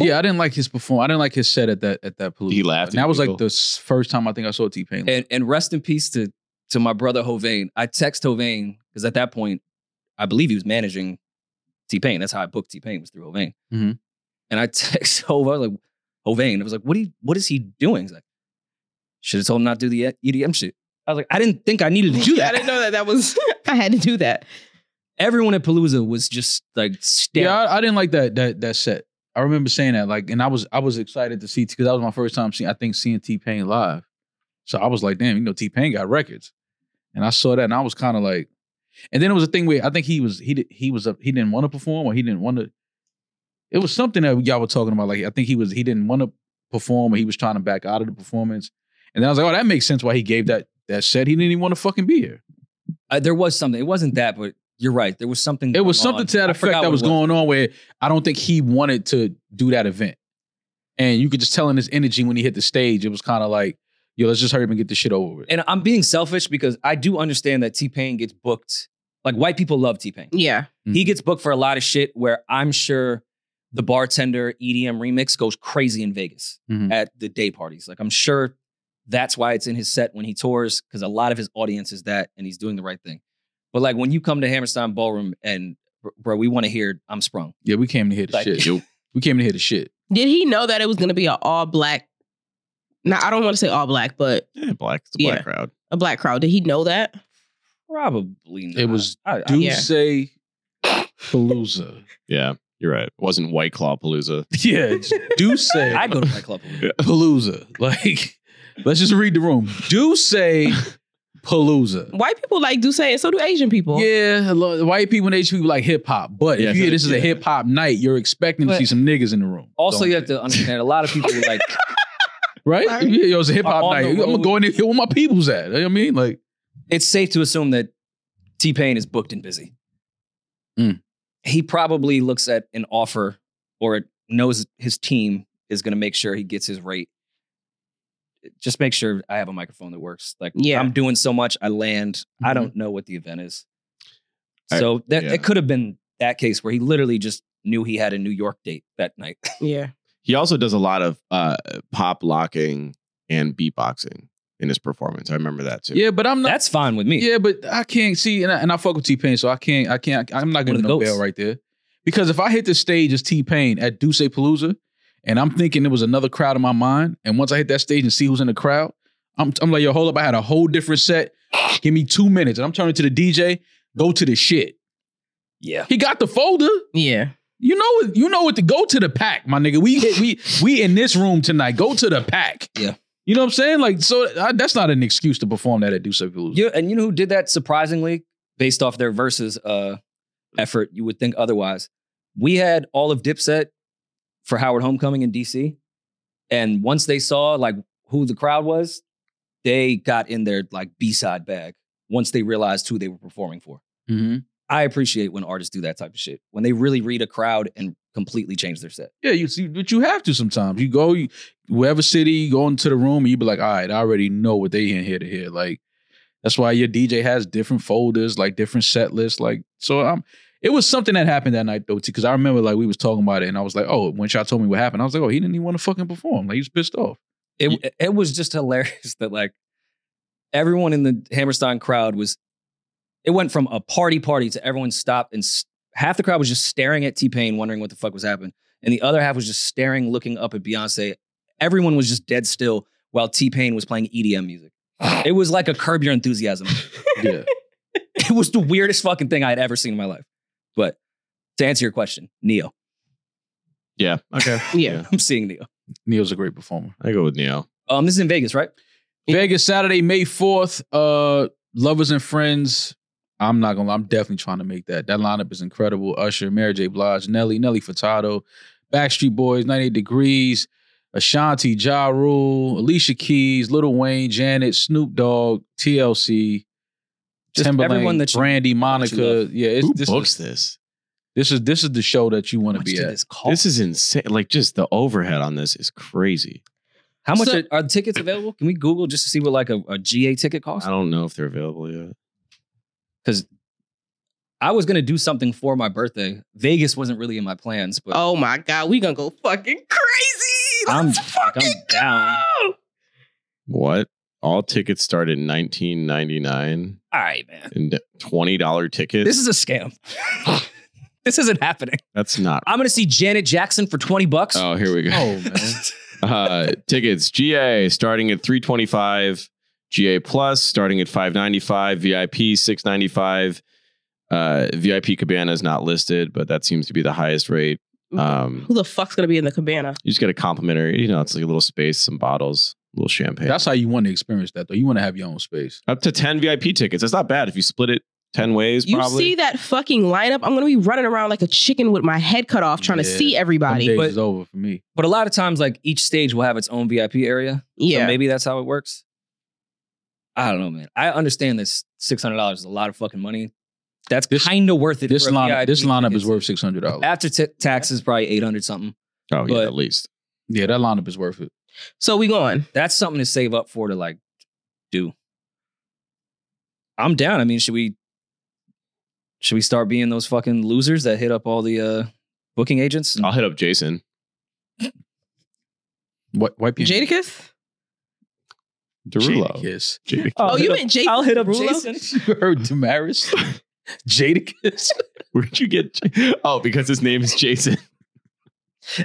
S2: Oh.
S1: yeah, I didn't like his perform. I didn't like his set at that at that Palooza.
S5: He laughed
S1: and
S5: at
S1: that was like
S5: people.
S1: the s- first time I think I saw T Pain.
S2: And and rest in peace to to my brother Hovain. I text Hovain because at that point, I believe he was managing T Pain. That's how I booked T Pain was through Hovain.
S1: Mhm.
S2: And I (laughs) text Hova I was like Hovain. I was like, what he what is he doing? He's like, should have told him not to do the E, EDM shit. I was like, I didn't think I needed to do
S1: (laughs)
S6: (laughs) I
S2: that.
S6: didn't know that that was (laughs) I had to do that.
S2: Everyone at Palooza was just like staring.
S1: yeah, I, I didn't like that that that set. I remember saying that like, and I was I was excited to see because that was my first time seeing I think seeing T Pain live. So I was like, damn, you know, T Pain got records, and I saw that, and I was kind of like, and then it was a thing where I think he was he did, he was up he didn't want to perform or he didn't want to. It was something that y'all were talking about. Like I think he was he didn't want to perform or he was trying to back out of the performance, and then I was like, oh, that makes sense why he gave that that set. He didn't even want to fucking be here.
S2: Uh, there was something. It wasn't that, but you're right. There was something.
S1: It was
S2: going
S1: something
S2: on.
S1: to that
S2: I
S1: effect
S2: forgot
S1: that
S2: what
S1: was
S2: it
S1: going on where I don't think he wanted to do that event. And you could just tell in his energy when he hit the stage, it was kind of like, yo, let's just hurry up and get this shit over with.
S2: and I'm being selfish because I do understand that T Pain gets booked. Like white people love T Pain.
S6: Yeah.
S2: He
S1: Mm.
S2: gets booked for a lot of shit where I'm sure the bartender EDM remix goes crazy in Vegas
S1: Mhm.
S2: at the day parties. Like I'm sure that's why it's in his set when he tours because a lot of his audience is that and he's doing the right thing. But like when you come to Hammerstein Ballroom and br- bro, we want to hear I'm sprung.
S1: yeah, we came to hear the
S2: Like-
S1: shit. We came to hear the shit.
S6: Did he know that it was gonna be an all black? Now I don't want to say all black, but
S5: (laughs) Yeah, black. It's a black
S6: Yeah.
S5: crowd.
S6: a black crowd. Did he know that?
S2: Probably not.
S1: It was
S2: I, I-
S1: Do
S6: Yeah.
S1: say
S2: (laughs)
S1: Palooza.
S5: Yeah, you're right. It wasn't White Claw Palooza.
S1: Yeah, it's Duce
S2: I go to my club.
S1: (laughs)
S2: Palooza.
S1: Palooza. Like, let's just read the room. Duce Palooza.
S6: White people like do say it, so do Asian people.
S1: Yeah, a lot- white people and Asian people like hip hop, but
S5: Yeah,
S1: if you hear
S5: so-
S1: this is a
S5: yeah.
S1: hip hop night, you're expecting to
S2: But-
S1: see some niggas in the room.
S2: Also,
S1: Don't-
S2: you have to understand a lot of people like
S1: right? Yeah, it was a hip hop
S2: On the
S1: night. I'm gonna
S2: road.
S1: go in there where my people's at. You know what I mean, like,
S2: it's safe to assume that T Pain is booked and busy.
S1: Mm.
S2: He probably looks at an offer or knows his team is going to make sure he gets his rate. Just make sure I have a microphone that works. Like
S6: Yeah.
S2: I'm doing so much, I land. I don't know what the event is,
S5: I-
S2: so that
S5: yeah.
S2: it could have been that case where he literally just knew he had a New York date that night.
S6: Yeah.
S5: He also does a lot of uh, pop locking and beatboxing in his performance. I remember that too.
S1: yeah, but I'm not.
S2: That's fine with me.
S1: Yeah, but I can't see, and I, and I fuck with T Pain, so I can't, I can't, I'm not
S2: One
S1: gonna
S2: of the
S1: no
S2: goats.
S1: bail right there, because if I hit the stage as T Pain at Duce Palooza, and I'm thinking there was another crowd in my mind, and once I hit that stage and see who's in the crowd, I'm, I'm like, yo, hold up, I had a whole different set. Give me two minutes, and I'm turning to the DJ. Go to the shit.
S2: yeah.
S1: He got the folder.
S6: Yeah.
S1: You know what? You know what? To go to the pack, my nigga. We hit, we we in this room tonight. Go to the pack.
S2: Yeah.
S1: You know what I'm saying? Like, so I, that's not an excuse to perform that at Duce Palooza.
S2: You and you know who did that surprisingly, based off their verses uh, effort. You would think otherwise. We had all of Dipset for Howard Homecoming in DC, and once they saw like who the crowd was, they got in their like B side bag. Once they realized who they were performing for,
S1: Mm-hmm.
S2: I appreciate when artists do that type of shit. When they really read a crowd and completely change their set.
S1: Yeah, you see, but you have to sometimes. You go, you, wherever city, you go into the room, and you be like, all right, I already know what they in here to hear. Like, that's why your DJ has different folders, like different set lists. Like, so I'm. It was something that happened that night though, because I remember like we was talking about it, and I was like, oh, when y'all told me what happened, I was like, oh, he didn't even want to fucking perform. Like he was pissed off.
S2: It it was just hilarious that like everyone in the Hammerstein crowd was. It went from a party party to everyone stopped and s half the crowd was just staring at T Pain, wondering what the fuck was happening, and the other half was just staring, looking up at Beyonce. Everyone was just dead still while T Pain was playing
S1: (sighs)
S2: EDM music. It was like a Curb Your Enthusiasm.
S1: Yeah.
S2: it was the weirdest fucking thing I had ever seen in my life. But to answer your question, Neo, (laughs)
S5: Yeah. Okay.
S6: Yeah.
S2: I'm seeing Neo.
S1: Neil's a great performer.
S5: I go with Neo.
S2: Um, this is in Vegas, right?
S1: Vegas Saturday, May 4th. Uh Lovers and Friends. I'm not gonna lie, I'm definitely trying to make that. That lineup is incredible. Usher, Mary J. Blige, Nelly, Nelly Furtado, Backstreet Boys, 98 Degrees, Ashanti, Ja Rule, Alicia Keys, Little Wayne, Janet, Snoop Dogg, TLC,
S2: Just
S1: Timberlake,
S2: everyone that you-
S1: Brandy, Monica.
S2: love.
S1: Yeah, it's,
S5: Who
S1: this,
S5: books
S1: is,
S5: this?
S1: this is this is the show that you want
S2: How
S1: to be
S2: much did
S1: at.
S2: this cost?
S5: This is insane. Like just the overhead on this is crazy.
S2: How much
S1: So-
S2: are, are the tickets available? Can we Google just to see what like a, a GA ticket costs?
S5: I don't know if they're available yet.
S2: I was gonna do something for my birthday. Vegas wasn't really in my plans, but
S6: Oh my God. We gonna go fucking crazy.
S2: I'm,
S6: Let's
S2: like, I'm
S6: fucking
S2: down.
S6: go.
S5: What? All tickets start at nineteen ninety nine
S2: All right, man.
S5: and twenty dollar tickets.
S2: This is a scam. (laughs) this isn't happening.
S5: That's not.
S2: I'm gonna see Janet Jackson for 20 bucks.
S5: Oh, here we go.
S1: Oh man.
S5: (laughs) uh, tickets GA starting at 325 GA plus starting at 595 VIP 695 uh, VIP cabana is not listed but that seems to be the highest rate um,
S6: Who the fuck's gonna be in the cabana?
S5: you just get a complimentary you know it's like a little space some bottles a little champagne
S1: (laughs) That's how you want to experience that though. You want to have your own space.
S5: up to 10 VIP tickets that's not bad if you split it 10 ways
S6: You
S5: probably
S6: see that fucking lineup? I'm gonna be running around like a chicken with my head cut off trying to
S1: Yeah.
S6: see
S1: Them days
S6: everybody.
S2: But-
S1: is over for me.
S2: But a lot of times, like each stage will have its own VIP area. So
S6: Yeah.
S2: maybe that's how it works. I don't know, man. I understand this six hundred dollars is a lot of fucking money. That's
S1: This-
S2: kind of worth it.
S1: This
S2: for a
S1: lineup, this
S2: VIP
S1: lineup
S2: ticket.
S1: is worth six hundred dollars.
S2: after t- taxes probably eight hundred something.
S5: oh yeah
S2: but-
S5: at least
S1: Yeah, that lineup is worth it.
S6: so we going.
S2: that's something to save up for to like do. I'm down. I mean, should we should we start being those fucking losers that hit up all the uh booking agents?
S5: I'll hit up Jason
S1: What white people?
S6: Jadakiss?
S5: Derulo
S1: Jadakiss. (laughs)
S5: (laughs) Jada-
S2: I'll
S6: Oh,
S2: hit
S6: you
S2: up-
S6: meant Jason.
S2: I'll hit up
S6: Derulo?
S2: Jason.
S1: You heard
S5: (laughs)
S1: Damaris? (laughs) Jadakiss.
S5: where'd you get oh because his name is Jason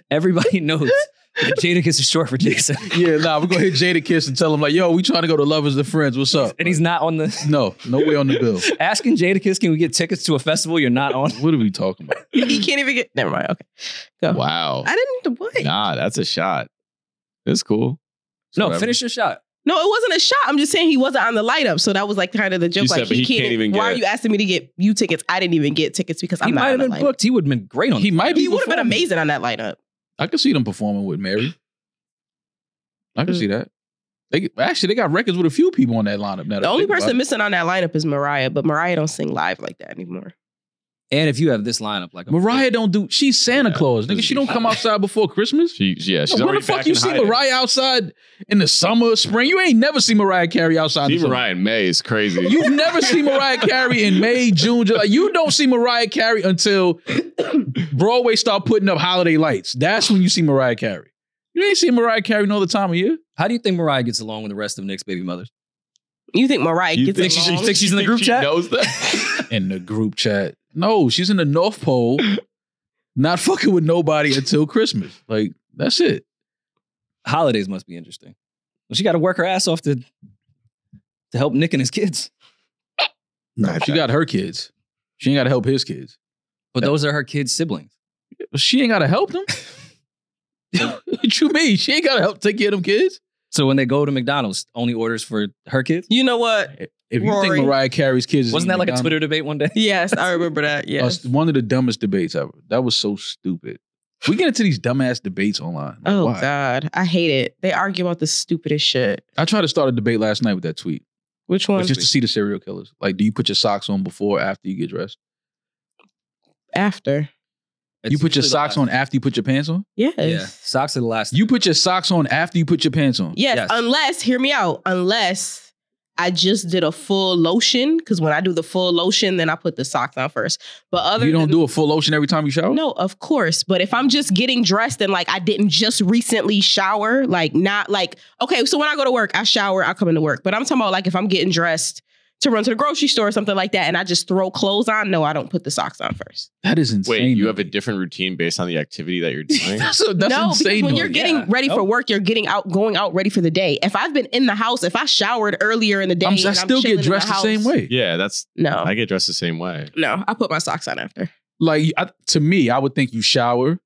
S2: Everybody knows Jadakiss is short for Jason.
S1: (laughs) Yeah, nah, we're gonna hit Jada Kiss and tell him like, yo, we trying to go to Lovers and Friends. What's up?
S2: And he's not on the.
S1: no, no way on the bill.
S2: Asking Jadakiss, can we get tickets to a festival you're not on?
S1: What are we talking about?
S6: (laughs) he can't even get. Never mind. Okay. Go.
S5: Wow.
S6: I didn't. What?
S5: Nah, that's a shot. It's cool. It's
S2: No,
S5: whatever.
S2: finish your shot.
S6: No, it wasn't a shot. I'm just saying he wasn't on the light up. So that was like kind of the joke.
S5: You
S6: like
S5: said, but he can't even
S6: Why
S5: get-
S6: are you asking me to get you tickets? I didn't even get tickets because I'm
S2: he
S6: not.
S2: might
S6: on
S2: have
S6: the
S2: been
S6: lineup.
S2: booked. He would have been great on.
S1: He might be.
S6: He would have been
S1: performing.
S6: amazing on that lineup.
S1: I could see them performing with Mary. I could see that. They actually they got records with a few people on that lineup now. that
S6: The
S1: I
S6: only
S1: think about
S6: person
S1: it.
S6: missing on that lineup is Mariah, but Mariah don't sing live like that anymore.
S2: and if you have this lineup, like a-
S1: Mariah don't do. She's Santa
S5: Yeah.
S1: Claus, nigga. She don't come outside before Christmas.
S5: She, yeah, (laughs) she's
S1: Where
S5: already
S1: the fuck
S5: back
S1: you
S5: in
S1: see
S5: hiding.
S1: Mariah outside in the summer, spring? You ain't never seen Mariah Carey outside. in the
S5: See
S1: summer.
S5: Mariah May is crazy.
S1: You've never seen Mariah Carey in May, June, July. You don't see Mariah Carey until Broadway start putting up holiday lights. That's when you see Mariah Carey. You ain't seen Mariah Carey no other time of year.
S2: How do you think Mariah gets along with the rest of Nick's baby mothers?
S6: You think Mariah
S5: You
S6: gets
S5: think
S6: along?
S5: she-
S2: think she's in the group
S5: she
S2: chat?
S1: (laughs)
S5: Knows that.
S1: In the group chat. No, she's in the North Pole, not fucking with nobody until Christmas. Like, that's it.
S2: Holidays must be interesting. Well, she got to work her ass off to to help Nick and his kids.
S1: No, she got her kids. She ain't got to help his kids.
S2: But those are her kids' siblings.
S1: She ain't got to help them. what you mean? She ain't got to help take care of them kids?
S2: So when they go to McDonald's, only orders for her kids.
S6: you know what?
S1: If you
S6: Rory.
S1: think Mariah Carey's kids is
S2: Wasn't that
S1: eating
S2: like a
S1: McDonald's-
S2: Twitter debate one day?
S6: Yes, I remember that.
S1: Us- one of the dumbest debates ever. That was so stupid. We get into these dumbass debates online. Like,
S6: Oh
S1: why?
S6: God, I hate it. They argue about the stupidest shit.
S1: I tried to start a debate last night with that tweet,
S6: Which
S1: like,
S6: one?
S1: just to see the serial killers. Like, do you put your socks on before, or after you get dressed?
S6: After.
S2: It's
S1: you put your
S2: usually the
S1: socks on
S2: last-
S1: after you put your pants on.
S6: Yes.
S2: Yeah, socks are the last.
S1: You put your socks on after you put your pants on.
S6: Yes,
S2: Yes.
S6: unless hear me out. Unless I just did a full lotion because when I do the full lotion, then I put the socks on first. But other
S1: you don't
S6: than-
S1: do a full lotion every time you shower.
S6: No, of course. But if I'm just getting dressed and like I didn't just recently shower, like not like okay, so when I go to work, I shower, I come into work. But I'm talking about like if I'm getting dressed to run to the grocery store or something like that, and I just throw clothes on. No, I don't put the socks on first.
S1: that is insane.
S5: Wait, you
S1: to
S5: have a
S1: me.
S5: different routine based on the activity that
S1: (laughs)
S5: you're doing?
S1: That's, a, that's
S6: no,
S1: insane.
S6: because when
S1: to
S6: you're
S1: me.
S6: getting
S2: Yeah.
S6: ready for
S2: Nope.
S6: work, you're getting out, going out ready for the day. If I've been in the house, if I showered earlier in the day,
S1: I'm,
S6: and
S1: I
S6: I'm
S1: still
S6: chilling
S1: get
S6: in
S1: dressed the,
S6: house,
S1: same way.
S5: yeah, that's.
S6: No,
S5: I get dressed the same way.
S6: no, I put my socks on after.
S1: like I, to me, I would think you shower,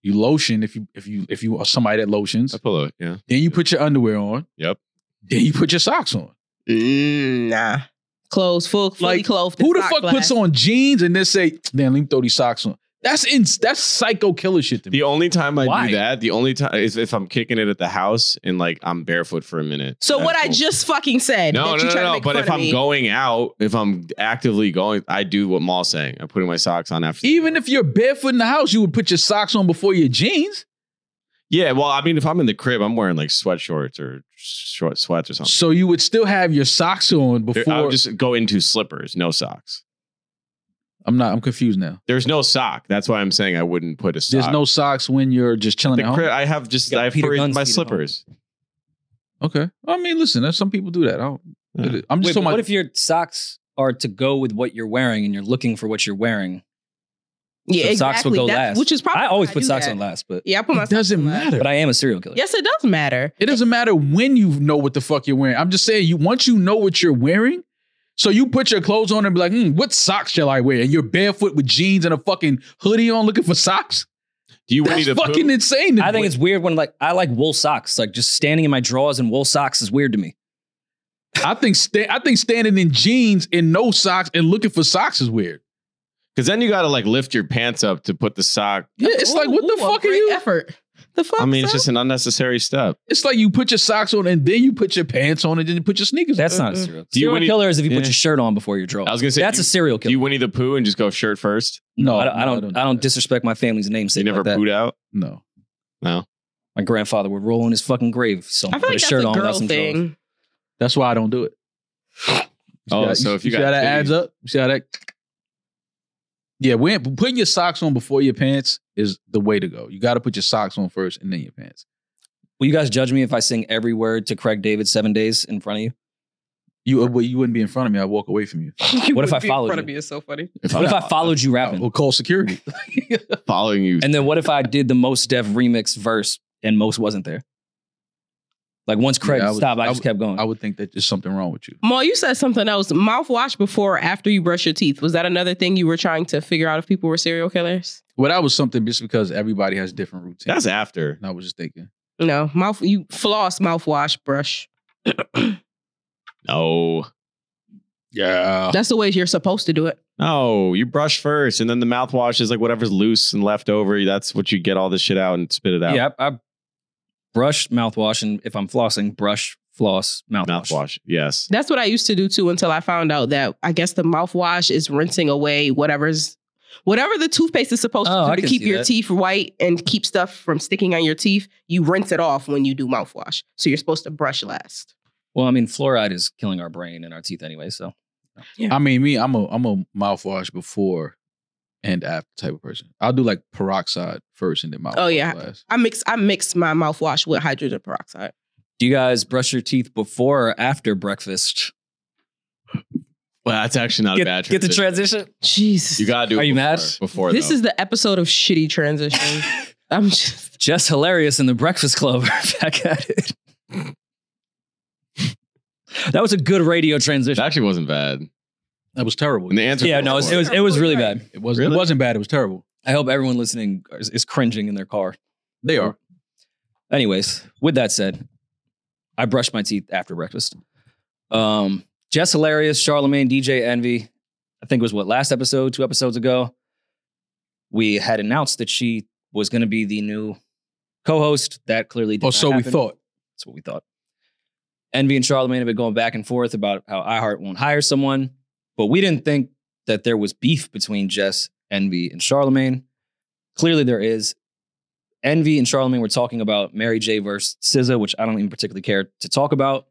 S1: you lotion if you if you if you are somebody that lotions,
S5: I pull it. Yeah.
S1: then you put your underwear on.
S5: Yep.
S1: Then you put your socks on.
S6: nah, clothes full, fully
S1: Mm, Like,
S6: clothed.
S1: Who the
S6: sock
S1: fuck puts
S6: glass.
S1: on jeans and then say, "Damn, let me throw these socks on"? That's in that's psycho killer shit to me.
S5: The only time I
S2: Why?
S5: do that, the only time is if I'm kicking it at the house and like I'm barefoot for a minute.
S6: So
S5: That's
S6: what I
S5: cool.
S6: just fucking said.
S5: No,
S6: that
S5: no,
S6: you
S5: no,
S6: try to
S5: no.
S6: make
S5: But
S6: fun
S5: if
S6: of
S5: I'm
S6: me.
S5: going out, if I'm actively going, I do what Maul's saying. I'm putting my socks on after.
S1: Even if you're barefoot in the house, you would put your socks on before your jeans.
S5: Yeah, well, I mean, if I'm in the crib, I'm wearing like sweatshorts or short sweats or something.
S1: So you would still have your socks on
S5: There-
S1: before.
S5: I would just go into slippers, no socks.
S1: I'm not. I'm confused now.
S5: There's no sock. That's why I'm saying I wouldn't put a sock.
S1: There's no socks when you're just chilling
S5: The
S1: at home.
S5: crib, I have just
S2: You got
S5: I have
S2: Peter
S5: furry-
S2: Gunn's
S5: my
S2: feet at home.
S5: slippers.
S1: Okay. I mean, listen. there's Some people do that. I don't,
S5: Yeah.
S1: I'm just
S2: Wait,
S1: talking
S2: but
S1: about.
S2: what if your socks are to go with what you're wearing and you're looking for what you're wearing?
S6: yeah,
S2: so
S6: exactly.
S2: socks will go
S6: That's-
S2: last.
S6: which is probably
S2: I always
S6: why
S2: put
S6: do
S2: socks
S6: that.
S2: on last, but
S6: Yeah, I put my.
S1: it
S6: socks
S1: doesn't
S6: on last.
S1: matter.
S2: but I am a serial killer.
S6: Yes, it does matter.
S1: It doesn't matter when you know what the fuck you're wearing. I'm just saying you once you know what you're wearing, so you put your clothes on and be like, hmm, what socks shall I wear? And you're barefoot with jeans and a fucking hoodie on looking for socks.
S5: Do you
S1: That's
S5: Winnie the Pooh?
S1: fucking insane. to
S2: I
S1: me.
S2: think it's weird when like I like wool socks. Like just standing in my drawers in wool socks is weird to me.
S1: I think sta- I think standing in jeans and no socks and looking for socks is weird.
S5: Because then you got to like lift your pants up to put the sock.
S1: Yeah, it's like what
S6: Ooh,
S1: the
S6: a
S1: fuck are
S6: great
S1: you?
S6: Effort. The fuck?
S5: I mean, it's
S6: son?
S5: just an unnecessary step.
S1: It's like you put your socks on and then you put your pants on and then you put your sneakers.
S2: That's
S1: on.
S2: not a
S6: Mm-mm.
S2: serial.
S5: Do you-
S2: serial
S5: when you-
S2: killer is if you
S5: yeah.
S2: put your shirt on before your draw.
S5: I was gonna say,
S2: that's
S5: do
S2: a serial
S5: Do
S2: killer.
S5: you Winnie the Pooh and just go shirt first?
S1: No,
S2: I don't. I
S1: no,
S2: don't, I don't disrespect my family's namesake.
S5: You never
S2: like that.
S5: pooed out?
S1: No,
S5: No.
S2: My grandfather would roll in his fucking grave. So
S6: I
S2: I
S6: feel
S2: put
S6: like
S2: a
S6: that's
S2: shirt
S6: a
S2: on without
S6: girl
S2: some drawers.
S6: thing. (laughs)
S1: that's why I don't do it.
S5: Oh,
S1: Yeah,
S5: so if you
S1: see
S5: got
S1: how that adds
S5: titties.
S1: up, You see how that. Yeah, when, putting your socks on before your pants is the way to go. You got to put your socks on first and then your pants.
S2: Will you guys judge me if I sing every word to Craig David seven days in front of you?
S1: You uh, well, you wouldn't be in front of me. I'd walk away from you.
S2: What if I followed you?
S6: It's so funny.
S1: Oh,
S2: What if I followed you
S1: I
S2: rapping?
S1: will call security.
S5: following you?
S2: And then what if I did the most dev remix verse and most wasn't there. Like once Craig
S1: Yeah, I would-
S2: stopped, I,
S1: I
S2: just
S1: would-
S2: kept going.
S1: I would think that there's something wrong with you.
S6: Mo, you said something else. Mouthwash before or after you brush your teeth. Was that another thing you were trying to figure out if people were serial killers?
S1: Well, that was something just because everybody has different routines.
S5: That's after.
S1: and I was just thinking.
S6: No. Mouth you floss, mouthwash, brush.
S5: No.
S1: Yeah.
S6: That's the way you're supposed to do it.
S5: No, you brush first, and then the mouthwash is like whatever's loose and left over. That's what you get all this shit out and spit it out.
S2: yeah, I, I brush mouthwash, and if I'm flossing, brush floss mouthwash.
S5: Mouthwash. Yes.
S6: That's what I used to do too until I found out that I guess the mouthwash is rinsing away whatever's whatever the toothpaste is supposed
S2: Oh,
S6: to
S2: I
S6: do to
S2: can
S6: keep
S2: see
S6: your
S2: that.
S6: teeth white and keep stuff from sticking on your teeth. You rinse it off when you do mouthwash. So you're supposed to brush last.
S2: Well, I mean, fluoride is killing our brain and our teeth anyway. So
S1: I mean, me, I'm a I'm a mouthwash before and after type of person. I'll do like peroxide first and then mouthwash.
S6: Oh, yeah.
S1: last.
S6: I mix I mix my mouthwash with hydrogen peroxide.
S2: do you guys brush your teeth before or after breakfast?
S5: Well, that's actually not a bad
S2: Get, get the
S5: transition.
S2: transition.
S6: Jesus.
S5: You gotta do.
S2: Are
S5: it
S2: you
S5: before,
S2: mad?
S5: Before
S6: this
S5: though.
S6: is the episode of shitty (laughs) transition. I'm just
S2: Just hilarious in the Breakfast Club. (laughs) Back at it. That was a good radio
S5: It
S2: transition.
S5: actually wasn't bad.
S1: That was terrible.
S5: And the answer.
S2: Yeah, no, it was, it was it was really bad.
S1: it wasn't
S5: Really?
S1: it wasn't bad. It was terrible.
S2: I hope everyone listening is, is cringing in their car.
S1: They are.
S2: Anyways, with that said, I brushed my teeth after breakfast. Um, Jess Hilarious, Charlemagne, DJ Envy, I think it was what last episode, two episodes ago, we had announced that she was going to be the new co-host. That clearly did
S1: Or
S2: not
S1: Oh, so we
S2: happen.
S1: thought.
S2: That's what we thought. Envy and Charlemagne have been going back and forth about how iHeart won't hire someone, but we didn't think that there was beef between Jess, Envy, and Charlemagne. Clearly, there is. Envy and Charlemagne were talking about Mary J versus SZA, which I don't even particularly care to talk about.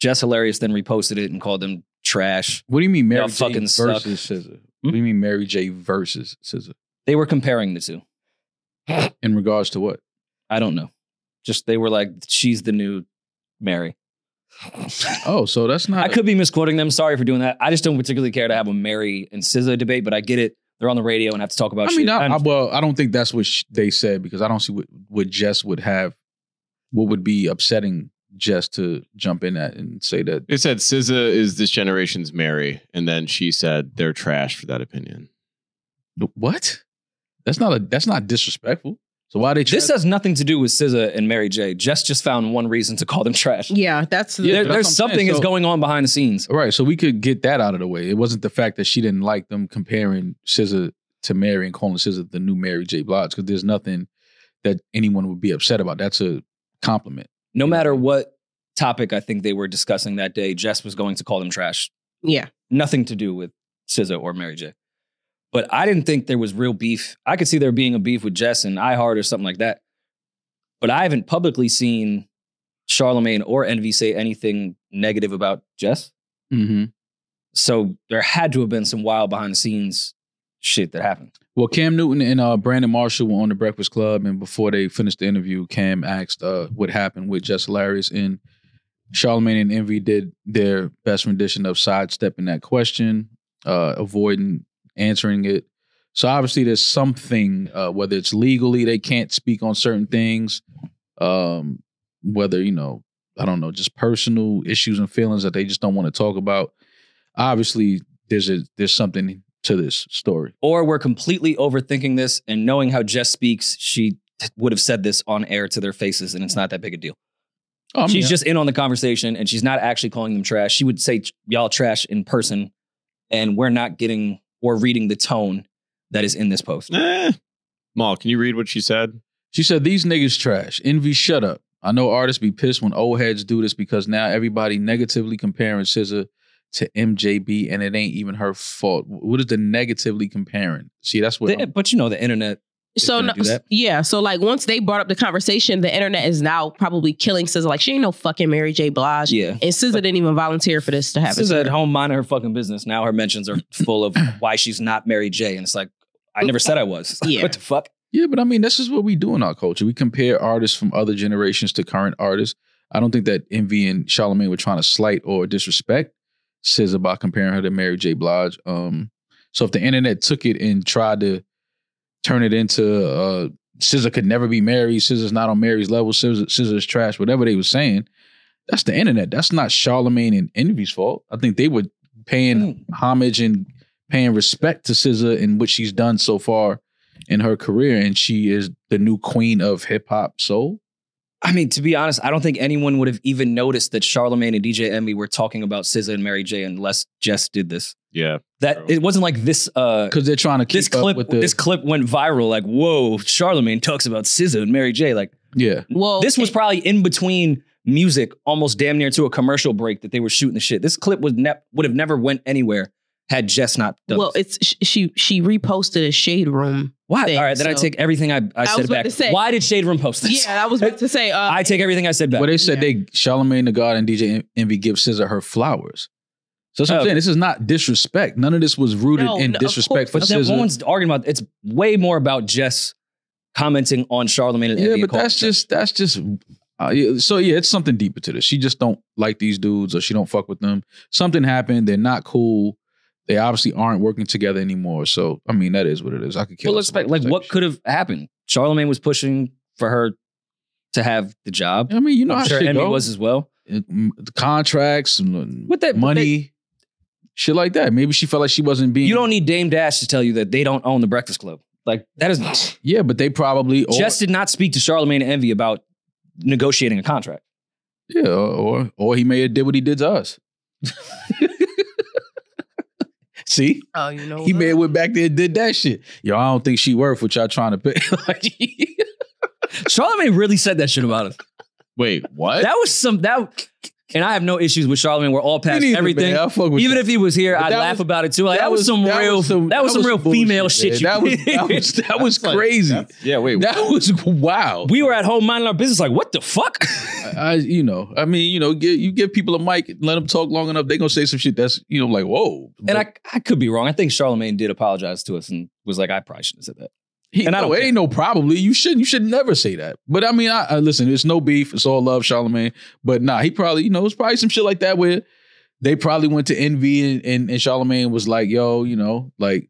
S2: Jess Hilarious then reposted it and called them trash.
S1: What do you mean Mary
S2: Y'all
S1: J
S2: fucking
S1: versus
S2: suck.
S1: Scissor? What do you mean Mary J versus Scissor?
S2: They were comparing the two.
S1: In regards to what?
S2: I don't know. Just they were like, she's the new Mary. (laughs)
S1: Oh, so that's not
S2: I could be misquoting them. Sorry for doing that. I just don't particularly care to have a Mary and SZA debate, but I get it. They're on the radio and have to talk about
S1: I mean,
S2: shit.
S1: I,
S2: And
S1: I, well, I don't think that's what sh- they said because I don't see what, what Jess would have, what would be upsetting Jess to jump in at and say that.
S5: It said SZA is this generation's Mary, and then she said they're trash for that opinion.
S1: What? That's not a. That's not disrespectful. So why they?
S2: this has nothing to do with SZA and Mary J. Jess just found one reason to call them trash.
S6: yeah, that's the
S1: Yeah,
S2: There-
S1: that's what I'm
S2: there's something
S1: saying.
S2: that's
S1: So-
S2: going on behind the scenes.
S1: All right, so we could get that out of the way. It wasn't the fact that she didn't like them comparing Scissor to Mary and calling Scissor the new Mary J. Blige because there's nothing that anyone would be upset about. That's a compliment.
S2: No matter what topic I think they were discussing that day, Jess was going to call them trash.
S6: yeah.
S2: Nothing to do with SZA or Mary J. But I didn't think there was real beef. I could see there being a beef with Jess and iHeart or something like that. But I haven't publicly seen Charlemagne or Envy say anything negative about Jess.
S1: Mm-hmm.
S2: So there had to have been some wild behind the scenes shit that happened.
S1: Well, Cam Newton and uh, Brandon Marshall were on the Breakfast Club, and before they finished the interview, Cam asked uh, what happened with Jess Hilarious, and Charlemagne and Envy did their best rendition of sidestepping that question, uh, avoiding answering it. So obviously, there's something, uh, whether it's legally they can't speak on certain things, um, whether you know, I don't know, just personal issues and feelings that they just don't want to talk about. Obviously, there's a there's something to this story.
S2: Or we're completely overthinking this and knowing how Jess speaks, she t- would have said this on air to their faces and it's not that big a deal.
S1: Oh, I mean,
S2: she's just in on the conversation and she's not actually calling them trash. She would say y'all trash in person and we're not getting or reading the tone that is in this post.
S5: Eh. Maul, can you read what she said?
S1: She said, These niggas trash. Envy, shut up. I know artists be pissed when old heads do this because now everybody negatively comparing Scissor to MJB and it ain't even her fault. What is the negatively comparing? See, that's what.
S2: The-
S1: I'm-
S2: but you know the internet It's
S6: So
S2: gonna do
S6: no,
S2: that.
S6: yeah, so like once they brought up the conversation, the internet is now probably killing SZA. Like she ain't no fucking Mary J. Blige,
S2: yeah.
S6: and SZA didn't even volunteer for this to happen.
S2: This is at home minding her fucking business. Now her mentions are full of why she's not Mary J. And it's like, I never said I was. (laughs)
S6: Yeah.
S2: what the fuck?
S1: yeah, but I mean, this is what we do in our culture. We compare artists from other generations to current artists. I don't think that Envy and Charlemagne were trying to slight or disrespect Scissor by comparing her to Mary J. Blige. Um, so if the internet took it and tried to turn it into uh, Scissor could never be married. Scissor's not on Mary's level. Scissor, Scissor's trash. Whatever they were saying, that's the internet. That's not Charlemagne and Envy's fault. I think they were
S2: Mm.
S1: paying homage and paying respect to Scissor and what she's done so far in her career, and she is the new queen of hip hop soul.
S2: I mean, to be honest, I don't think anyone would have even noticed that Charlemagne and DJ Envy were talking about SZA and Mary J unless Jess did this.
S5: Yeah.
S2: That
S5: True.
S2: it wasn't like this. Uh,
S1: Because they're trying to keep
S2: this
S1: up
S2: clip.
S1: with the
S2: this clip went viral. Like, whoa, Charlemagne talks about SZA and Mary J. Like,
S1: yeah.
S6: Well,
S2: this was probably in between music, almost damn near to a commercial break that they were shooting the shit. This clip would ne- would have never went anywhere had Jess not done.
S6: well,
S2: this.
S6: it's sh- she she reposted a
S2: (laughs)
S6: shade room.
S2: why?
S6: thing,
S2: All right, then I
S6: so-
S2: take everything I, I
S6: was
S2: said
S6: about
S2: back.
S6: to say-
S2: why did Shade Room post this?
S6: Yeah, I was about to say. Uh,
S2: I take everything I said back.
S1: Well, they said
S6: Yeah.
S1: they Charlemagne the God and DJ Envy give Scissor her flowers. So that's what I'm
S2: Oh.
S1: saying. This is not disrespect. None of this was rooted
S6: No,
S1: in
S6: no, of
S1: disrespect for
S2: But then
S1: Scissor.
S2: no one's arguing about. It's way more about Jess commenting on Charlemagne and
S1: yeah,
S2: Envy and
S1: but
S2: calling
S1: that's
S2: him.
S1: just that's just. Uh, yeah, so yeah, it's something deeper to this. She just don't like these dudes, or she don't fuck with them. Something happened. They're not cool. They obviously aren't working together anymore. So I mean, that is what it is. I could kill.
S2: well,
S1: us about
S2: expect like
S1: this
S2: what
S1: type
S2: could have happened. Charlemagne was pushing for her to have the
S1: of
S2: job.
S1: shit. I mean, you know
S2: I'm
S1: how
S2: sure
S1: shit
S2: Envy
S1: goes.
S2: was as well.
S1: Uh, m- the contracts, and
S2: What that what
S1: money,
S2: they-
S1: shit like that. Maybe she felt like she wasn't being.
S2: you don't need Dame Dash to tell you that they don't own the Breakfast Club. Like that is
S1: Yeah, but they probably or,
S2: Jess did not speak to Charlemagne and Envy about negotiating
S1: (laughs)
S2: a contract.
S1: Yeah, or or- or he may have did what he did to
S2: (laughs)
S1: us. See,
S6: (laughs) oh, you know,
S1: he
S6: what?
S1: may have went back there and did that shit. Yo, I don't think she worth what y'all trying to pay. (laughs) like,
S2: Charlemagne really said that shit about us.
S5: Wait, what?
S2: That was some that, and I have no issues with Charlemagne. We're all past
S1: me neither,
S2: everything.
S1: man. I fuck with
S2: Even
S1: that.
S2: if he was here,
S1: But
S2: I'd
S1: that
S2: laugh
S1: was-
S2: about it too. Like, that, was some real. that was some real
S1: bullshit,
S2: female
S1: man.
S2: shit. you
S1: That was
S2: (laughs)
S1: that was that was
S5: like-
S1: crazy.
S5: that's- yeah, wait.
S1: that was wow.
S2: we were at home minding our business. Like, what the fuck?
S1: I, I- you know, I mean, you know, get, you give people a mic, let them talk long enough, they gonna say some shit that's you know like whoa.
S2: and I, I could be wrong. I think Charlemagne did apologize to us and was like, I probably shouldn't have said that.
S1: He,
S2: And I
S1: no,
S2: don't
S1: it ain't no probably. You shouldn't. You should never say that. But I mean, I, I listen. It's no beef. It's all love, Charlemagne. But nah, he probably you know it's probably some shit like that where they probably went to envy and and, and Charlemagne was like, yo, you know, like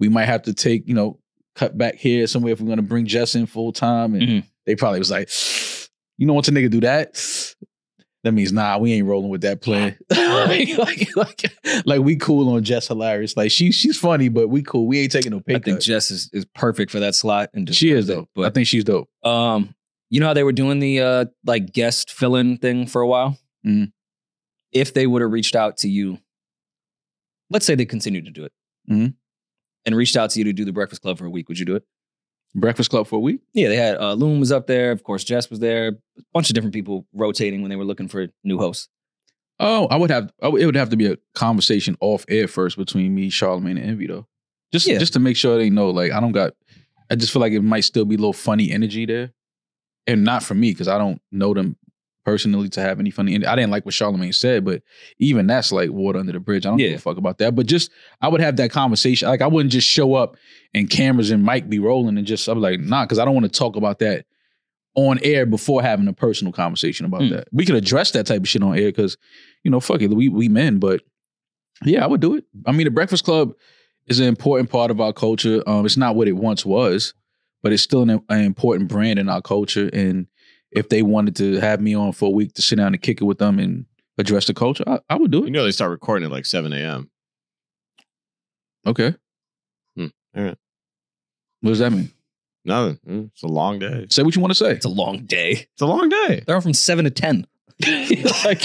S1: we might have to take you know cut back here somewhere if we're gonna bring Jess in full time. And
S2: Mhm.
S1: they probably was like, you know, once a nigga do that. That means nah, we ain't rolling with that plan. (laughs) like, like, like, like, we cool on Jess hilarious. Like she she's funny, but we cool. We ain't taking no pay
S2: I think
S1: cut.
S2: Jess is, is perfect for that slot. And
S1: She is
S2: deserves it.
S1: dope. I
S2: But
S1: think she's dope.
S2: um, you know how they were doing the uh like guest fill in thing for a while.
S1: Mhm.
S2: If they would have reached out to you, let's say they continued to do it,
S1: Mhm.
S2: and reached out to you to do the Breakfast Club for a week, would you do it?
S1: Breakfast Club for a week.
S2: Yeah, they had uh, Loom was up there. Of course, Jess was there. A bunch of different people rotating when they were looking for new hosts.
S1: Oh, I would have. I would, it would have to be a conversation off air first between me, Charlemagne, and Envy though. Just
S2: Yeah.
S1: just to make sure they know. Like I don't got. I just feel like it might still be a little funny energy there, and not for me because I don't know them personally to have any funny. en- I didn't like what Charlemagne said, but even that's like water under the bridge. I don't
S2: Yeah.
S1: give a fuck about that. But just I would have that conversation. Like I wouldn't just show up and cameras and mic be rolling and just I'm like nah because I don't want to talk about that on air before having a personal conversation about
S2: Hmm.
S1: that. We could address that type of shit on air because, you know, fuck it, we we men. But yeah, I would do it. I mean, the Breakfast Club is an important part of our culture. Um, it's not what it once was, but it's still an, an important brand in our culture. And if they wanted to have me on for a week to sit down and kick it with them and address the culture, I, I would do
S5: You
S1: it.
S5: know they start recording at like 7 a.m.
S1: Okay.
S5: Hmm. All right.
S1: What does that mean?
S5: Nothing. Mm, It's a long day.
S1: Say what you want to say.
S2: It's a long day.
S5: It's a long day.
S2: They're on from seven to ten. (laughs) like,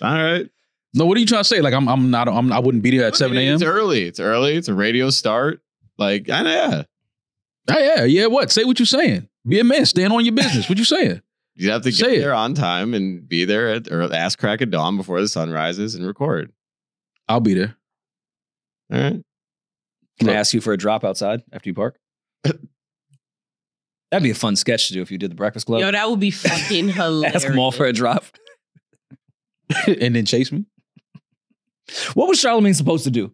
S5: All right.
S1: No, what are you trying to say? Like I'm, I'm not, I'm, I wouldn't be there at seven a.m.
S5: It's early. It's early. It's a radio start. Like, I know, yeah.
S1: Oh, yeah, yeah. What? Say what you saying. Be a man. Stand on your business. What you saying?
S5: You have to get
S1: Say it.
S5: there on time and be there at or ass crack of dawn before the sun rises and record.
S1: I'll be there.
S5: All right.
S2: can I ask you for a drop outside after you park?
S1: (laughs)
S2: That'd be a fun sketch to do if you did the Breakfast Club. (laughs)
S6: Yo, that would be fucking hilarious.
S2: ask them all for a drop.
S1: and then chase me.
S2: What was Charlemagne supposed to do?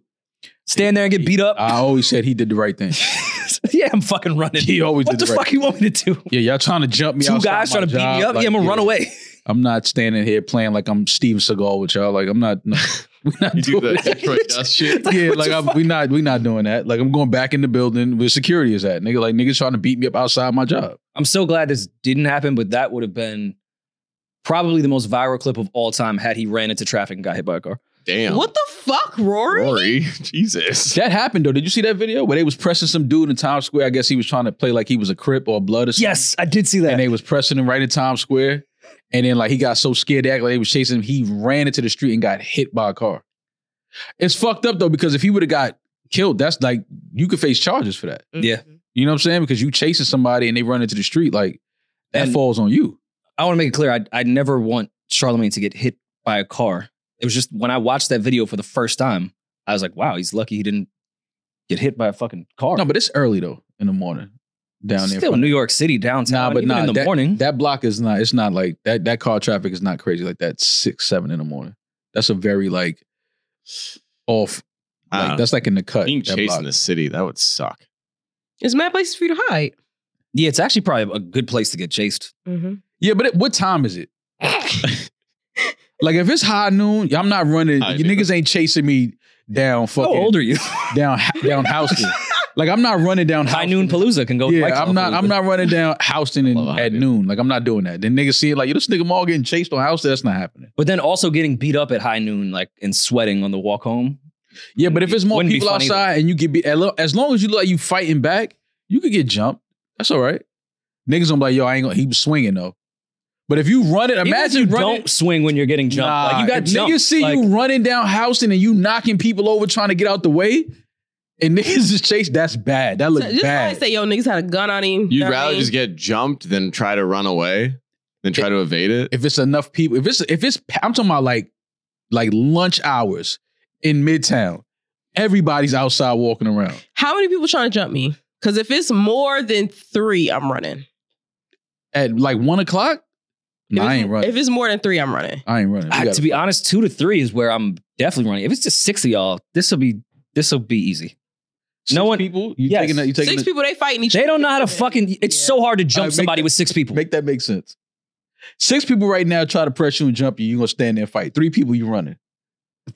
S2: Stand there and get beat up?
S1: I always said he did the right thing.
S2: (laughs) yeah, I'm fucking running.
S1: He always
S2: what
S1: did
S2: the
S1: the right
S2: fuck you want me to do?
S1: Yeah, y'all trying to jump me.
S2: Two
S1: outside
S2: guys
S1: my
S2: trying to beat
S1: job,
S2: me up?
S1: like,
S2: yeah, I'm gonna run away.
S1: I'm not standing here playing like I'm Steven Seagal with y'all. Like I'm not. No. (laughs) We're not
S5: You
S1: (laughs)
S5: do
S1: doing
S5: the
S2: (laughs)
S1: that.
S5: Detroit dust shit.
S1: yeah, like I'm, we not we not doing that. Like I'm going back in the building where security is at. Nigga, like niggas trying to beat me up outside my job.
S2: I'm so glad this didn't happen, but that would have been probably the most viral clip of all time had he ran into traffic and got hit by a car.
S5: Damn.
S6: What the fuck, Rory?
S5: Rory? (laughs) Jesus.
S1: That happened though. Did you see that video where they was pressing some dude in Times Square? I guess he was trying to play like he was a crip or a blood or something.
S2: Yes, I did see that.
S1: And they was pressing him right in Times Square. And then like he got so scared they act like they was chasing him. He ran into the street and got hit by a car. It's fucked up though, because if he would have got killed, that's like you could face charges for that.
S2: Yeah.
S6: Mm-hmm.
S1: You know what I'm saying? Because you chasing somebody and they run into the street, like that
S2: And-
S1: falls on you.
S2: I want to make it clear I, I never want Charlemagne to get hit by a car. It was just when I watched that video for the first time, I was like, wow, he's lucky he didn't get hit by a fucking car.
S1: No, but it's early though in the morning down there.
S2: Still New York City downtown.
S1: Nah, but
S2: even
S1: nah,
S2: in the
S1: that-
S2: morning.
S1: That block is not. It's not like that. That car traffic is not crazy like that. Six, seven in the morning. That's a very like off.
S5: I
S1: Like,
S5: don't know.
S1: that's like in the cut.
S5: Ah. Being
S1: that
S5: chased
S1: block.
S5: in the city, that would suck.
S6: There's mad places for you to hide.
S2: yeah, it's actually probably a good place to get chased.
S6: (laughs)
S1: Yeah, but it, what time is it? like if it's high noon, I'm not running.
S5: High
S1: you
S5: noon.
S1: niggas ain't chasing me down fucking
S2: How old are you?
S1: down down Houston. like I'm not running down
S2: (laughs) High
S1: Houston.
S2: (laughs) noon Palooza can go.
S1: Yeah,
S2: Fight Club
S1: I'm not. I'm
S2: Palooza.
S1: not running down Houston in,
S5: I love High
S1: at
S5: Noon.
S1: noon. Like I'm not doing that. Then niggas see it like, yo, this nigga all getting chased on Houston. That's not happening.
S2: But then also getting beat up at high noon, like and sweating on the walk home.
S1: Yeah, but if it's more
S2: Wouldn't be
S1: people
S2: fun either.
S1: outside and you get beat, as lo- as long as you look like you fighting back, you could get jumped. That's all right. Niggas gonna be like, yo, I ain't gonna. He was swinging though. But if you running,
S2: Even if
S1: imagine
S2: you
S1: running.
S2: don't swing when you're getting jumped.
S1: Nah,
S2: like you got
S1: if
S2: jumped.
S1: Niggas see
S2: Uh, like,
S1: you running down Houston and you knocking people over trying to get out the way, and (laughs) niggas just chase. That's bad. That look
S6: So just
S1: bad.
S6: probably say, yo, niggas had a gun on him.
S5: You'd rather just get jumped than try to run away than try to evade it.
S1: if it's enough people, if it's if it's I'm talking about like like lunch hours in Midtown, everybody's outside walking around.
S6: How many people trying to jump me? Because if it's more than three, I'm running.
S1: At like one o'clock,
S6: If
S1: nah, I
S6: it's-
S1: ain't running.
S6: If it's more than three, I'm running.
S1: I ain't running. We
S2: I-
S1: gotta-
S2: to be honest, two to three is where I'm definitely running. If it's just six of y'all, this will be this will be easy.
S1: six
S2: no one-
S1: people. You
S2: Yes.
S1: taking that? You taking
S6: Six
S1: that-
S6: people, they fighting each
S2: They don't know how to fucking. It's
S6: Yeah.
S2: so hard to jump
S1: Alright, make
S2: somebody
S1: that-
S2: with six people.
S1: Make that make sense. Six people right now try to press you and jump you. You gonna stand there and fight. Three people you running.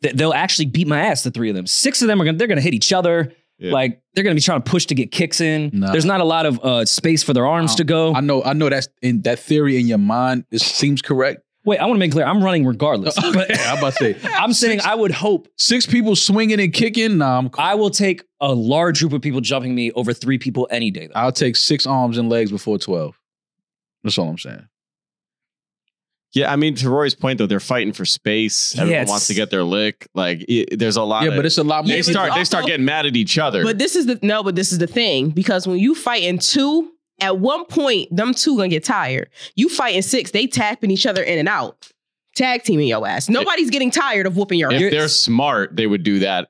S2: Th- They'll actually beat my ass. The three of them. Six of them are gonna. They're gonna hit each other.
S5: Yeah.
S2: Like they're gonna be trying to push to get kicks in.
S1: Nah.
S2: There's not a lot of uh, space for their arms
S1: I-
S2: to go.
S1: I know. I know that's in that theory in your mind. It seems (laughs) correct.
S2: Wait, I want to make clear. I'm
S1: (laughs)
S2: running regardless. But
S1: Yeah, I'm about to say
S2: I'm saying I would hope
S1: six people swinging and kicking. Nah, I'm. Cool.
S2: I will take a large group of people jumping me over three people any day. Though.
S1: I'll take six arms and legs before twelve. That's all I'm saying.
S5: Yeah, I mean, to Roy's point though, they're fighting for space.
S2: Yeah,
S5: Everyone
S2: it's-
S5: wants to get their lick. Like, it, there's a lot.
S1: Yeah,
S5: of-
S1: but it's a lot more.
S5: they
S6: but
S5: start.
S6: also-
S5: they start getting mad at each other.
S6: But this is the no, but this is the thing because when you fighting two, at one point them two gonna get tired. You fighting six, they tapping each other in and out, tag teaming your ass. Nobody's getting tired of whooping your
S5: if
S6: ass. (laughs)
S5: they're smart, they would do that.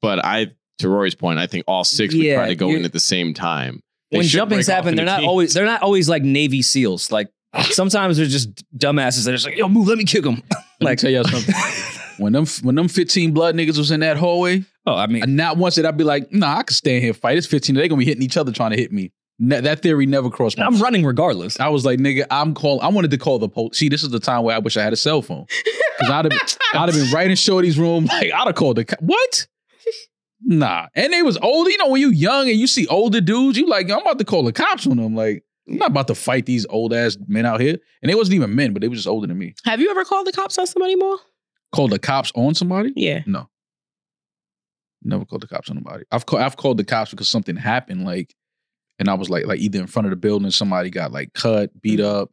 S5: But I, to Rory's point, I think all six would
S2: Yeah,
S5: try to go
S2: you-
S5: in at the same time. They
S2: When
S5: should
S2: jumpings
S5: break off
S2: happen,
S5: into
S2: they're not
S5: teams.
S2: always they're not always like Navy SEALs. (laughs) Like sometimes they're just dumbasses. They're just like, yo, move, let me kick (laughs) them.
S1: Let me
S2: like-
S1: tell y'all (laughs) something. when them when them fifteen blood niggas was in that hallway,
S2: Oh, I mean,
S1: and not once did I be like, nah, I could stand here and fight. It's fifteen. They gonna be hitting each other trying to hit me. Ne- that theory never crossed my.
S2: I'm running regardless.
S1: I was like, nigga, I'm call. I wanted to call the police. See, this is the time where I wish I had a cell phone because I'd have, been- I'd have
S6: (laughs)
S1: been right in Shorty's room. (laughs) Like, I'd have called the co- what? Nah, and they was older. You know, when you young and you see older dudes, you like, I'm about to call the cops on them. Like, I'm not about to fight these old ass men out here. And they wasn't even men, but they was just older than me.
S6: Have you ever called the cops on somebody more?
S1: Called the cops on somebody?
S6: Yeah.
S1: No, never called the cops on nobody. I've called, I've called the cops because something happened. Like, and I was like, like either in front of the building, somebody got like cut, beat up,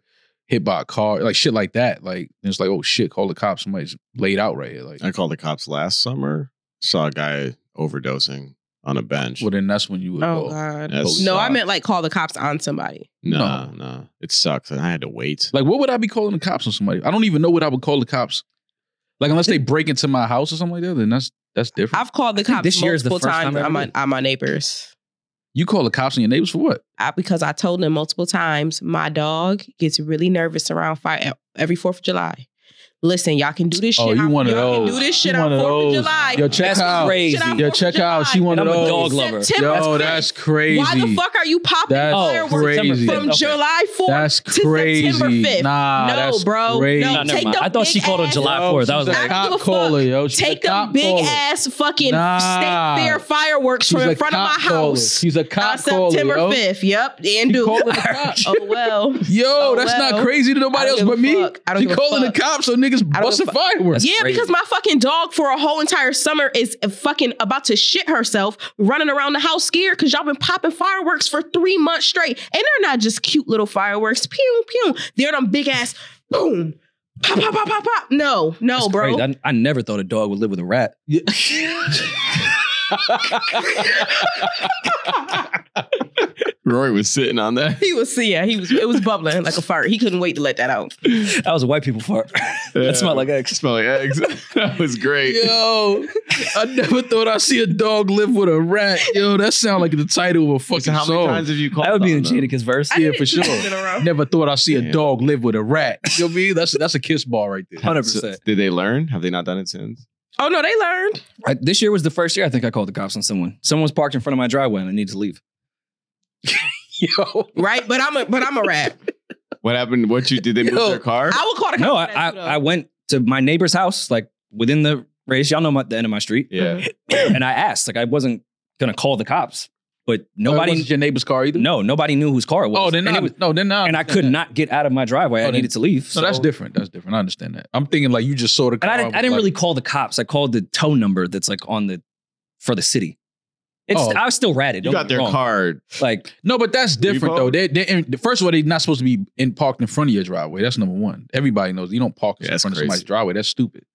S1: hit by a car, like shit like that. Like and it's like, oh shit, call the cops. Somebody's laid out right here. Like,
S5: I called the cops last summer. Saw a guy overdosing on a bench.
S1: well then that's when you would
S6: Oh
S1: go.
S6: God.
S5: That's-
S6: No, I
S5: sucks.
S6: meant like call the cops on somebody.
S5: Nah, no, nah. It sucks, and I had to wait.
S1: Like, what would I be calling the cops on somebody? I don't even know what I would call the cops. Like, unless they break into my house or something like that, then that's that's different.
S6: I've called the
S2: think
S6: cops
S2: this year is the
S6: multiple
S2: first time
S6: times
S2: I
S6: on
S2: ever
S6: my
S2: did.
S6: on my neighbors.
S1: you call the cops on your neighbors for what?
S6: I, because I told them multiple times, my dog gets really nervous around fire every Fourth e, of July. listen, y'all can do this shit.
S1: Oh, you
S6: on-
S1: one of
S6: y'all can
S1: those.
S6: do this shit
S1: You
S6: on
S1: one of
S6: 4th of
S1: those.
S6: July.
S1: Yo, check
S2: That's
S1: her out.
S2: crazy.
S6: Shit, I'm
S1: Yo,
S6: Fourth
S1: check
S6: of
S1: her out.
S6: July.
S1: She one
S2: And
S1: of
S2: I'm a
S1: those.
S2: dog lover.
S6: September
S1: Yo,
S6: fifth.
S1: that's crazy.
S6: Why the fuck are you popping
S1: That's
S6: fireworks
S1: Oh, crazy.
S6: from
S2: Okay.
S6: July 4th
S1: That's
S6: to September
S1: crazy.
S6: 5th?
S1: Nah,
S6: no,
S1: that's
S6: bro.
S1: crazy.
S6: No,
S1: Nah,
S2: never
S6: take
S2: mind.
S6: them
S2: I thought she
S6: big
S2: called on
S6: ass-
S2: July 4th. I was
S1: she's
S6: like-
S1: a
S6: I don't
S1: cop
S6: give a fuck.
S1: caller, yo. She's
S6: Take
S1: a
S6: them
S1: cop
S6: big
S1: caller.
S6: ass fucking
S1: Nah.
S6: state fair fireworks
S1: She's
S6: from
S1: a
S6: in front of
S1: cop
S6: my
S1: caller.
S6: house
S1: She's a
S6: on
S1: cop caller.
S6: September
S1: yo.
S6: 5th. Yep, and
S1: She
S6: do.
S1: calling the cops.
S6: (laughs) Oh well.
S1: Yo,
S6: Oh,
S1: that's not
S6: well.
S1: crazy to
S6: I
S1: nobody
S6: don't
S1: else
S6: give a
S1: but me.
S6: fuck. I don't
S1: She
S6: give a
S1: calling the
S6: fuck.
S1: cops so niggas
S6: a
S1: busting
S6: fuck.
S1: fireworks.
S2: That's
S6: yeah,
S2: crazy.
S6: because my fucking dog for a whole entire summer is fucking about to shit herself, running around the house scared because y'all been popping fireworks for three months straight. And they're not just cute little fireworks. Pew, pew. They're them big ass boom. Pop, pop, pop, pop, pop. No, no,
S2: That's
S6: (laughs) bro.
S2: crazy. I, I never thought a dog would live with a rat. (laughs)
S5: Rory was sitting
S6: (laughs)
S5: on that.
S6: He was, yeah, he was, it was bubbling like a fart. He couldn't wait to let that out.
S2: That was a white people fart. (laughs)
S5: Yeah.
S2: that smelled
S5: (laughs)
S2: like eggs.
S5: Smell like eggs. that was great.
S1: Yo, I never thought I'd see a dog live with a rat. Yo, that sound like the title of a fucking
S5: So how many
S1: song.
S5: times have you called?
S2: That would be in
S5: on them?
S2: Jadakiss verse.
S1: Yeah, for
S2: (laughs)
S1: sure.
S6: In a row.
S1: Never thought I'd see a
S5: Damn.
S1: dog live with a rat. You know what I mean? That's that's a kiss ball right there.
S2: 100%.
S5: Did they learn? Have they not done it since?
S6: Oh, no, they learned.
S2: I, this year was the first year I think I called the cops on someone. Someone was parked in front of my driveway and I needed to leave.
S1: Yo,
S6: Right? But I'm a, but I'm a
S2: (laughs)
S6: rat.
S5: What happened? What you did? They move
S1: Yo.
S5: their car.
S6: I would call the cops.
S2: No, I,
S6: for
S2: I,
S6: that, too, though.
S2: I
S6: (laughs)
S2: went to my neighbor's house, like within the race. Y'all know my, the end of my street.
S5: Yeah.
S2: (coughs) and I asked, like, I wasn't going to call the cops,
S5: Oh,
S2: but
S1: It
S2: nobody,
S1: wasn't your neighbor's car either.
S2: no, nobody knew whose car it was.
S1: Oh, then
S2: and,
S1: not.
S2: it was-
S1: no, then not.
S2: and I could not get out of my driveway.
S1: Oh,
S2: I
S1: then-
S2: needed to leave.
S1: No, that's different. That's different. I understand that. I'm thinking like you just saw the
S2: And
S1: car.
S2: I didn't, I didn't
S1: like-
S2: really call the cops. I called the tow number that's like on the, for the city. It's,
S1: Oh.
S2: I was still ratted.
S5: You
S2: don't
S5: got
S2: get me
S5: their
S2: wrong.
S5: card.
S2: Like,
S1: No, but that's different
S5: Repo?
S1: though. They, they, in, first of all, they're not supposed to be in parked in front of your driveway. That's number one. Everybody knows you don't park
S5: Yeah,
S1: in
S5: that's
S1: front of
S5: crazy.
S1: somebody's driveway. That's stupid.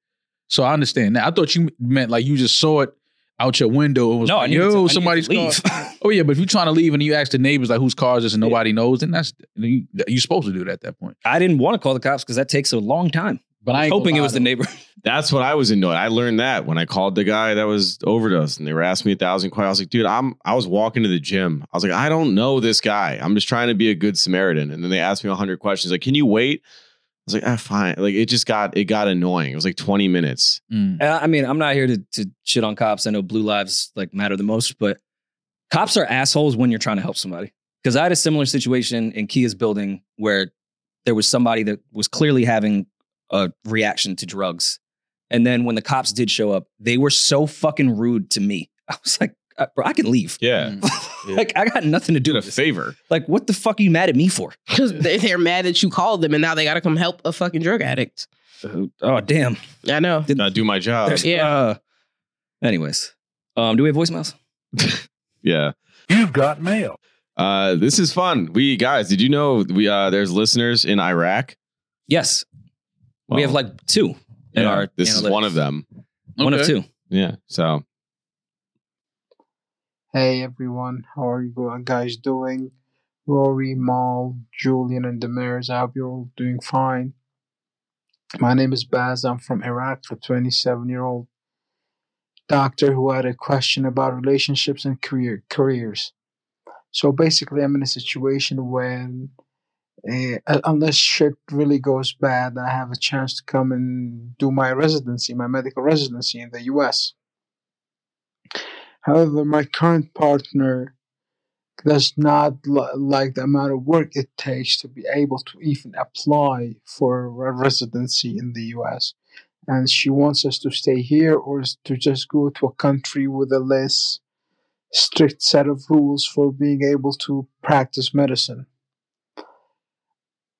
S1: So I understand that. I thought you meant like you just saw it out your window. It was
S2: no, I
S1: like,
S2: needed
S1: yo,
S2: to, I needed to
S1: somebody's car.
S2: leave.
S1: Oh yeah, but if you're trying to leave and you ask the neighbors like whose car is this and nobody knows, then that's then you, you're supposed to do it at that point.
S2: (laughs) I didn't want to call the cops because that takes a long time.
S1: But I ain't
S2: Hoping
S1: gonna
S2: it
S1: lie,
S2: was the
S1: though.
S2: neighbor.
S5: That's what I was annoyed. I learned that when I called the guy that was overdosed, and they were asking me a thousand questions. I was like, dude, I'm. I was walking to the gym. I was like, I don't know this guy. I'm just trying to be a good Samaritan. And then they asked me a hundred questions. Like, can you wait? I was like, ah, fine. Like, it just got it got annoying. It was like 20 minutes.
S1: Mm.
S2: And I I mean, I'm not here to, to shit on cops. I know blue lives like matter the most, but cops are assholes when you're trying to help somebody. Because I had a similar situation in Kia's building where there was somebody that was clearly having a reaction to drugs. And then when the cops did show up, they were so fucking rude to me. (laughs) I was like, "Uh, bro, I can leave. (laughs)
S5: Yeah. Yeah.
S2: like, I got nothing to do
S5: Did Mm. a
S2: with this.
S5: favor.
S2: Like, what the fuck are you mad at me for?
S6: Because they- they're mad that you called them and now they got to come help a fucking drug addict.
S2: Oh, damn.
S6: I know.
S5: Not do my job.
S2: (laughs) There's-
S6: yeah.
S2: uh, anyways, um, do we have voicemails?
S5: (laughs) Yeah.
S7: You've got mail.
S5: Uh, this is fun. We guys, did you know we uh there's listeners in Iraq?
S2: Yes. we have like two in
S5: Yeah,
S2: our.
S5: this is
S2: analytics.
S5: one of them.
S2: One of
S1: Okay.
S2: two.
S5: Yeah. So
S8: Hey everyone, how are you go- guys doing? Rory, Mal, Julian, and Damaris, I hope you're all doing fine. My name is Baz, I'm from Iraq, a 27 year old doctor who had a question about relationships and career careers. So basically, I'm in a situation when, uh, unless shit really goes bad, I have a chance to come and do my residency, my medical residency in the US. However, my current partner does not li- like the amount of work it takes to be able to even apply for a residency in the US. And she wants us to stay here or s- to just go to a country with a less strict set of rules for being able to practice medicine.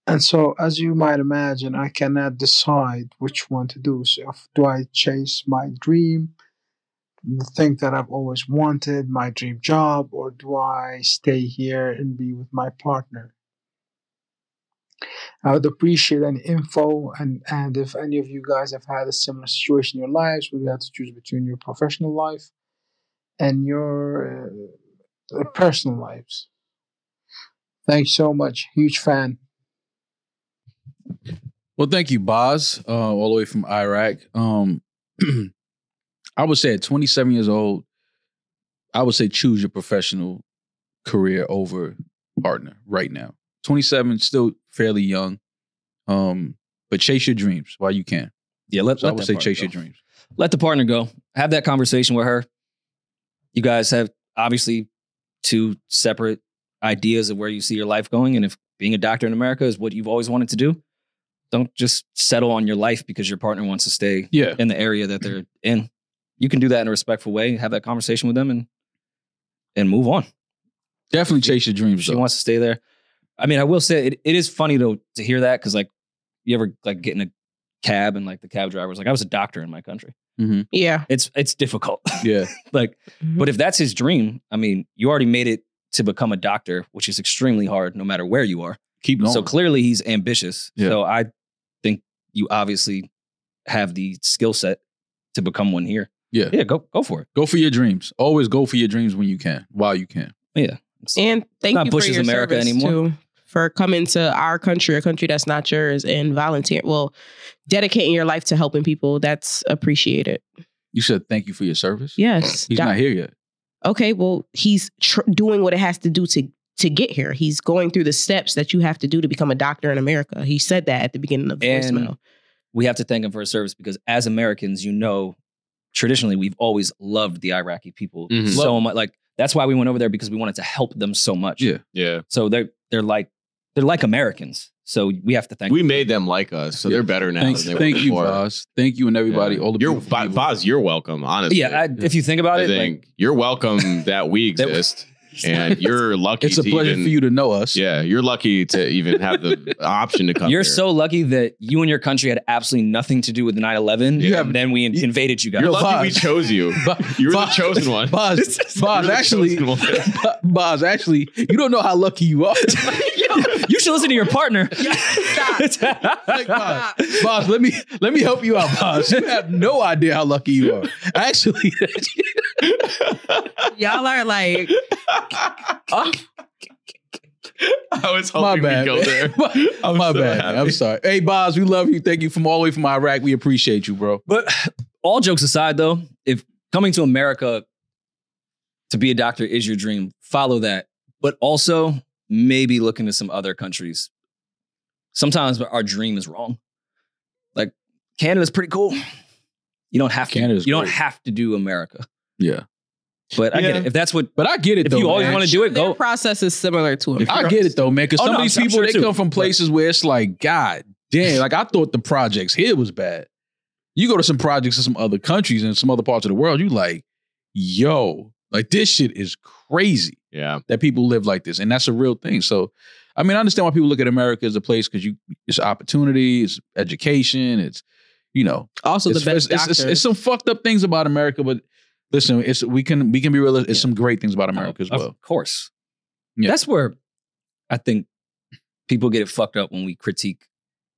S8: And so, as you might imagine, I cannot decide which one to do. So, if, do I chase my dream? the thing that I've always wanted, my dream job, or do I stay here and be with my partner? I would appreciate any info and, and if any of you guys have had a similar situation in your lives where you had to choose between your professional life and your uh, personal lives. Thanks so much. Huge fan.
S1: Well, thank you, Boz, uh, all the way from Iraq. Um, (clears throat) I would say at 27 years old, I would say choose your professional career over partner right now. 27, still fairly young, um, but chase your dreams while you can.
S2: Yeah, let,
S1: So
S2: let
S1: I would
S2: that
S1: say
S2: partner
S1: chase your
S2: go.
S1: dreams.
S2: Let the partner go. Have that conversation with her. You guys have obviously two separate ideas of where you see your life going. And if being a doctor in America is what you've always wanted to do, don't just settle on your life because your partner wants to stay
S1: Yeah.
S2: in the area that they're in. You can do that in a respectful way, have that conversation with them and and move on.
S1: Definitely chase your dreams.
S2: She
S1: Though.
S2: wants to stay there. I mean, I will say it, it is funny to to hear that because like you ever like get in a cab and like the cab driver's like, I was a doctor in my country.
S6: Yeah.
S2: It's it's difficult.
S1: Mm-hmm.
S2: (laughs)
S1: yeah.
S2: like,
S6: Mhm.
S2: but if that's his dream, I mean, you already made it to become a doctor, which is extremely hard no matter where you are.
S1: Keep going.
S2: So clearly he's ambitious.
S1: Yeah.
S2: So I think you obviously have the skill set to become one here.
S1: Yeah.
S2: Yeah, go go for it.
S1: go for your dreams. Always go for your dreams when you can, while you can.
S6: And thank
S2: not
S6: you for
S2: Bush's
S6: your
S2: America
S6: service
S2: anymore.
S6: too, for coming to our country, a country that's not yours, and volunteer. Well, dedicating your life to helping people. That's appreciated.
S1: You said thank you for your service.
S6: Yes.
S1: He's
S6: Doc-
S1: not here yet.
S6: okay, well, he's tr- doing what it has to do to to get here. He's going through the steps that you have to do to become a doctor in America. He said that at the beginning of the
S2: And-
S6: voicemail.
S2: we have to thank him for his service because as Americans, you know, traditionally we've always loved the Iraqi people
S5: Mhm.
S2: so much. Like that's why we went over there because we wanted to help them so much.
S1: Yeah.
S5: Yeah.
S2: So they're they're like they're like Americans. So we have to thank
S5: We
S2: them.
S5: made them like us, so
S1: Yeah.
S5: they're better now
S1: Thanks,
S5: than they
S1: thank
S5: were
S1: you,
S5: before.
S1: Boz. Thank you and everybody.
S5: Yeah.
S1: All the
S5: you're,
S1: beautiful
S5: Bo-
S1: people.
S5: Boz, you're welcome, honestly.
S2: Yeah, I, if you think about
S5: I
S2: it,
S5: think
S2: like,
S5: you're welcome that we
S1: (laughs)
S5: exist, and you're lucky.
S1: it's a
S5: to
S1: pleasure
S5: even-
S1: for you to know us.
S5: Yeah, you're lucky to even have
S1: (laughs)
S5: the option to come.
S2: you're
S5: here.
S2: so lucky that you and your country had absolutely nothing to do with 9-11.
S5: You
S1: have-
S2: and then we in-
S1: you-
S2: invaded you guys.
S5: You're lucky we
S1: Boz.
S5: chose you.
S1: (laughs)
S5: (laughs)
S1: Bo-
S5: You were the
S1: (laughs) Boz-
S5: chosen one. (laughs)
S1: Boz,
S5: You're
S1: Boz,
S5: the
S1: actually,
S5: chosen one.
S1: (laughs) Boz, actually, you don't know how lucky you are. (laughs)
S2: you should listen to your partner. (laughs)
S6: Stop.
S1: like, Boz, Boz, let me let me help you out, Boz. You have no idea how lucky you are. Actually, (laughs)
S6: Y'all are like,
S2: (laughs)
S5: I was
S1: my
S5: hoping
S1: bad.
S5: we
S1: (laughs)
S5: go
S1: man.
S5: there.
S1: my
S5: I'm
S1: my
S5: so
S1: bad.
S5: happy.
S1: man. I'm sorry. Hey, Boz, we love you. Thank you from all the way from Iraq. We appreciate you, bro.
S2: But all jokes aside, though, if coming to America to be a doctor is your dream, follow that. But also maybe look into some other countries. Sometimes our dream is wrong. Like Canada's pretty cool. You don't have to.
S1: Canada's
S2: you don't
S1: great.
S2: have to do America.
S1: Yeah,
S2: But I get
S5: Yeah.
S2: it. If that's what.
S1: but I get it
S2: If
S1: though.
S2: you always
S1: man.
S2: wanna do it, go-
S6: Their process is similar to it.
S5: If-
S1: I get it though, man. Because
S2: Oh,
S1: some
S2: no,
S1: of these
S2: I'm- I'm
S1: people
S2: sure,
S1: they
S2: too.
S1: come from places where it's like, God damn, like I thought the projects here was bad. You go to some projects in some other countries and some other parts of the world, you like, yo, like this shit is crazy
S5: Yeah,
S1: that people live like this, and that's a real thing. So, I mean, I understand why people look at America as a place because you it's opportunity, it's education, it's you know,
S6: also, the
S1: it's,
S6: best
S1: it's- it's- it's-
S6: doctor.
S1: it's some fucked up things about America, but listen, it's we can we can be real. It's
S2: Yeah. Oh,
S1: some great things about America as
S2: Of
S1: well.
S2: course.
S1: Yeah.
S2: That's where I think people get it fucked up when we critique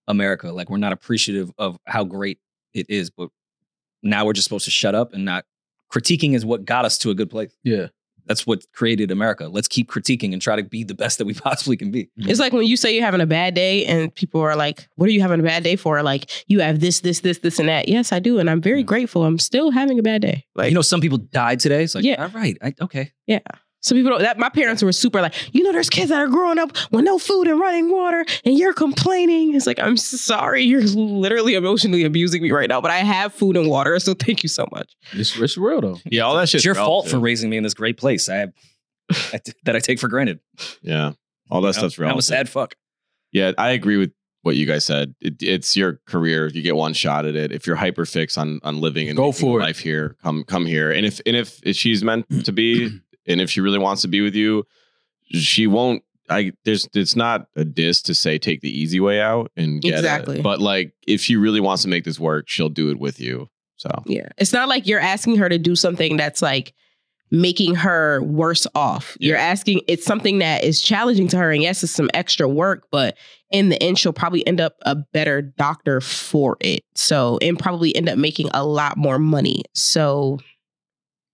S2: America. Like we're not appreciative of how great it is, but now we're just supposed to shut up and not critiquing is what got us to a good place.
S1: Yeah,
S2: That's what created America. Let's keep critiquing and try to be the best that we (laughs) possibly can be.
S6: It's like when you say you're having a bad day and people are like, What are you having a bad day for? Like, you have this, this, this, this, and that. Yes, I do. And I'm very grateful. I'm still having a bad day. Like,
S2: you know, some people died today. It's like,
S6: Yeah.
S2: all right, I, okay.
S6: some people don't, that my parents were super like, You know, there's kids that are growing up with no food and running water and you're complaining. It's like, I'm sorry. You're literally emotionally abusing me right now, but I have food and water. So thank you so much.
S1: it's it's real though.
S5: yeah. All that shit's
S2: It's your fault
S5: relative.
S2: for raising me in this great place. I have I (laughs) t- that I take for granted.
S5: yeah. All
S2: You
S5: that
S2: know?
S5: stuff's
S2: I'm a
S5: relative.
S2: sad fuck.
S5: Yeah, I agree with what you guys said. It, it's your career. You get one shot at it. If you're hyper fixed on on living and
S1: Go
S5: making
S1: for it.
S5: life here, come come here. And if and if, if she's meant
S1: (clears throat)
S5: to be, and if she really wants to be with you, she won't. I there's it's not a diss to say take the easy way out and get
S6: Exactly.
S5: it. But like if she really wants to make this work, she'll do it with you. So
S6: Yeah. It's not like you're asking her to do something that's like making her worse off. You're asking it's something that is challenging to her and yes, it's some extra work, but in the end she'll probably end up a better doctor for it. So, and probably end up making a lot more money. So,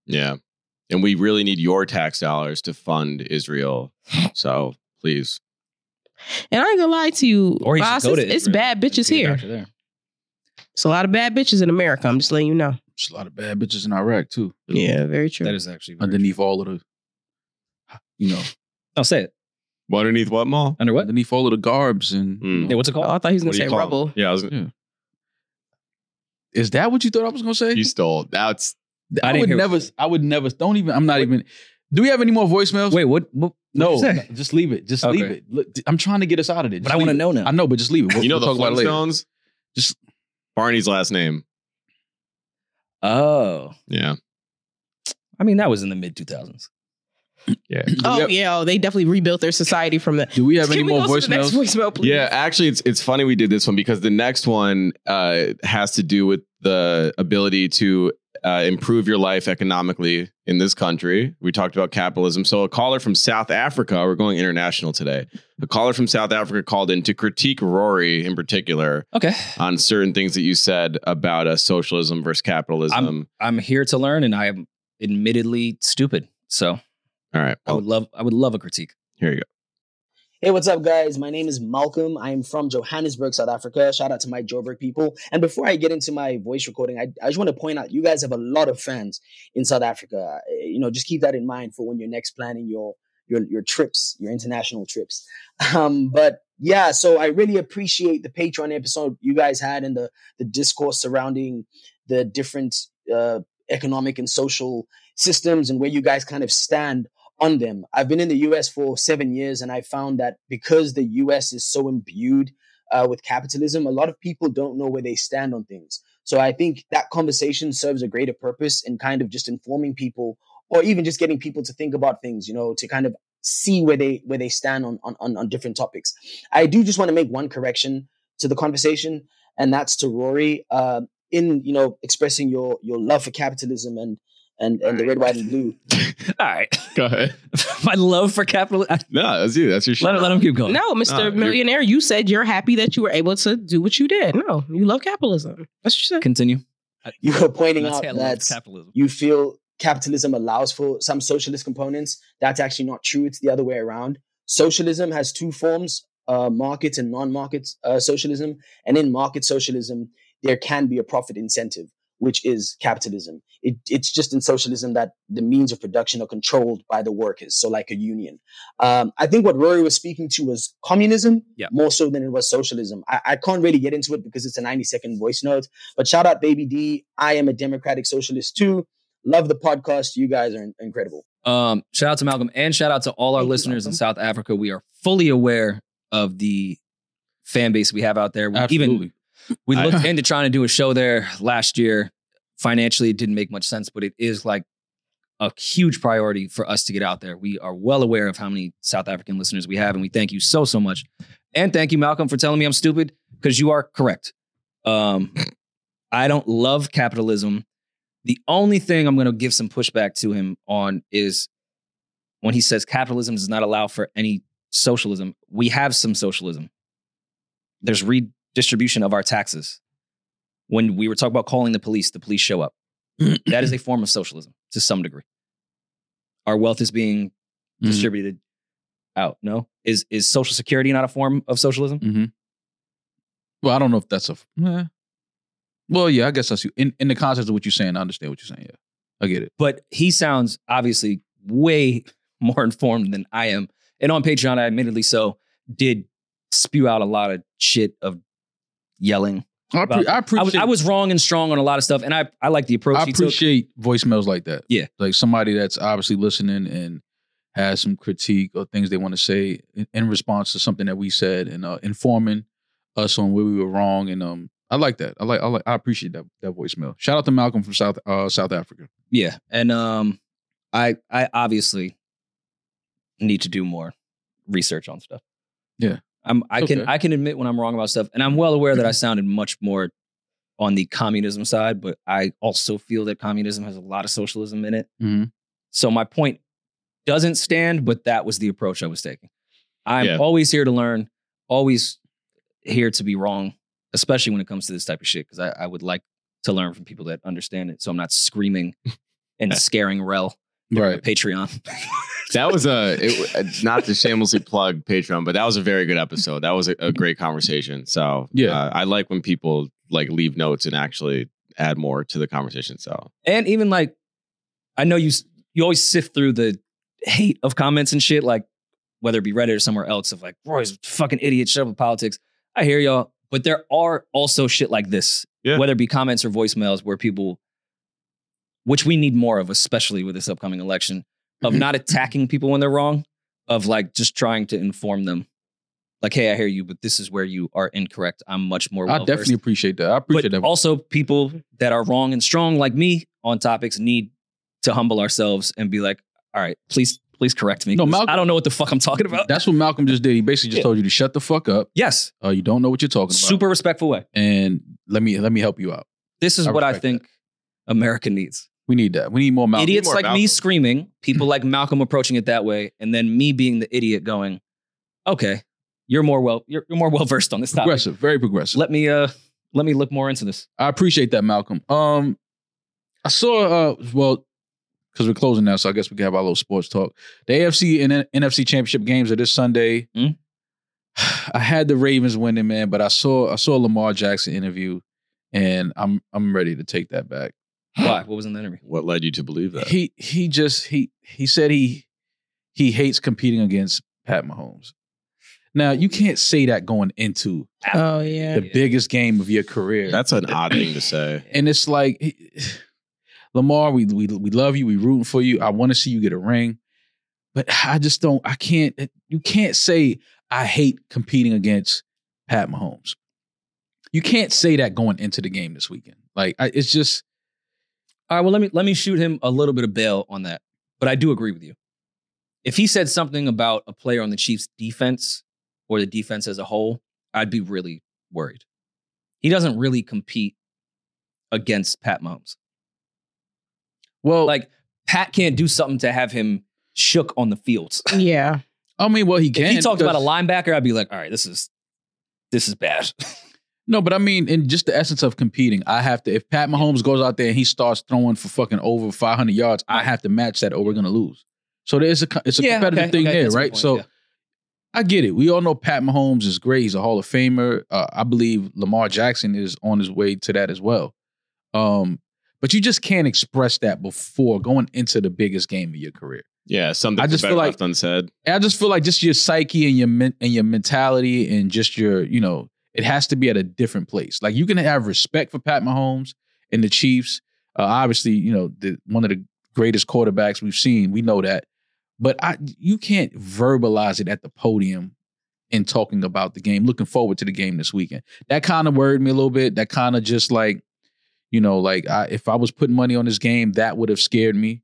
S5: yeah, and we really need your tax dollars to fund Israel. So please,
S6: and I ain't gonna lie to you,
S2: Or you should
S6: boss,
S2: go
S6: it's,
S2: to
S6: it's
S2: Israel
S6: bad bitches
S2: Be a
S6: here.
S2: doctor there.
S6: It's a lot of bad bitches in America. I'm just letting you know.
S1: There's a lot of bad bitches in Iraq too.
S6: Yeah, very true.
S2: That is actually. Very
S1: underneath all of the, you know,
S2: I'll say it.
S5: underneath what mall?
S2: Under what?
S1: underneath all of the garbs and
S5: Mm.
S2: Yeah, what's it
S6: oh,
S2: called?
S6: I thought he was
S5: What
S6: gonna
S5: do
S6: say
S5: you call 'em?
S6: rubble.
S5: Yeah, I was,
S1: Is that what you thought I was gonna say?
S5: You stole. That's
S1: I,
S2: I didn't
S1: would
S2: hear-
S1: never. I would never. Don't even. I'm not even. Do we have any more voicemails?
S2: Wait, what? what what'd
S1: no.
S2: you say?
S1: no, Just leave it. Just leave
S2: Okay.
S1: it. Look, I'm trying to get us out of it.
S2: But I want to know now.
S1: I know, but just leave it. We'll,
S5: you know
S1: we'll
S5: the
S1: talk about it later.
S5: Flintstones.
S1: Just-
S5: Barney's last name.
S2: Oh,
S5: Yeah,
S2: I mean, that was in the mid 2000s.
S5: yeah,
S6: Oh
S1: Yep.
S6: yeah, oh, they definitely rebuilt their society from that.
S1: Do we have
S6: Can
S1: any
S6: we
S1: more
S6: go to the next
S1: voicemails?
S6: voicemail, please?
S5: yeah. Actually, it's it's funny we did this one because the next one uh, has to do with the ability to uh, improve your life economically in this country. We talked about capitalism. So a caller from South Africa. We're going international today. A caller from South Africa called in to critique Rory in particular
S2: Okay.
S5: on certain things that you said about uh, socialism versus capitalism.
S2: I'm here to learn and I am admittedly stupid. So
S5: All right.
S2: I would
S5: Well,
S2: love I would love a critique.
S5: here you go.
S7: Hey, what's up, guys? My name is Malcolm. I am from Johannesburg, South Africa. Shout out to my Joburg people. And before I get into my voice recording, I, I just want to point out you guys have a lot of fans in South Africa. Uh, You know, just keep that in mind for when you're next planning your your your trips, your international trips. Um, but yeah, so I really appreciate the Patreon episode you guys had and the the discourse surrounding the different uh, economic and social systems and where you guys kind of stand on them. I've been in the US for seven years and I found that because the US is so imbued uh, with capitalism, a lot of people don't know where they stand on things. So I think that conversation serves a greater purpose in kind of just informing people or even just getting people to think about things, you know, to kind of see where they where they stand on on, on on different topics. I do just want to make one correction to the conversation, and that's to Rory. Uh, in you know expressing your your love for capitalism and and and the red white and blue
S2: (laughs) All right.
S5: (laughs)
S2: (laughs)
S5: Go ahead.
S2: My love for capital. I-
S5: No, that's you. That's your shit.
S2: Let, let him keep going.
S6: No, Mr.
S5: you're-
S6: Millionaire, you said you're happy that you were able to do what you did. No, you love capitalism. That's what you said.
S2: Continue.
S7: you were pointing out
S2: That's how I love
S7: that
S2: capitalism.
S7: you feel capitalism allows for some socialist components. That's actually not true. It's the other way around. Socialism has two forms uh, market and non market uh, socialism. And in market socialism, there can be a profit incentive, which is capitalism. It, it's just in socialism that the means of production are controlled by the workers, so like a union. Um, I think what Rory was speaking to was communism
S2: Yeah.
S7: more so than it was socialism. I, I can't really get into it because it's a 90 second voice note. But shout out, Baby D. I am a democratic socialist too. Love the podcast. You guys are in- incredible.
S2: Um, shout out to Malcolm and shout out to all our
S6: Thank you,
S2: listeners in
S6: Malcolm.
S2: South Africa. We are fully aware of the fan base we have out there. We
S1: Absolutely.
S2: Even we
S1: I-
S2: looked into trying to do a show there last year. Financially, it didn't make much sense, but it is like a huge priority for us to get out there. We are well aware of how many South African listeners we have, and we thank you so so much. And thank you, Malcolm, for telling me I'm stupid because you are correct. Um, I don't love capitalism. The only thing I'm going to give some pushback to him on is when he says capitalism does not allow for any socialism. We have some socialism. There's redistribution of our taxes. When we were talking about calling the police, the police show up. (clears throat) that is a form of socialism to some degree. Our wealth is being
S5: Mm-hmm.
S1: Mhm.
S2: distributed out. No, is is Social Security not a form of socialism?
S1: Mm-hmm. Well, I don't know if that's a. eh. Well, yeah, I guess that's you. In in the context of what you're saying, I understand what you're saying. Yeah, I get it.
S2: but he sounds obviously way (laughs) more informed than I am. And on Patreon, I admittedly so did spew out a lot of shit of yelling.
S1: I,
S2: About-
S1: appre- I
S2: I
S1: appreciate.
S2: was I was wrong and strong on a lot of stuff, and I I like the approach
S1: I
S2: he took.
S1: appreciate voicemails like that.
S2: Yeah.
S1: Like somebody that's obviously listening and has some critique or things they want to say in, in response to something that we said and uh, informing us on where we were wrong. And um, I like that. I like. I like. I appreciate that that voicemail. Shout out to Malcolm from South uh, South Africa.
S2: Yeah, and um, I I obviously need to do more research on stuff.
S1: Yeah.
S2: I'm. I can
S1: Okay. Mm-hmm.
S2: I can admit when I'm wrong about stuff, and I'm well aware that I sounded much more on the communism side, but I also feel that communism has a lot of socialism in it.
S1: Mhm.
S2: So my point doesn't stand, but that was the approach I was taking. I'm
S5: Yeah.
S2: always here to learn, always here to be wrong, especially when it comes to this type of shit, because I, I would like to learn from people that understand it. So I'm not screaming and scaring Rel
S1: Right.
S2: Patreon.
S5: that was a it, uh, not to shamelessly plug Patreon, but that was a very good episode. That was a, a great conversation. So
S1: Yeah.
S5: uh, I like when people like leave notes and actually add more to the conversation. So
S2: and even like, I know you s- you always sift through the hate of comments and shit, like whether it be Reddit or somewhere else, of like Roy's a fucking idiot, shut up with politics. I hear y'all, but there are also shit like this
S5: Yeah.
S2: whether it be comments or voicemails where people, which we need more of, especially with this upcoming election, of not attacking people when they're wrong, of like just trying to inform them. Like, hey, I hear you, but this is where you are incorrect. I'm much more.
S1: I
S2: well-versed."
S1: definitely appreciate that. I appreciate
S2: but
S1: that.
S2: also people that are wrong and strong like me on topics need to humble ourselves and be like, all right, please, please correct me.
S1: No,
S2: 'cause
S1: Malcolm-
S2: I don't know what the fuck I'm talking about.
S1: That's what Malcolm just did. He basically just
S2: Yeah.
S1: told you to shut the fuck up.
S2: yes,
S1: Uh, you don't know what you're talking about.
S2: super respectful way.
S1: And let me let me help you out.
S2: This is
S1: I
S2: what I
S1: respect
S2: think America needs.
S1: We need that. We need more Malcolm.
S2: Idiots
S5: more
S2: like me
S5: Malcolm.
S2: screaming,
S1: (clears throat)
S2: people like Malcolm approaching it that way, and then me being the idiot going, okay, you're more well, you're, you're more well versed on this topic.
S1: progressive, very progressive.
S2: Let me, uh, let me look more into this.
S1: I appreciate that, Malcolm. Um, I saw. Uh, well, because we're closing now, so I guess we can have our little sports talk. The AFC and N- NFC championship games are this Sunday.
S2: Mm.
S1: I had the Ravens winning, man, but I saw I saw Lamar Jackson interview, and I'm I'm ready to take that back.
S2: Why? What was in the interview?
S5: What led you to believe that?
S1: He he just he he said he he hates competing against Pat Mahomes. Now you can't say that going into
S6: Oh yeah.
S1: the biggest game of your career.
S5: That's an odd thing
S1: (coughs)
S5: to say.
S1: and it's like (sighs) he- Lamar, we we we love you. We rooting for you. I want to see you get a ring, but I just don't. I can't. eh, You can't say I hate competing against Pat Mahomes. You can't say that going into the game this weekend. Like I, it's just
S2: All right, well, let me let me shoot him a little bit of bail on that. But I do agree with you. If he said something about a player on the Chiefs defense or the defense as a whole, I'd be really worried. He doesn't really compete against Pat Mahomes.
S1: well, like
S2: Like Pat can't do something to have him shook on the fields.
S6: Yeah.
S1: I mean, well, he can.
S2: If he talked about a
S1: because-
S2: linebacker, I'd be like, all right, this is this is bad.
S1: No, but I mean, in just the essence of competing, I have to. If Pat Mahomes goes out there and he starts throwing for fucking over 500 yards, I have to match that, or we're gonna lose. So there's a co- it's a
S2: (laughs)
S1: competitive
S2: okay,
S1: thing
S2: okay,
S1: there,
S2: that's a good
S1: right?
S2: point,
S1: So
S2: yeah.
S1: I get it. We all know Pat Mahomes is great. He's a Hall of Famer. Uh, I believe Lamar Jackson is on his way to that as well. Um, but you just can't express that before going into the biggest game of your career.
S5: Yeah, something
S1: I
S5: I
S1: just
S5: just
S1: feel like-
S5: left unsaid.
S1: And I just feel like just your psyche and your men- and your mentality and just your you know it has to be at a different place. Like you can have respect for Pat Mahomes and the Chiefs. Uh, obviously, you know the, one of the greatest quarterbacks we've seen. We know that, but I you can't verbalize it at the podium in talking about the game. Looking forward to the game this weekend. That kind of worried me a little bit. That kind of just like you know like I, if I was putting money on this game, that would have scared me.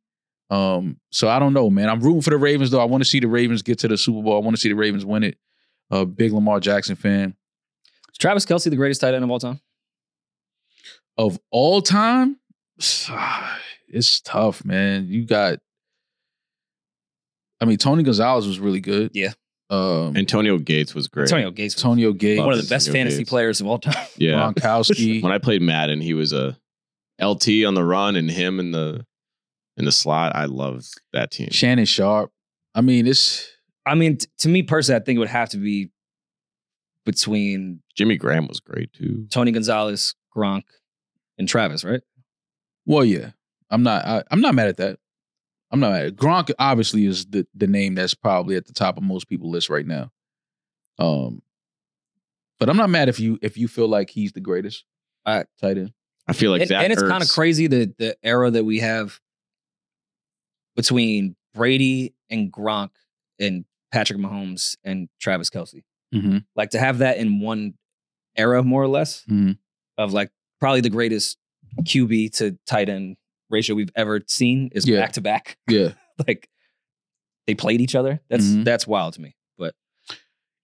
S1: Um, so I don't know, man. I'm rooting for the Ravens though. I want to see the Ravens get to the Super Bowl. I want to see the Ravens win it. A big Lamar Jackson fan
S2: Is Travis Kelsey the greatest tight end of all time?
S1: of all time. (sighs) It's tough, man. You got. I mean, Tony Gonzalez was really good.
S2: Yeah.
S1: Um,
S5: Antonio Gates was great.
S2: Antonio Gates, was
S1: Antonio Gates,
S2: one of the
S5: Gates.
S2: best
S5: Antonio
S2: fantasy
S5: Gates.
S2: players of all time.
S5: yeah.
S2: (laughs)
S1: Gronkowski.
S5: When I played Madden, he was a LT on the run and him in the in the slot. I loved that team.
S1: Shannon Sharp. I mean, it's
S2: I mean, t- to me personally, I think it would have to be between
S5: Jimmy Graham was great too.
S2: Tony Gonzalez, Gronk, and Travis, right?
S1: well, yeah. I'm not. I, I'm not mad at that. I'm not mad. At Gronk obviously is the the name that's probably at the top of most people's list right now. Um, but I'm not mad if you if you feel like he's the greatest
S2: I-
S1: tight end.
S5: I feel like
S2: and,
S5: that.
S2: and it's kind of
S5: Ertz-
S2: crazy that the era that we have between Brady and Gronk and Patrick Mahomes and Travis Kelsey.
S1: Mm-hmm.
S2: Like to have that in one era, more or less,
S5: Mm-hmm.
S1: Mhm.
S2: of like probably the greatest QB to tight end ratio we've ever seen is
S1: Yeah.
S2: back to back. (laughs)
S1: Yeah.
S2: Like they played each other. That's
S5: Mm-hmm.
S1: Mhm.
S2: that's wild to me. But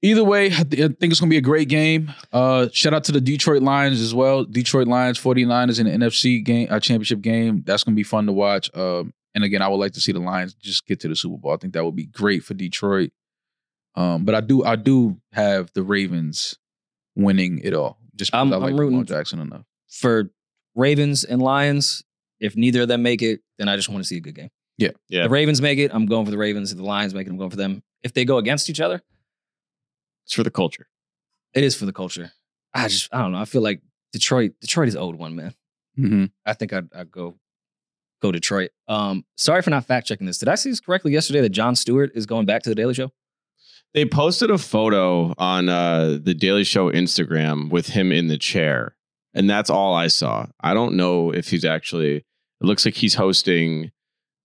S1: Either way, I, th- I think it's gonna be a great game. Uh, shout out to the Detroit Lions as well. Detroit Lions 49ers in the NFC game, uh, championship game. That's gonna be fun to watch. Um, and again, I would like to see the Lions just get to the Super Bowl. I think that would be great for Detroit. Um, but I do, I do have the Ravens winning it all. Just because
S2: I'm-
S1: I
S2: I'm
S1: like Lamar
S2: rooting-
S1: Jackson enough.
S2: for Ravens and Lions, if neither of them make it, then I just want to see a good game.
S1: Yeah.
S5: Yeah.
S2: The Ravens make it, I'm going for the Ravens. If the Lions make it, I'm going for them. If they go against each other,
S5: It's for the culture.
S2: it is for the culture. I just I don't know. I feel like Detroit, Detroit is old one, man.
S1: Mm-hmm.
S2: I think I'd, I'd go go Detroit. Um, sorry for not fact checking this. Did I see this correctly yesterday that John Stewart is going back to the Daily Show?
S5: They posted a photo on uh, the Daily Show Instagram with him in the chair. And that's all I saw. I don't know if he's actually, it looks like he's hosting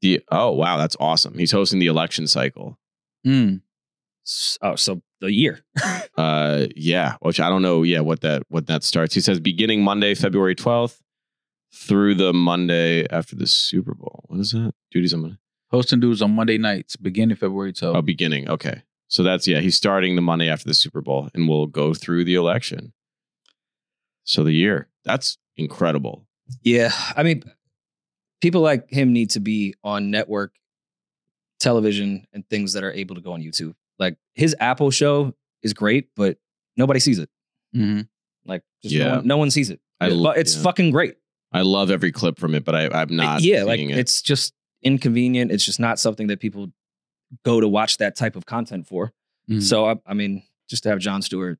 S5: the, oh, wow, that's awesome. He's hosting the election cycle.
S1: Mm.
S2: S- Oh, so the year.
S5: Uh, yeah, which I don't know. Yeah, what that what that starts. He says beginning Monday, February twelfth, through the Monday after the Super Bowl. What is that? Duties on Monday.
S1: Hosting dudes on Monday nights, beginning February 12th.
S5: Oh, beginning. Okay, so that's yeah. He's starting the Monday after the Super Bowl, and we'll go through the election. So the year. That's incredible.
S2: Yeah. I mean, people like him need to be on network television and things that are able to go on YouTube. Like his Apple show is great, but nobody sees it.
S1: Mhm.
S2: Like just no,
S5: Yeah.
S2: one, no one sees it.
S5: I
S2: It-
S5: lo-
S2: it's
S5: yeah.
S2: fucking great.
S5: I love every clip from it, but I, I'm not.
S2: yeah, like
S5: seeing it.
S2: it's just inconvenient. It's just not something that people go to watch that type of content for.
S5: Mm.
S1: Mhm.
S2: So I, I mean, just to have John Stewart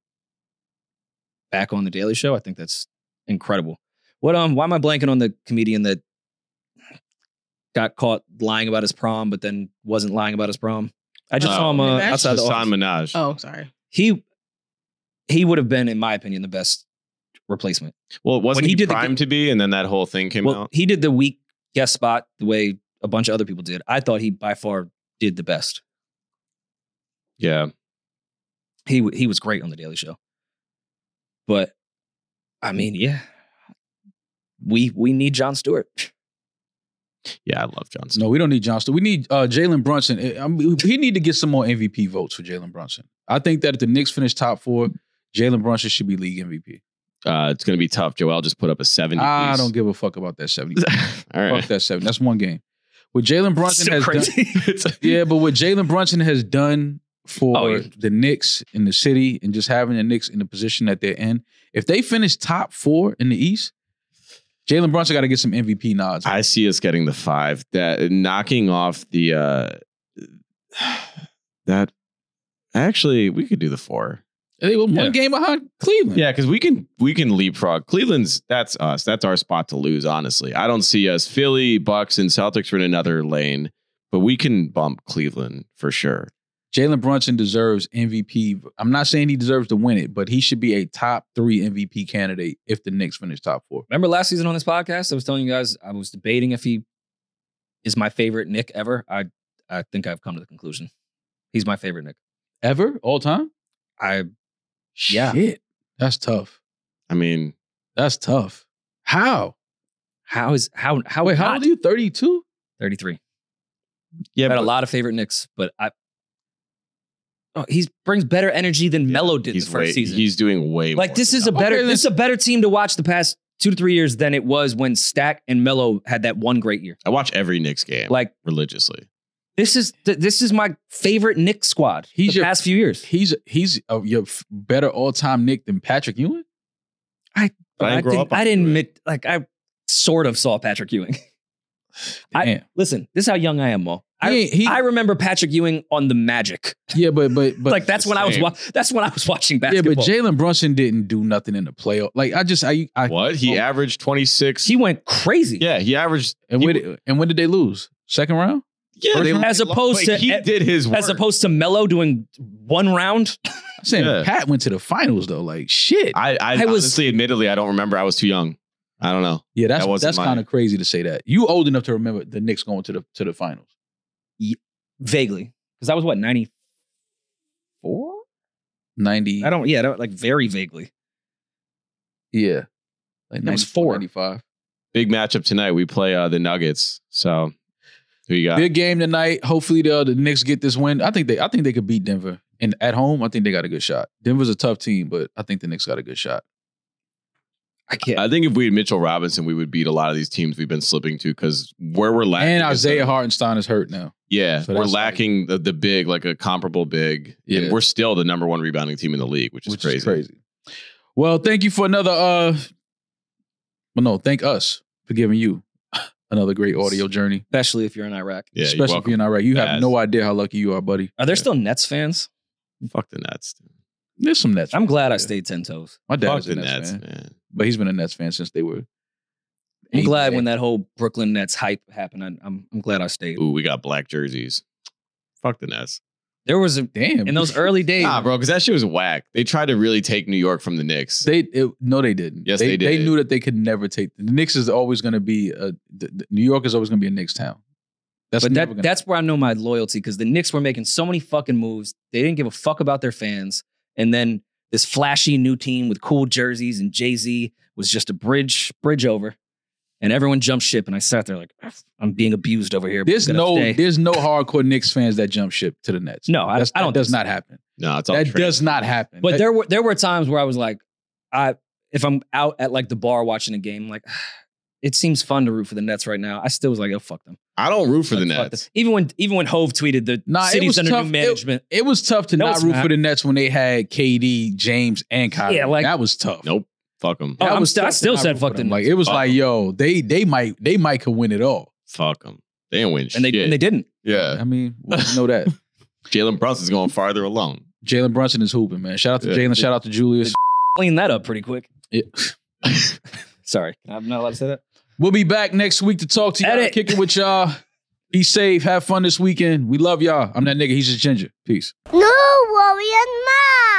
S2: back on the Daily Show, I think that's incredible. What um? Why am I blanking on the comedian that got caught lying about his prom, but then wasn't lying about his prom? I just
S5: Oh,
S2: saw him uh,
S6: Minaj?
S2: outside the office.
S5: Hassan Minaj.
S6: Oh, sorry.
S2: He he would have been, in my opinion, the best replacement.
S5: Well, wasn't
S2: When he
S5: he,
S2: did the-
S5: primed to be, and then that whole thing came
S2: Well,
S5: out.
S2: he did the weak guest spot the way a bunch of other people did. I thought he by far did the best.
S5: Yeah.
S2: He w- he was great on the Daily Show. But I mean, yeah, we we need John Stewart. (laughs)
S5: Yeah, I love John Stewart.
S1: No, we don't need John Stewart. We need uh, Jalen Brunson. I- I mean, he need to get some more MVP votes for Jalen Brunson. I think that if the Knicks finish top four, Jalen Brunson should be league MVP.
S5: Uh, it's going to be tough. Joel just put up a 70.
S1: I
S5: piece. (laughs)
S1: don't give a fuck about that seventy.
S2: (laughs)
S5: All right.
S1: Fuck that seven. That's one game. What Jalen Brunson
S2: So
S1: has done, (laughs)
S2: crazy. (laughs)
S1: yeah, but what Jalen Brunson has done for
S2: Oh, yeah.
S1: the Knicks in the city and just having the Knicks in the position that they're in, if they finish top four in the East, Jalen Brunson got to get some MVP nods.
S5: I see us getting the five. That knocking off the uh (sighs) that actually we could do the four.
S1: they were one
S2: Yeah.
S1: game behind Cleveland.
S5: Yeah, because we can we can leapfrog. Cleveland's that's us. That's our spot to lose, honestly. I don't see us. Philly, Bucks, and Celtics are in another lane, but we can bump Cleveland for sure.
S1: Jalen Brunson deserves MVP. I'm not saying he deserves to win it, but he should be a top three MVP candidate if the Knicks finish top four.
S2: Remember last season on this podcast, I was telling you guys I was debating if he is my favorite Nick ever. I I think I've come to the conclusion he's my favorite Nick.
S1: Ever? All time?
S2: I Yeah.
S1: Shit. That's tough.
S5: I mean,
S1: That's tough. How?
S2: how is how how
S1: Wait, how old are you? 32?
S2: Thirty three.
S5: yeah,
S2: I've
S5: but
S2: had a lot of favorite Knicks, but I. Oh, he brings better energy than
S5: Yeah,
S2: Melo did the
S5: he's
S2: first
S5: way,
S2: season.
S5: He's doing way
S2: like
S5: more
S2: this
S5: than
S2: is a
S5: that.
S2: better
S1: Okay,
S2: this is a better team to watch the past two to three years than it was when Stack and Melo had that one great year.
S5: I watch every Knicks game like
S2: Like
S5: religiously.
S2: this is th- this is my favorite Knicks squad.
S1: He's
S2: the
S1: your-
S2: past few years.
S1: He's he's a your f- better all time Nick than Patrick Ewing.
S5: But I didn't grow up on
S2: I didn't
S5: Ewing.
S2: admit, like I sort of saw Patrick Ewing. (laughs) I-
S1: Damn.
S2: Listen, this is how young I am, Mo. I,
S1: He- he-
S2: I remember Patrick Ewing on the Magic.
S1: yeah, but but but
S2: like that's when I was
S5: same.
S2: wa- that's when I was watching
S1: yeah,
S2: basketball.
S1: but Jalen Brunson didn't do nothing in the playoff. Like I just I I
S5: What? He
S1: Oh.
S5: averaged 26.
S2: he went crazy.
S5: yeah, he averaged
S1: and
S5: he-
S1: when and when did they lose? Second round?
S5: Yeah,
S1: First
S5: they-
S1: round?
S2: As opposed
S5: like,
S2: to e-
S5: he did his work.
S2: as opposed to Melo doing one round.
S1: I'm saying
S5: Yeah.
S1: Pat went to the finals though. Like shit.
S5: I, I,
S2: I was-
S5: honestly, admittedly, I don't remember. I was too young. I don't know.
S1: Yeah, that's
S5: That wasn't
S1: that's
S5: mine.
S1: kind of crazy to say that. You old enough to remember the Knicks going to the to the finals.
S2: Vaguely. Because I was what, 94?
S1: Ninety.
S2: I don't, yeah, I don't, like very vaguely.
S1: Yeah. Like
S2: That was four.
S1: 95.
S5: Big matchup tonight. We play uh, the Nuggets. So who you got?
S1: Big game tonight. Hopefully the the Knicks get this win. I think they I think they could beat Denver. And at home, I think they got a good shot. Denver's a tough team, but I think the Knicks got a good shot.
S2: I can't.
S5: I think if we had Mitchell Robinson, we would beat a lot of these teams we've been slipping to because where we're lacking.
S1: And
S5: is the-
S1: Isaiah Hartenstein is hurt now.
S5: Yeah,
S1: So
S5: we're
S1: that's-
S5: lacking the, the big, like a comparable big.
S1: Yeah.
S5: And we're still the number one rebounding team in the league, which is,
S1: which
S5: crazy.
S1: is crazy. Well, thank you for another uh well no, thank us for giving you (laughs) another great audio journey.
S2: Especially if you're in Iraq.
S5: Yeah, you're
S1: Especially if
S5: welcome.
S1: you're not right. You have
S5: Yes.
S1: no idea how lucky you are, buddy.
S2: Are there
S5: Yeah.
S2: still Nets fans?
S5: Fuck the Nets. dude.
S1: There's some Nets.
S2: I'm glad I
S1: Yeah.
S2: stayed 10 toes.
S1: My dad
S5: Fuck
S1: is a
S5: the
S1: Nets,
S5: Nets,
S1: fan.
S5: man.
S1: but he's been a Nets fan since they were.
S2: I'm glad when
S1: that
S2: that whole Brooklyn Nets hype happened. I, I'm, I'm glad I stayed.
S5: Ooh, we got black jerseys. Fuck the Nets.
S2: There was a
S1: Damn.
S2: in (laughs) those early days.
S5: Nah, bro, because that shit was whack. They tried to really take New York from the Knicks.
S1: They it, no, they didn't.
S5: Yes, they
S1: They
S5: did.
S1: knew that they could never take the Knicks. Is always going to be a the, the- New York is always going to be a Knicks town. That's
S2: but
S1: never
S2: that,
S1: gonna,
S2: that's where I know my loyalty because the Knicks were making so many fucking moves. They didn't give a fuck about their fans. And then this flashy new team with cool jerseys and Jay Z was just a bridge bridge over, and everyone jumped ship. And I sat there like "Ah, I'm being abused over here. but
S1: there's
S2: I'm gonna
S1: no
S2: stay."
S1: there's no hardcore Knicks fans that jump ship to the Nets.
S2: no. I,
S1: That's,
S2: I don't.
S1: That does
S2: think so.
S1: not happen.
S5: No, it's all
S1: That
S5: trash.
S1: does not happen.
S2: But
S1: That-
S2: there were there were times where I was like, I if I'm out at like the bar watching a game, like (sighs) it seems fun to root for the Nets right now. I still was like, oh fuck them.
S5: I don't root for the
S2: Like, fuck
S5: Nets.
S2: them. Even when even when Hove tweeted the
S1: Nah, it was
S2: city's under
S1: tough. It-
S2: new management.
S1: it was tough to
S2: No,
S1: not
S2: it's
S1: root
S2: not.
S1: for the Nets when they had KD, James, and Kyrie.
S2: Yeah, like-
S1: that was tough.
S5: Nope. Fuck them.
S2: Oh,
S1: That
S2: I'm
S1: was
S2: still- I
S1: tough to
S2: still
S1: not
S2: said
S1: root
S2: fuck
S1: for
S2: the
S1: them. Like
S2: Knicks.
S1: it was
S5: Fuck
S1: like,
S5: them.
S1: yo, they they might they might could win it all.
S5: Fuck them. They didn't win
S2: and they
S5: shit.
S2: and they didn't.
S5: yeah.
S1: (laughs) I mean,
S5: (laughs)
S1: we know that.
S5: Jalen Brunson's going farther alone.
S1: Jalen Brunson is hooping, man. Shout out to
S5: Yeah.
S1: Jalen. Shout out to Julius.
S2: Clean that up pretty quick.
S1: Yeah.
S2: Sorry, I'm not allowed to say that.
S1: We'll be back next week to talk to y'all,
S2: Edit.
S1: kick it with y'all. Be safe. Have fun this weekend. We love y'all. I'm that nigga. He's just ginger. Peace.
S3: No worry and mouth.